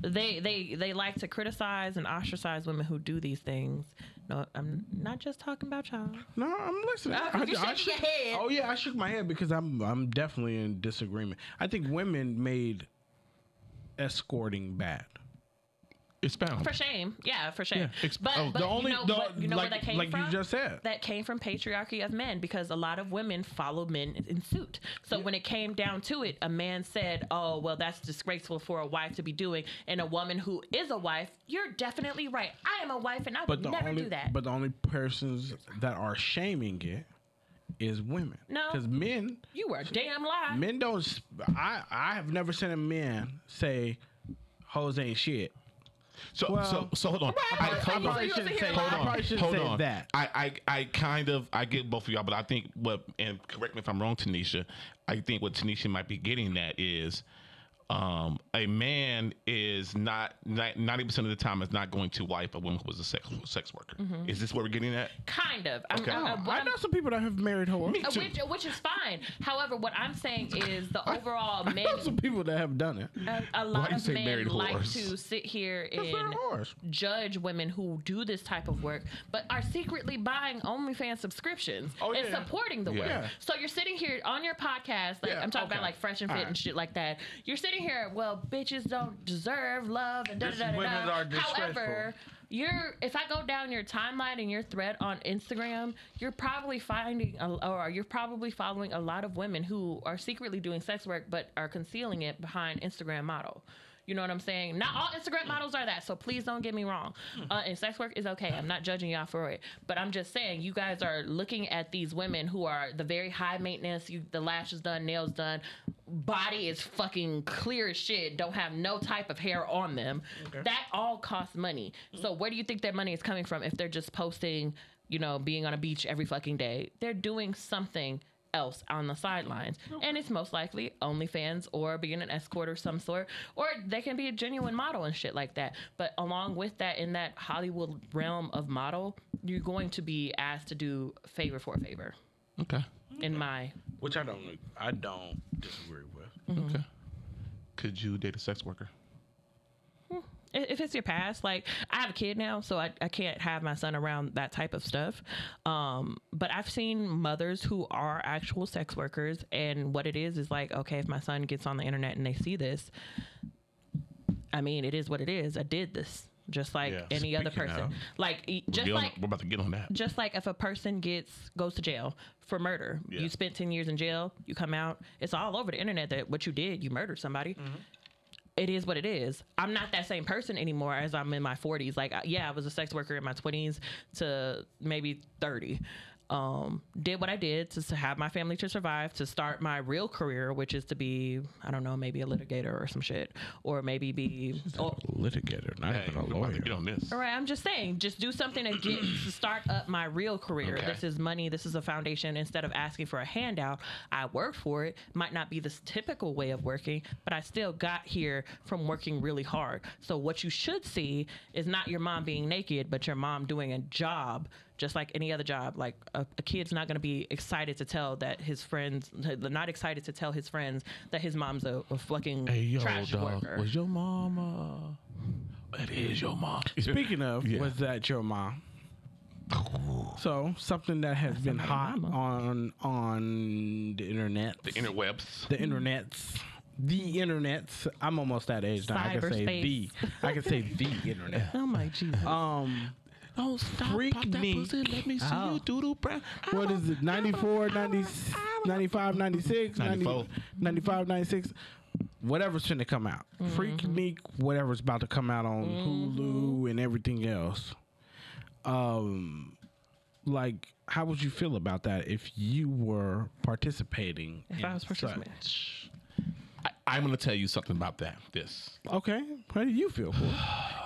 [SPEAKER 1] They they they like to criticize and ostracize women who do these things. No, I'm not just talking about y'all.
[SPEAKER 3] No, I'm listening.
[SPEAKER 1] Uh, you shaking your
[SPEAKER 3] shook-
[SPEAKER 1] head.
[SPEAKER 3] Oh yeah, I shook my head because I'm I'm definitely in disagreement. I think women made escorting bad.
[SPEAKER 6] Expound.
[SPEAKER 1] For shame. Yeah, for shame.
[SPEAKER 6] Yeah. Ex-
[SPEAKER 1] But,
[SPEAKER 6] oh,
[SPEAKER 1] but
[SPEAKER 6] the only-
[SPEAKER 1] you know,
[SPEAKER 6] the-
[SPEAKER 1] but you know
[SPEAKER 6] like-
[SPEAKER 1] where that came
[SPEAKER 3] like you
[SPEAKER 1] from?
[SPEAKER 3] just said.
[SPEAKER 1] That came from patriarchy of men because a lot of women follow men in suit. So when it came down to it, a man said, Oh, well, that's disgraceful for a wife to be doing. And a woman who is a wife, you're definitely right. I am a wife and I
[SPEAKER 3] But
[SPEAKER 1] would
[SPEAKER 3] the
[SPEAKER 1] never
[SPEAKER 3] only
[SPEAKER 1] do that.
[SPEAKER 3] but the only persons that are shaming it is women.
[SPEAKER 1] No.
[SPEAKER 3] because men
[SPEAKER 1] you were a damn lie.
[SPEAKER 3] men don't. s- I I have never seen a man say, "Hoes ain't shit."
[SPEAKER 6] So, so
[SPEAKER 3] Well-
[SPEAKER 6] so hold on.
[SPEAKER 1] Right,
[SPEAKER 6] I,
[SPEAKER 1] right,
[SPEAKER 6] hold
[SPEAKER 1] right,
[SPEAKER 6] on.
[SPEAKER 1] you shouldn't
[SPEAKER 6] Hold
[SPEAKER 1] say
[SPEAKER 6] on.
[SPEAKER 1] that. I
[SPEAKER 3] probably shouldn't
[SPEAKER 6] hold
[SPEAKER 3] say
[SPEAKER 6] on.
[SPEAKER 3] that.
[SPEAKER 6] I, I I kind of I get both of y'all, but I think what and correct me if I'm wrong, Tanisha. I think what Tanisha might be getting at is um, a man is not ninety percent of the time is not going to wife a woman who was a sex sex worker.
[SPEAKER 1] Mm-hmm.
[SPEAKER 6] Is this what we're getting at?
[SPEAKER 1] Kind of. I'm,
[SPEAKER 6] Okay.
[SPEAKER 1] I'm-
[SPEAKER 6] Oh,
[SPEAKER 1] I'm- what
[SPEAKER 3] I
[SPEAKER 1] I'm-
[SPEAKER 3] know some people that have married hoes.
[SPEAKER 6] Me
[SPEAKER 1] uh,
[SPEAKER 6] too.
[SPEAKER 1] which, which is fine. However, what I'm saying is the overall
[SPEAKER 3] I
[SPEAKER 1] men,
[SPEAKER 3] know some people that have done it.
[SPEAKER 1] a,
[SPEAKER 6] Why
[SPEAKER 1] a lot
[SPEAKER 6] you
[SPEAKER 1] of
[SPEAKER 6] say
[SPEAKER 1] men
[SPEAKER 6] married
[SPEAKER 1] like
[SPEAKER 6] whores?
[SPEAKER 1] to sit here
[SPEAKER 3] Because they're
[SPEAKER 1] and
[SPEAKER 3] whores.
[SPEAKER 1] judge women who do this type of work, but are secretly buying OnlyFans subscriptions and
[SPEAKER 3] Oh, yeah.
[SPEAKER 1] supporting the work.
[SPEAKER 6] Yeah.
[SPEAKER 1] So you're sitting here on your podcast, like
[SPEAKER 3] Yeah,
[SPEAKER 1] I'm talking
[SPEAKER 3] okay.
[SPEAKER 1] about like Fresh and Fit
[SPEAKER 3] All right.
[SPEAKER 1] and shit like that. You're sitting here, well, bitches don't deserve love and da
[SPEAKER 3] These
[SPEAKER 1] da da
[SPEAKER 3] women
[SPEAKER 1] da.
[SPEAKER 3] are
[SPEAKER 1] da.
[SPEAKER 3] disgraceful.
[SPEAKER 1] However, you're if I go down your timeline and your thread on Instagram, you're probably finding a, or you're probably following a lot of women who are secretly doing sex work but are concealing it behind Instagram model. You know what I'm saying? Not all Instagram models are that, so please don't get me wrong. Uh, and sex work is okay. I'm not judging y'all for it, but I'm just saying you guys are looking at these women who are the very high maintenance. You, the lash is done, nails done, body is fucking clear as shit. Don't have no type of hair on them. That all costs money. So where do you think that money is coming from? If they're just posting, you know, being on a beach every fucking day, they're doing something else on the sidelines. And it's most likely OnlyFans or being an escort or some sort, or they can be a genuine model and shit like that. But along with that, in that Hollywood realm of model, you're going to be asked to do favor for favor.
[SPEAKER 6] Okay.
[SPEAKER 1] In my
[SPEAKER 3] Which I don't. I don't disagree with.
[SPEAKER 6] Okay. Could you date a sex worker?
[SPEAKER 1] i- if it's your past, like I have a kid now, so I, I can't have my son around that type of stuff. Um, but I've seen mothers who are actual sex workers, and what it is is like, okay, if my son gets on the internet and they see this, I mean, it is what it is. I did this just like
[SPEAKER 6] Yeah.
[SPEAKER 1] any other
[SPEAKER 6] Speaking
[SPEAKER 1] person,
[SPEAKER 6] of-
[SPEAKER 1] like e- just
[SPEAKER 6] Get on-
[SPEAKER 1] like
[SPEAKER 6] we're about to get on that.
[SPEAKER 1] just like if a person gets goes to jail for murder,
[SPEAKER 6] Yeah.
[SPEAKER 1] you spent ten years in jail, you come out, it's all over the internet that what you did, you murdered somebody. It is what it is. I'm not that same person anymore as I'm in my 40s. Like, I- yeah, I was a sex worker in my 20s to maybe 30. Um, did what I did to, to have my family to survive, to start my real career, which is to be, I don't know, maybe a litigator or some shit, or maybe be, or-
[SPEAKER 3] Litigator, not
[SPEAKER 6] Hey,
[SPEAKER 3] even a
[SPEAKER 6] we're about to
[SPEAKER 3] lawyer.
[SPEAKER 6] get on this.
[SPEAKER 1] all right, I'm just saying, just do something to get to start up my real career.
[SPEAKER 6] Okay.
[SPEAKER 1] This is money. This is a foundation. Instead of asking for a handout, I worked for it. Might not be this typical way of working, but I still got here from working really hard. So what you should see is not your mom being naked, but your mom doing a job just like any other job. Like a, a kid's not going to be excited to tell that his friends, not excited to tell his friends that his mom's a, a fucking trash worker.
[SPEAKER 6] your mama? It is your mom.
[SPEAKER 3] Speaking of,
[SPEAKER 6] Yeah.
[SPEAKER 3] was that your mom? So something that has been hot
[SPEAKER 1] mama.
[SPEAKER 3] on on the internet,
[SPEAKER 6] the interwebs.
[SPEAKER 3] the internets, the internets. I'm almost that age now. I can say
[SPEAKER 1] Cyberspace.
[SPEAKER 3] the. I can say the internet.
[SPEAKER 1] oh my Jesus.
[SPEAKER 3] Um,
[SPEAKER 6] Don't stop,
[SPEAKER 3] Freak
[SPEAKER 6] pop that
[SPEAKER 3] me
[SPEAKER 6] pussy. Let me see
[SPEAKER 3] out.
[SPEAKER 6] you doodle brown.
[SPEAKER 1] Oh,
[SPEAKER 3] what is it? 94, 90, 95, 96,
[SPEAKER 6] 94.
[SPEAKER 3] 90, 95, 96. Whatever's finna come out.
[SPEAKER 1] Mm-hmm.
[SPEAKER 3] Freak Meek, whatever's about to come out on Hulu and everything else. Um, like how would you feel about that if you were participating?
[SPEAKER 1] If
[SPEAKER 3] in
[SPEAKER 1] I was participating.
[SPEAKER 3] such?
[SPEAKER 2] I, I'm gonna tell you something about that. This
[SPEAKER 3] Okay, how do you feel, Corey?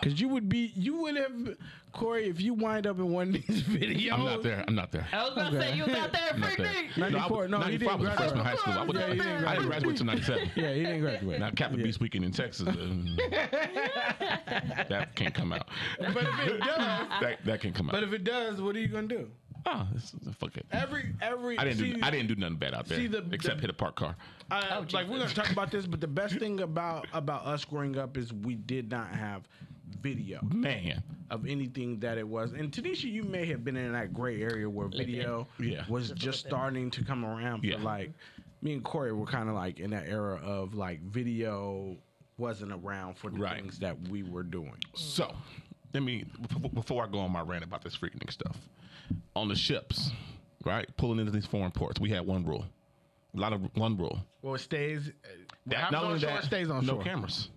[SPEAKER 3] Because you would be, you would have, Corey, if you wind up in one of these videos.
[SPEAKER 2] I'm not there. I'm not there.
[SPEAKER 1] I was about to say you was out there,
[SPEAKER 2] I'm not
[SPEAKER 1] freak.
[SPEAKER 2] there.
[SPEAKER 1] freak.
[SPEAKER 2] No, I was-
[SPEAKER 3] 94, no, he
[SPEAKER 2] 94, I was a
[SPEAKER 3] didn't
[SPEAKER 2] freshman in high
[SPEAKER 1] graduate.
[SPEAKER 2] school. I, was,
[SPEAKER 1] Yeah, he
[SPEAKER 3] didn't
[SPEAKER 2] I didn't graduate until '97.
[SPEAKER 3] Yeah, he didn't graduate.
[SPEAKER 2] Now, Kappa Beast Weekend in Texas, uh, that can't come out.
[SPEAKER 3] But if it does,
[SPEAKER 2] That that can't come out.
[SPEAKER 3] but if it does, what are you gonna do?
[SPEAKER 2] oh, this is- fuck it.
[SPEAKER 3] Every every
[SPEAKER 2] I didn't
[SPEAKER 3] see,
[SPEAKER 2] do I didn't do nothing bad out there
[SPEAKER 3] see the-
[SPEAKER 2] except
[SPEAKER 3] the-
[SPEAKER 2] hit a parked car.
[SPEAKER 3] I-
[SPEAKER 1] Oh,
[SPEAKER 3] like we're gonna
[SPEAKER 1] Jesus.
[SPEAKER 3] talk about this, but the best thing about about us growing up is we did not have video
[SPEAKER 2] Man,
[SPEAKER 3] of anything that it was. And Tanisha, you may have been in that gray area where video
[SPEAKER 2] bit. Yeah.
[SPEAKER 3] was just starting to come around. But
[SPEAKER 2] Yeah.
[SPEAKER 3] like me and Corey were kind of like in that era of like video wasn't around for the
[SPEAKER 2] Right.
[SPEAKER 3] things that we were doing.
[SPEAKER 2] so let me bef- before I go on my rant about this freaking stuff on the ships, right? Pulling into these foreign ports, we had one rule, a lot of one rule.
[SPEAKER 3] Well, it stays. uh, What
[SPEAKER 2] That-
[SPEAKER 3] happens on shore stays on
[SPEAKER 2] no
[SPEAKER 3] shore.
[SPEAKER 2] cameras.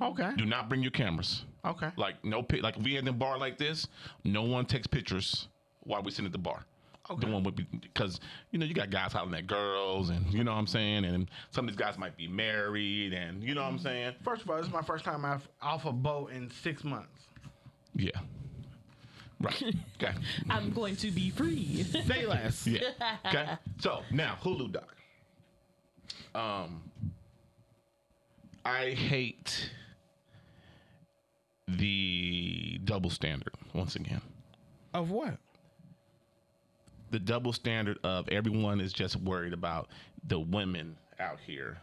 [SPEAKER 3] Okay.
[SPEAKER 2] Do not bring your cameras.
[SPEAKER 3] Okay.
[SPEAKER 2] Like no pic. Like we at the bar like this. No one takes pictures while we sitting at the bar. The one would be because you know you got guys hollering at girls and you know what I'm saying and some of these guys might be married and you know what I'm saying.
[SPEAKER 3] First of all, this is my first time I've off a boat in six months.
[SPEAKER 2] Yeah. Right. Okay.
[SPEAKER 1] I'm going to be free.
[SPEAKER 3] Say less.
[SPEAKER 2] Yeah. Okay. So now Hulu doc. Um, I hate the double standard once again.
[SPEAKER 3] Of what?
[SPEAKER 2] the double standard of everyone is just worried about the women out here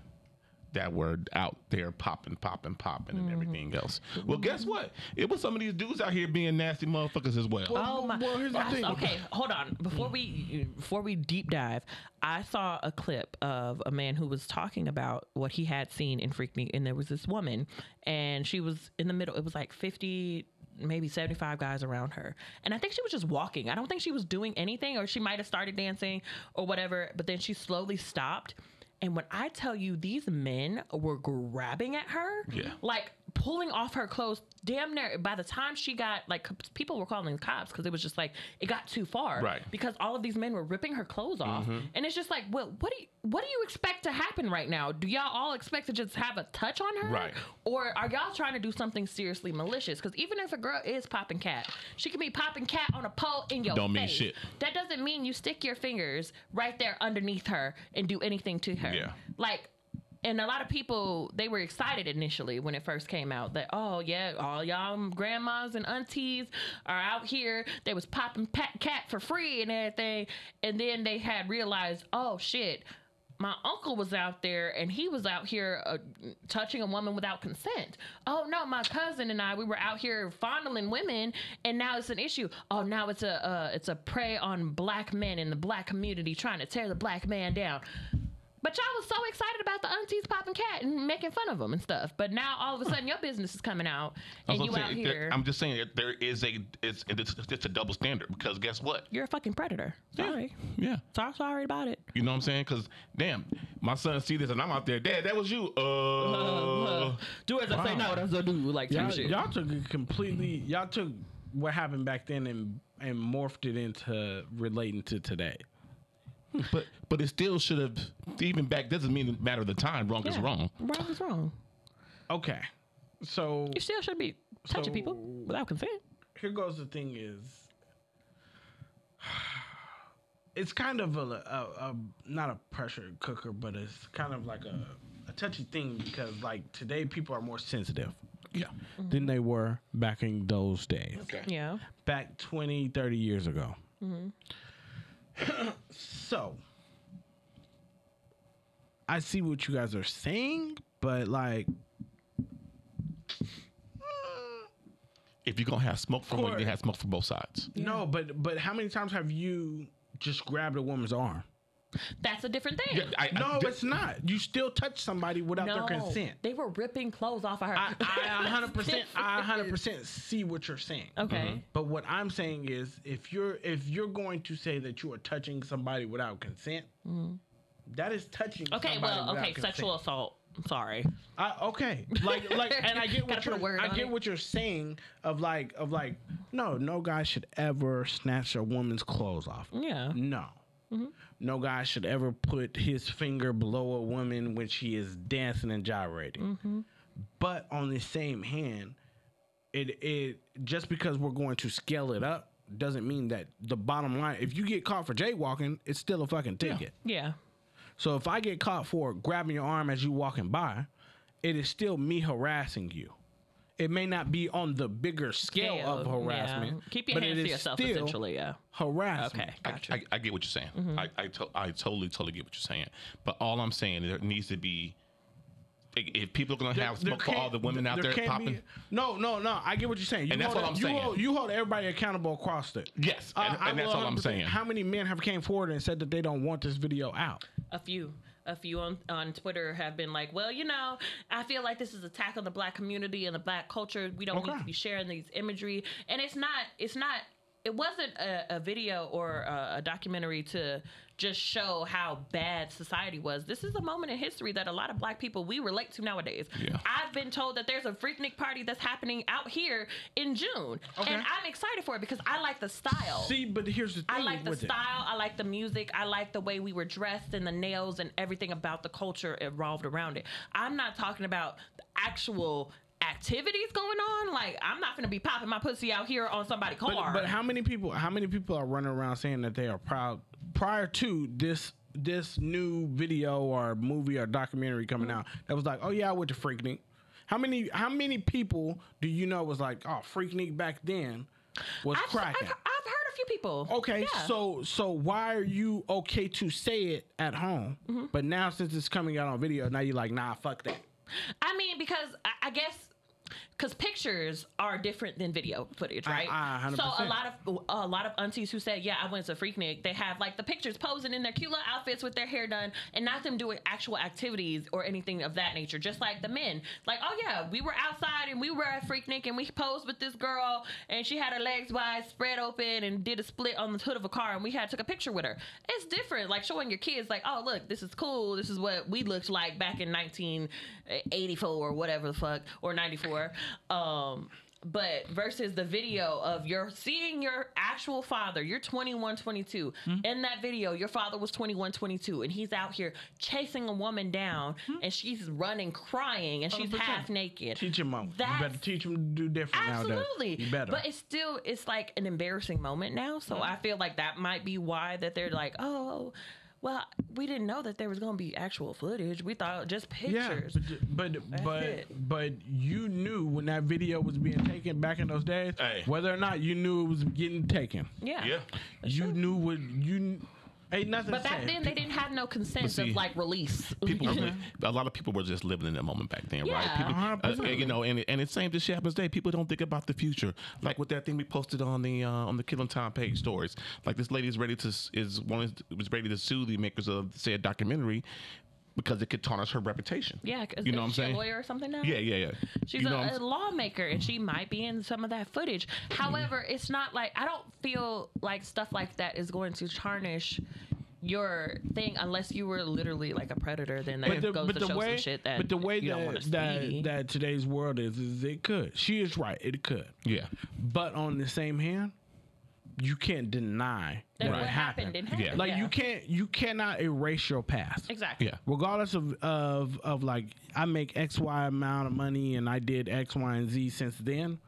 [SPEAKER 2] that were out there popping, popping, popping,
[SPEAKER 1] Mm-hmm.
[SPEAKER 2] and everything else. Well, guess what? It was some of these dudes out here being nasty motherfuckers as well.
[SPEAKER 1] Oh my!
[SPEAKER 3] Well, here's the
[SPEAKER 1] I
[SPEAKER 3] thing.
[SPEAKER 1] saw- okay, hold on. Before we before we deep dive, I saw a clip of a man who was talking about what he had seen in Freak Me, and there was this woman, and she was in the middle. It was like fifty, maybe seventy-five guys around her, and I think she was just walking. I don't think she was doing anything, or she might have started dancing or whatever, but then she slowly stopped. And when I tell you these men were grabbing at her,
[SPEAKER 2] Yeah.
[SPEAKER 1] like pulling off her clothes, damn near by the time she got like c- people were calling the cops because it was just like it got too far.
[SPEAKER 2] Right. Mm-hmm.
[SPEAKER 1] Because all of these men were ripping her clothes off. And it's just like, well, what do you what do you expect to happen right now? Do y'all all expect to just have a touch on her?
[SPEAKER 2] Right.
[SPEAKER 1] Or are y'all trying to do something seriously malicious? Because even if a girl is popping cat, she can be popping cat on a pole in your
[SPEAKER 2] Don't mean
[SPEAKER 1] face.
[SPEAKER 2] shit.
[SPEAKER 1] That doesn't mean you stick your fingers right there underneath her and do anything to her.
[SPEAKER 2] Yeah.
[SPEAKER 1] Like, and a lot of people they were excited initially when it first came out that oh yeah all y'all grandmas and aunties are out here they was popping pat cat for free and everything and then they had realized oh shit my uncle was out there and he was out here uh, touching a woman without consent. Oh no, my cousin and I we were out here fondling women and now it's an issue. Oh, now it's a uh, it's a prey on black men in the black community trying to tear the black man down. But y'all was so excited about the aunties popping cat and making fun of them and stuff. But now all of a sudden your business is coming out
[SPEAKER 2] I
[SPEAKER 1] and
[SPEAKER 2] was
[SPEAKER 1] you
[SPEAKER 2] gonna
[SPEAKER 1] out
[SPEAKER 2] say, there-
[SPEAKER 1] here.
[SPEAKER 2] I'm just saying that there is a it's it's, it's a double standard because guess what?
[SPEAKER 1] you're a fucking predator. Sorry.
[SPEAKER 2] Yeah.
[SPEAKER 1] So sorry about it.
[SPEAKER 2] You know what I'm saying? Because damn, my son see this and I'm out there. Dad, that was you. Uh,
[SPEAKER 1] do as I say, not as I do. Like
[SPEAKER 3] Oh. Y'all, y'all took it completely. Y'all took what happened back then and and morphed it into relating to today.
[SPEAKER 2] but but it still should have even back. Doesn't mean it matter the time. Wrong is wrong.
[SPEAKER 1] Wrong is wrong.
[SPEAKER 3] Okay, so
[SPEAKER 1] You still should be touching
[SPEAKER 3] So-
[SPEAKER 1] people without consent.
[SPEAKER 3] here goes the thing: is it's kind of a, a, a not a pressure cooker, but it's kind of like a, a touchy thing because like today people are more sensitive
[SPEAKER 2] Yeah.
[SPEAKER 3] than they were back in those days.
[SPEAKER 1] Yeah.
[SPEAKER 3] back 20, 30 years ago.
[SPEAKER 1] Mm-hmm.
[SPEAKER 3] so, I see what you guys are saying, but like,
[SPEAKER 2] If you're gonna have smoke from one,
[SPEAKER 3] Corey.
[SPEAKER 2] you have smoke from both sides.
[SPEAKER 3] no, but but how many times have you just grabbed a woman's arm?
[SPEAKER 1] That's a different thing.
[SPEAKER 2] Yeah, I, I
[SPEAKER 3] No,
[SPEAKER 2] di-
[SPEAKER 3] it's not. You still touch somebody without
[SPEAKER 1] no,
[SPEAKER 3] their consent.
[SPEAKER 1] they were ripping clothes off of her.
[SPEAKER 3] I, I 100%, I 100% see what you're saying.
[SPEAKER 1] okay.
[SPEAKER 3] But what I'm saying is, if you're if you're going to say that you are touching somebody without consent, that is touching.
[SPEAKER 1] Mm-hmm. Okay.
[SPEAKER 3] somebody
[SPEAKER 1] Well.
[SPEAKER 3] without
[SPEAKER 1] Okay.
[SPEAKER 3] consent.
[SPEAKER 1] Sexual assault. I'm sorry.
[SPEAKER 3] I, okay, like like, and I get
[SPEAKER 1] Gotta
[SPEAKER 3] what
[SPEAKER 1] put
[SPEAKER 3] you're
[SPEAKER 1] a word
[SPEAKER 3] I
[SPEAKER 1] on
[SPEAKER 3] get
[SPEAKER 1] it.
[SPEAKER 3] what you're saying of like of like No, no guy should ever snatch a woman's clothes off.
[SPEAKER 1] Yeah. Mm-hmm.
[SPEAKER 3] No. No guy should ever put his finger below a woman when she is dancing and gyrating.
[SPEAKER 1] Mm-hmm.
[SPEAKER 3] But on the same hand, it it just because we're going to scale it up doesn't mean that the bottom line if you get caught for jaywalking, it's still a fucking ticket.
[SPEAKER 1] Yeah.
[SPEAKER 3] So if I get caught for grabbing your arm as you walking by, it is still me harassing you. It may not be on the bigger scale of
[SPEAKER 1] Yeah.
[SPEAKER 3] harassment.
[SPEAKER 1] Keep your
[SPEAKER 3] but
[SPEAKER 1] hands
[SPEAKER 3] it
[SPEAKER 1] to
[SPEAKER 3] is
[SPEAKER 1] yourself,
[SPEAKER 3] still
[SPEAKER 1] essentially. Yeah.
[SPEAKER 3] Harassment.
[SPEAKER 1] Okay. Gotcha.
[SPEAKER 6] I, I, I get what you're saying.
[SPEAKER 3] Mm-hmm.
[SPEAKER 6] I I, to, I totally totally get what you're saying. But all I'm saying is there needs to be i- if people are gonna have smoke for all
[SPEAKER 3] can't-
[SPEAKER 6] the women out there,
[SPEAKER 3] can't be-
[SPEAKER 6] popping.
[SPEAKER 3] no, no, no. I get what you're saying. You
[SPEAKER 6] And that's
[SPEAKER 3] hold
[SPEAKER 6] what I'm
[SPEAKER 3] you
[SPEAKER 6] saying.
[SPEAKER 3] Hold, you hold everybody accountable across it.
[SPEAKER 6] Yes,
[SPEAKER 3] Uh,
[SPEAKER 6] and,
[SPEAKER 3] I
[SPEAKER 6] and that's all I'm
[SPEAKER 3] 100%
[SPEAKER 6] saying.
[SPEAKER 3] How many men have came forward and said that they don't want this video out?
[SPEAKER 1] a few a few on, on twitter have been like well you know i feel like this is attack on the black community and the black culture we don't need
[SPEAKER 3] Okay.
[SPEAKER 1] to be sharing these imagery and it's not it's not it wasn't a, a video or a, a documentary to just show how bad society was. This is a moment in history that a lot of black people we relate to nowadays.
[SPEAKER 6] Yeah.
[SPEAKER 1] I've been told that there's a Freaknik party that's happening out here in June. And I'm excited for it because I like the style.
[SPEAKER 3] See, but here's the thing.
[SPEAKER 1] I like the
[SPEAKER 3] with it.
[SPEAKER 1] style. I like the music. I like the way we were dressed and the nails and everything about the culture evolved around it. I'm not talking about the actual activities going on. Like I'm not gonna be popping my pussy out here on somebody's car.
[SPEAKER 3] But, but how many people? How many people are running around saying that they are proud prior to this this new video or movie or documentary coming out? That was like, oh yeah, I went to Freaknik. How many? How many people do you know was like, oh Freaknik back then was
[SPEAKER 1] I've, I've, I've
[SPEAKER 3] cracking?
[SPEAKER 1] heard a few people.
[SPEAKER 3] Okay,
[SPEAKER 1] Yeah.
[SPEAKER 3] so so why are you okay to say it at home,
[SPEAKER 1] Mm-hmm.
[SPEAKER 3] but now since it's coming out on video, now you're like, nah, fuck that.
[SPEAKER 1] I mean, because I, I guess because pictures are different than video footage, right?
[SPEAKER 3] I- I 100%.
[SPEAKER 1] so a lot of a lot of aunties who said, "Yeah, I went to Freaknik," they have like the pictures posing in their cute little outfits with their hair done, and not them doing actual activities or anything of that nature. Just like the men, like, "Oh yeah, we were outside and we were at Freaknik and we posed with this girl, and she had her legs wide spread open and did a split on the hood of a car, and we had took a picture with her." It's different, like showing your kids, like, "Oh look, this is cool. This is what we looked like back in 1984 or whatever the fuck or 94." Um, but versus the video of your seeing your actual father you're 21 22
[SPEAKER 3] Hmm.
[SPEAKER 1] in that video your father was 21 22 and he's out here chasing a woman down
[SPEAKER 3] Hmm.
[SPEAKER 1] and she's running crying and she's
[SPEAKER 3] 100%.
[SPEAKER 1] half naked
[SPEAKER 3] Teach your mom. You
[SPEAKER 1] That's-
[SPEAKER 3] better teach them to do different nowadays.
[SPEAKER 1] absolutely
[SPEAKER 3] You better. Hmm.
[SPEAKER 1] but it's still it's like an embarrassing moment now so i feel like that might be why that they're like oh well we didn't know that there was gonna be actual footage we thought just pictures
[SPEAKER 3] Yeah, but but but,
[SPEAKER 1] it.
[SPEAKER 3] but you knew when that video was being taken back in those days,
[SPEAKER 6] Hey.
[SPEAKER 3] whether or not you knew it was getting taken.
[SPEAKER 1] yeah
[SPEAKER 6] Yeah.
[SPEAKER 3] you knew what you kn- ain't nothing.
[SPEAKER 1] but
[SPEAKER 3] to
[SPEAKER 1] back
[SPEAKER 3] say.
[SPEAKER 1] then they didn't have no consent
[SPEAKER 6] see,
[SPEAKER 1] of like release
[SPEAKER 6] People, a lot of people were just living in that moment back then,
[SPEAKER 1] Yeah.
[SPEAKER 6] right? People, uh,
[SPEAKER 3] 100%.
[SPEAKER 6] you know, and and it's same this shit happens today. People don't think about the future, like with that thing we posted on the uh, on the Killing Time page stories. Like this lady is ready to s- is wanting was ready to sue the makers of said documentary because it could tarnish her reputation.
[SPEAKER 1] Yeah, 'cause
[SPEAKER 6] you know what I'm
[SPEAKER 1] is she
[SPEAKER 6] saying?
[SPEAKER 1] A lawyer or something now.
[SPEAKER 6] Yeah, yeah, yeah.
[SPEAKER 1] She's
[SPEAKER 6] You know what I'm
[SPEAKER 1] a, a lawmaker, and she might be in some of that footage. However, it's not like I don't feel like stuff like that is going to tarnish your thing unless you were literally like a predator. Then that
[SPEAKER 3] But the,
[SPEAKER 1] goes
[SPEAKER 3] but
[SPEAKER 1] to
[SPEAKER 3] the
[SPEAKER 1] show
[SPEAKER 3] way,
[SPEAKER 1] some shit that
[SPEAKER 3] but the way
[SPEAKER 1] you don't want
[SPEAKER 3] that
[SPEAKER 1] to see.
[SPEAKER 3] that, that today's world is, is it could. She is right. It could.
[SPEAKER 6] Yeah.
[SPEAKER 3] But on the same hand, you can't deny
[SPEAKER 1] That
[SPEAKER 3] that
[SPEAKER 1] what
[SPEAKER 3] it happened.
[SPEAKER 1] happened, it happened,
[SPEAKER 3] Like you
[SPEAKER 1] yeah.
[SPEAKER 3] can't. You cannot erase your past.
[SPEAKER 1] exactly.
[SPEAKER 6] Yeah.
[SPEAKER 3] regardless of, of of like I make X Y amount of money and I did X Y and Z since then,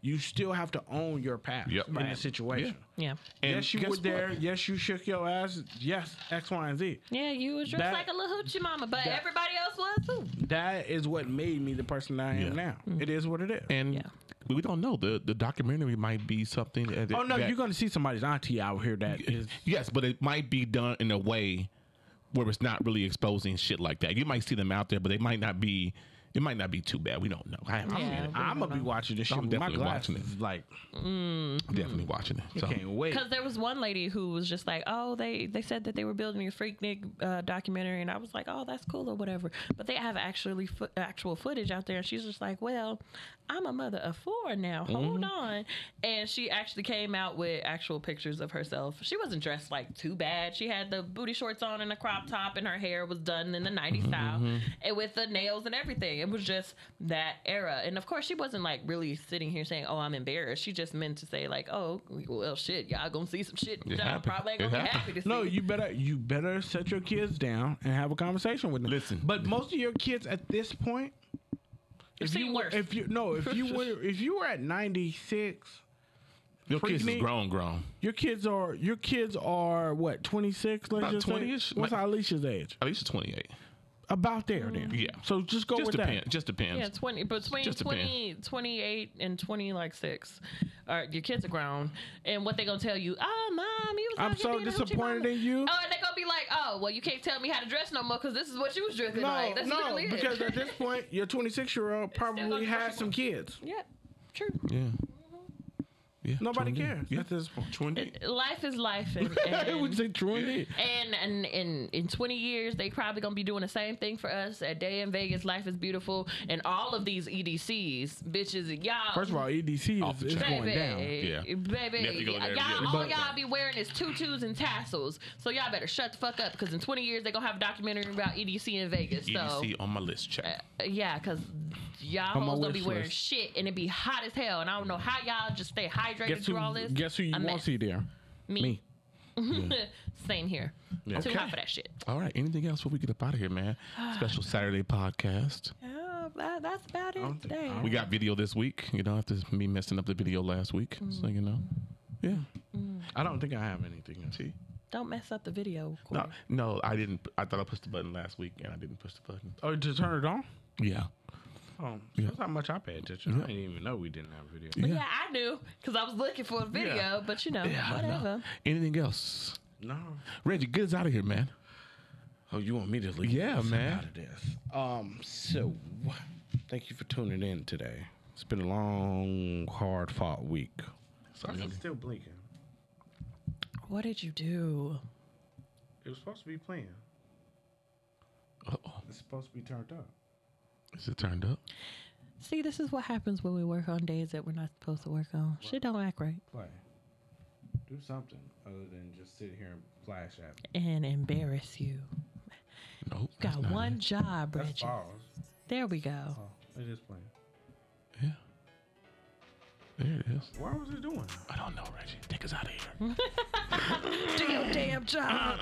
[SPEAKER 3] you still have to own your past
[SPEAKER 6] Yep.
[SPEAKER 3] in
[SPEAKER 6] Right.
[SPEAKER 3] the situation.
[SPEAKER 1] Yeah.
[SPEAKER 6] And
[SPEAKER 3] yes, you
[SPEAKER 6] guess
[SPEAKER 3] were
[SPEAKER 6] what?
[SPEAKER 3] there. Yes, you shook your ass. Yes, X Y and Z.
[SPEAKER 1] Yeah, you was dressed
[SPEAKER 3] That-
[SPEAKER 1] like a little hoochie mama, but
[SPEAKER 3] that-
[SPEAKER 1] everybody else was too.
[SPEAKER 3] That is what made me the person that I am
[SPEAKER 6] Yeah.
[SPEAKER 3] now. It is what it is.
[SPEAKER 6] And
[SPEAKER 1] Yeah.
[SPEAKER 6] we don't know. The the documentary might be something. That,
[SPEAKER 3] oh no,
[SPEAKER 6] that-
[SPEAKER 3] you're gonna see somebody's auntie out here that is.
[SPEAKER 6] Yes, but it might be done in a way where it's not really exposing shit like that. You might see them out there, but they might not be. It might not be too bad. We don't know. I, I'm
[SPEAKER 1] Yeah.
[SPEAKER 3] I'm gonna be watching this shit.
[SPEAKER 6] I'm
[SPEAKER 3] with my
[SPEAKER 6] definitely watching
[SPEAKER 3] glasses. Like, Mm-hmm.
[SPEAKER 6] definitely watching it. So.
[SPEAKER 3] can't wait.
[SPEAKER 1] Because there was one lady who was just like, "Oh, they they said that they were building a Freaknik uh, documentary," and I was like, "Oh, that's cool or whatever." But they have actually fo- actual footage out there, and she's just like, "Well, I'm a mother of four now. Hold on." And she actually came out with actual pictures of herself. She wasn't dressed like too bad. She had the
[SPEAKER 6] Mm-hmm,
[SPEAKER 1] booty shorts on and a crop top, and her hair was done in the '90s style, and with the nails and everything. It It was just that era. And of course, she wasn't like really sitting here saying, "Oh, I'm embarrassed." She just meant to say like, "Oh, well, shit, y'all gonna see some shit that I'm
[SPEAKER 6] happened.
[SPEAKER 1] probably ain't
[SPEAKER 6] It
[SPEAKER 1] gonna be
[SPEAKER 6] happened.
[SPEAKER 1] happy to see."
[SPEAKER 3] No, you better you better set your kids down and have a conversation with them.
[SPEAKER 6] Listen.
[SPEAKER 3] but most of your kids at this point,
[SPEAKER 1] They've
[SPEAKER 3] if
[SPEAKER 1] seen
[SPEAKER 3] you
[SPEAKER 1] worse.
[SPEAKER 3] if you no if you were if you were at ninety six,
[SPEAKER 6] Your kids is
[SPEAKER 3] Freaknik.
[SPEAKER 6] grown, grown.
[SPEAKER 3] your kids are your kids are what twenty six? Let's
[SPEAKER 6] About
[SPEAKER 3] just say?
[SPEAKER 6] 20-ish.
[SPEAKER 3] What's
[SPEAKER 6] Ma-
[SPEAKER 3] Alicia's age?
[SPEAKER 6] At least twenty eight.
[SPEAKER 3] About there then.
[SPEAKER 2] Mm.
[SPEAKER 6] Yeah.
[SPEAKER 3] So just go
[SPEAKER 6] Just
[SPEAKER 3] with
[SPEAKER 6] depends.
[SPEAKER 3] that.
[SPEAKER 6] Just depends.
[SPEAKER 1] Yeah, 20, between
[SPEAKER 6] Just a
[SPEAKER 1] 20, 28 and 20, like six. All right, your kids are grown. And what they going to tell you, oh, mom, you was
[SPEAKER 3] I'm
[SPEAKER 1] out here
[SPEAKER 3] so
[SPEAKER 1] being a hoochie
[SPEAKER 3] disappointed
[SPEAKER 1] mama."
[SPEAKER 3] in you.
[SPEAKER 1] Oh, and they going to be like, oh, well, you can't tell me how to dress no more because this is what you was dressing
[SPEAKER 3] No,
[SPEAKER 1] like. That's
[SPEAKER 3] no,
[SPEAKER 1] literally
[SPEAKER 3] because
[SPEAKER 1] it.
[SPEAKER 3] at this point, your 26 year old
[SPEAKER 1] gonna
[SPEAKER 3] probably
[SPEAKER 1] be
[SPEAKER 3] has
[SPEAKER 1] working
[SPEAKER 3] some kids.
[SPEAKER 1] yeah, true.
[SPEAKER 6] Yeah. Yeah.
[SPEAKER 3] Nobody
[SPEAKER 6] 28.
[SPEAKER 3] cares
[SPEAKER 6] Yeah.
[SPEAKER 3] at this point.
[SPEAKER 6] 20.
[SPEAKER 1] Life is life. And,
[SPEAKER 3] I would
[SPEAKER 1] and,
[SPEAKER 3] say 20.
[SPEAKER 1] and, and, and in 20 years, they probably going to be doing the same thing for us at Day in Vegas, Life is Beautiful, and all of these EDCs, bitches, y'all.
[SPEAKER 3] First of all, EDC
[SPEAKER 6] Off
[SPEAKER 3] is,
[SPEAKER 6] the
[SPEAKER 3] is
[SPEAKER 6] chart.
[SPEAKER 3] going down.
[SPEAKER 1] Baby,
[SPEAKER 6] Yeah. You have
[SPEAKER 1] Baby,
[SPEAKER 6] to go there to get
[SPEAKER 1] y'all,
[SPEAKER 6] it.
[SPEAKER 1] all
[SPEAKER 6] But-
[SPEAKER 1] y'all be wearing is tutus and tassels. So y'all better shut the fuck up because in 20 years they're going to have a documentary about EDC in Vegas. So,
[SPEAKER 6] EDC on my list. Check.
[SPEAKER 1] uh, yeah, because y'all
[SPEAKER 3] On my
[SPEAKER 1] hoes going to be
[SPEAKER 3] wish
[SPEAKER 1] wearing
[SPEAKER 3] list.
[SPEAKER 1] shit and it be hot as hell. And I don't know how y'all just stay hydrated
[SPEAKER 3] Guess
[SPEAKER 1] through all
[SPEAKER 3] who,
[SPEAKER 1] this.
[SPEAKER 3] guess who you
[SPEAKER 1] A
[SPEAKER 3] want to
[SPEAKER 1] mess.
[SPEAKER 3] see there?
[SPEAKER 1] Me. Same here. Too
[SPEAKER 6] Okay.
[SPEAKER 1] hot for that shit.
[SPEAKER 6] All right. Anything else before we get up out of here, man? Special Saturday podcast.
[SPEAKER 1] Oh, that's about it today.
[SPEAKER 6] We got video this week. You know, after me messing up the video last week.
[SPEAKER 3] Mm.
[SPEAKER 6] So, you know. Yeah.
[SPEAKER 3] I don't think I have anything. else.
[SPEAKER 6] See?
[SPEAKER 1] Don't mess up the video. Corey.
[SPEAKER 6] No, no, I didn't. I thought I pushed the button last week and I didn't push the button.
[SPEAKER 3] Oh, to turn it on?
[SPEAKER 6] Yeah.
[SPEAKER 3] Oh, that's how much I pay attention. I didn't even know we didn't have video.
[SPEAKER 1] Yeah. I knew because I was looking for a video, but you know,
[SPEAKER 6] I know.
[SPEAKER 1] whatever.
[SPEAKER 6] Anything else?
[SPEAKER 3] No.
[SPEAKER 6] Reggie, get us out of here, man.
[SPEAKER 3] Oh, you want me to leave?
[SPEAKER 6] Yeah,
[SPEAKER 3] this
[SPEAKER 6] man.
[SPEAKER 3] Out of this. Um. So, thank you for tuning in today. It's been a long, hard fought week.
[SPEAKER 6] Sorry,
[SPEAKER 3] It's still blinking.
[SPEAKER 1] What did you do?
[SPEAKER 3] It was supposed to be playing.
[SPEAKER 6] Uh-oh.
[SPEAKER 3] It's supposed to be turned up.
[SPEAKER 6] Is it turned up?
[SPEAKER 1] See, this is what happens when we work on days that we're not supposed to work on. Shit don't act right
[SPEAKER 3] Play. Do something other than just sit here and flash at me.
[SPEAKER 1] and embarrass you.
[SPEAKER 6] Nope.
[SPEAKER 1] Got
[SPEAKER 6] that's not
[SPEAKER 1] one job,
[SPEAKER 3] That's
[SPEAKER 1] Reggie.
[SPEAKER 3] pause.
[SPEAKER 1] There we go.
[SPEAKER 3] Oh, it is playing.
[SPEAKER 6] it. Yeah. There it is.
[SPEAKER 3] Why was it doing?
[SPEAKER 6] I don't know, Reggie. Take us out of
[SPEAKER 1] Mm-hmm.
[SPEAKER 6] here.
[SPEAKER 1] Do your damn job.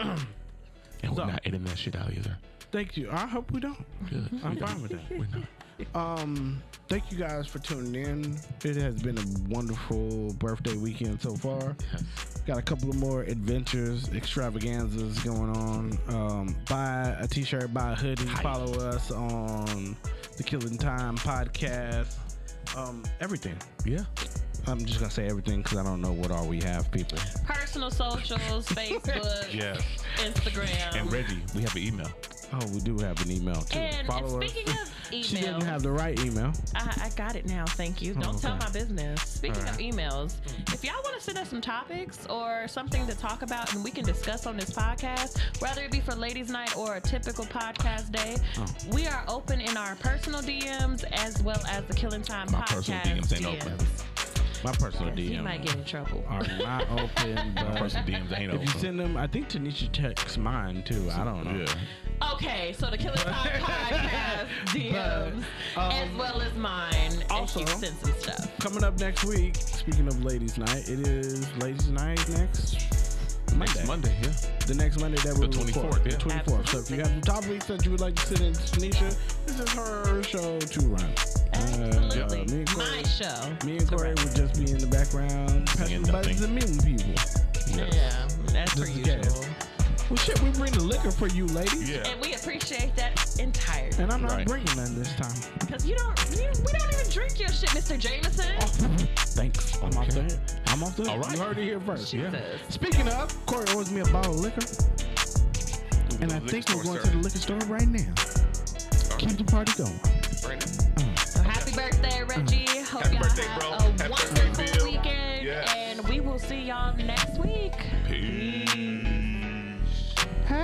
[SPEAKER 6] And we're
[SPEAKER 3] So-
[SPEAKER 6] not editing that shit out either.
[SPEAKER 3] Thank you. I hope we don't.
[SPEAKER 6] Good.
[SPEAKER 1] Mm-hmm.
[SPEAKER 3] I'm fine with that.
[SPEAKER 6] We're not.
[SPEAKER 3] Um, thank you guys for tuning in. It has been a wonderful birthday weekend so far.
[SPEAKER 6] Yes.
[SPEAKER 3] Got a couple of more adventures, extravaganzas going on. Um, buy a t-shirt, buy a hoodie. Follow us on the Killing Time podcast. Um, everything.
[SPEAKER 6] Yeah.
[SPEAKER 3] I'm just gonna say everything because I don't know what all we have, people.
[SPEAKER 1] Personal socials, Facebook,
[SPEAKER 6] Yes.
[SPEAKER 1] Instagram.
[SPEAKER 6] And Reggie, we have an email.
[SPEAKER 3] Oh, we do have an email too.
[SPEAKER 1] And- and
[SPEAKER 3] Follow us.
[SPEAKER 1] speaking of
[SPEAKER 3] She didn't
[SPEAKER 1] email,
[SPEAKER 3] have the right email.
[SPEAKER 1] I, I got it now. Thank you. Don't tell
[SPEAKER 3] okay.
[SPEAKER 1] my business. Speaking
[SPEAKER 3] All
[SPEAKER 1] of emails, if y'all want to send us some topics or something to talk about and we can discuss on this podcast, whether it be for ladies' night or a typical podcast day,
[SPEAKER 3] Oh.
[SPEAKER 1] we are open in our personal DMs as well as the Killing Time
[SPEAKER 6] My personal
[SPEAKER 1] podcast
[SPEAKER 6] DMs ain't open.
[SPEAKER 3] My personal
[SPEAKER 1] Yes, You
[SPEAKER 3] DM
[SPEAKER 1] might get in trouble.
[SPEAKER 3] are not open,
[SPEAKER 6] My
[SPEAKER 3] but
[SPEAKER 6] personal DMs ain't
[SPEAKER 3] if you
[SPEAKER 6] open.
[SPEAKER 3] send them, I think Tanisha texts mine too. I don't know.
[SPEAKER 6] yeah.
[SPEAKER 1] Okay, so the Killing Time podcast DMs as well as mine.
[SPEAKER 3] um, also- uh,
[SPEAKER 1] and she sent some stuff.
[SPEAKER 3] Coming up next week. Speaking of ladies' night, it is ladies' night next.
[SPEAKER 6] Next Monday, yeah.
[SPEAKER 3] The next Monday that we
[SPEAKER 6] The 24th,
[SPEAKER 3] record.
[SPEAKER 6] yeah.
[SPEAKER 3] The 24th. So if you have some topics that you would like to send in to Tanisha, this is her show to run.
[SPEAKER 1] Absolutely.
[SPEAKER 3] me and Corey,
[SPEAKER 1] My show.
[SPEAKER 3] me and Corey would just be in the background, pressing
[SPEAKER 6] Singing
[SPEAKER 3] buttons
[SPEAKER 6] nothing.
[SPEAKER 3] and meeting people.
[SPEAKER 6] Yes.
[SPEAKER 1] Yeah, that's per
[SPEAKER 3] Just in case.
[SPEAKER 1] usual.
[SPEAKER 3] Well, shit, we bring the liquor for you, ladies.
[SPEAKER 6] Yeah.
[SPEAKER 1] And we appreciate that entirely.
[SPEAKER 3] And I'm not
[SPEAKER 6] Right.
[SPEAKER 3] bringing none this time.
[SPEAKER 1] Because you don't, you, we don't even drink your shit, Mr. Jameson.
[SPEAKER 6] Oh.
[SPEAKER 3] Thanks. I'm off the
[SPEAKER 6] Okay.
[SPEAKER 3] hook. I'm off the hook.
[SPEAKER 6] All right.
[SPEAKER 3] You heard it here first.
[SPEAKER 1] Jesus.
[SPEAKER 3] Speaking of, Corey owes me a bottle of liquor, and I
[SPEAKER 6] Liquor
[SPEAKER 3] think we're
[SPEAKER 6] store,
[SPEAKER 3] going
[SPEAKER 6] sir.
[SPEAKER 3] to the liquor store right now. Keep the party going.
[SPEAKER 1] So happy birthday, Reggie. Hope
[SPEAKER 6] Mm-hmm. Happy
[SPEAKER 1] y'all
[SPEAKER 6] birthday,
[SPEAKER 1] have
[SPEAKER 6] bro.
[SPEAKER 1] a
[SPEAKER 6] Happy birthday,
[SPEAKER 1] wonderful
[SPEAKER 6] Bill.
[SPEAKER 1] weekend.
[SPEAKER 6] Yes.
[SPEAKER 1] And we will see y'all next week.
[SPEAKER 6] Peace.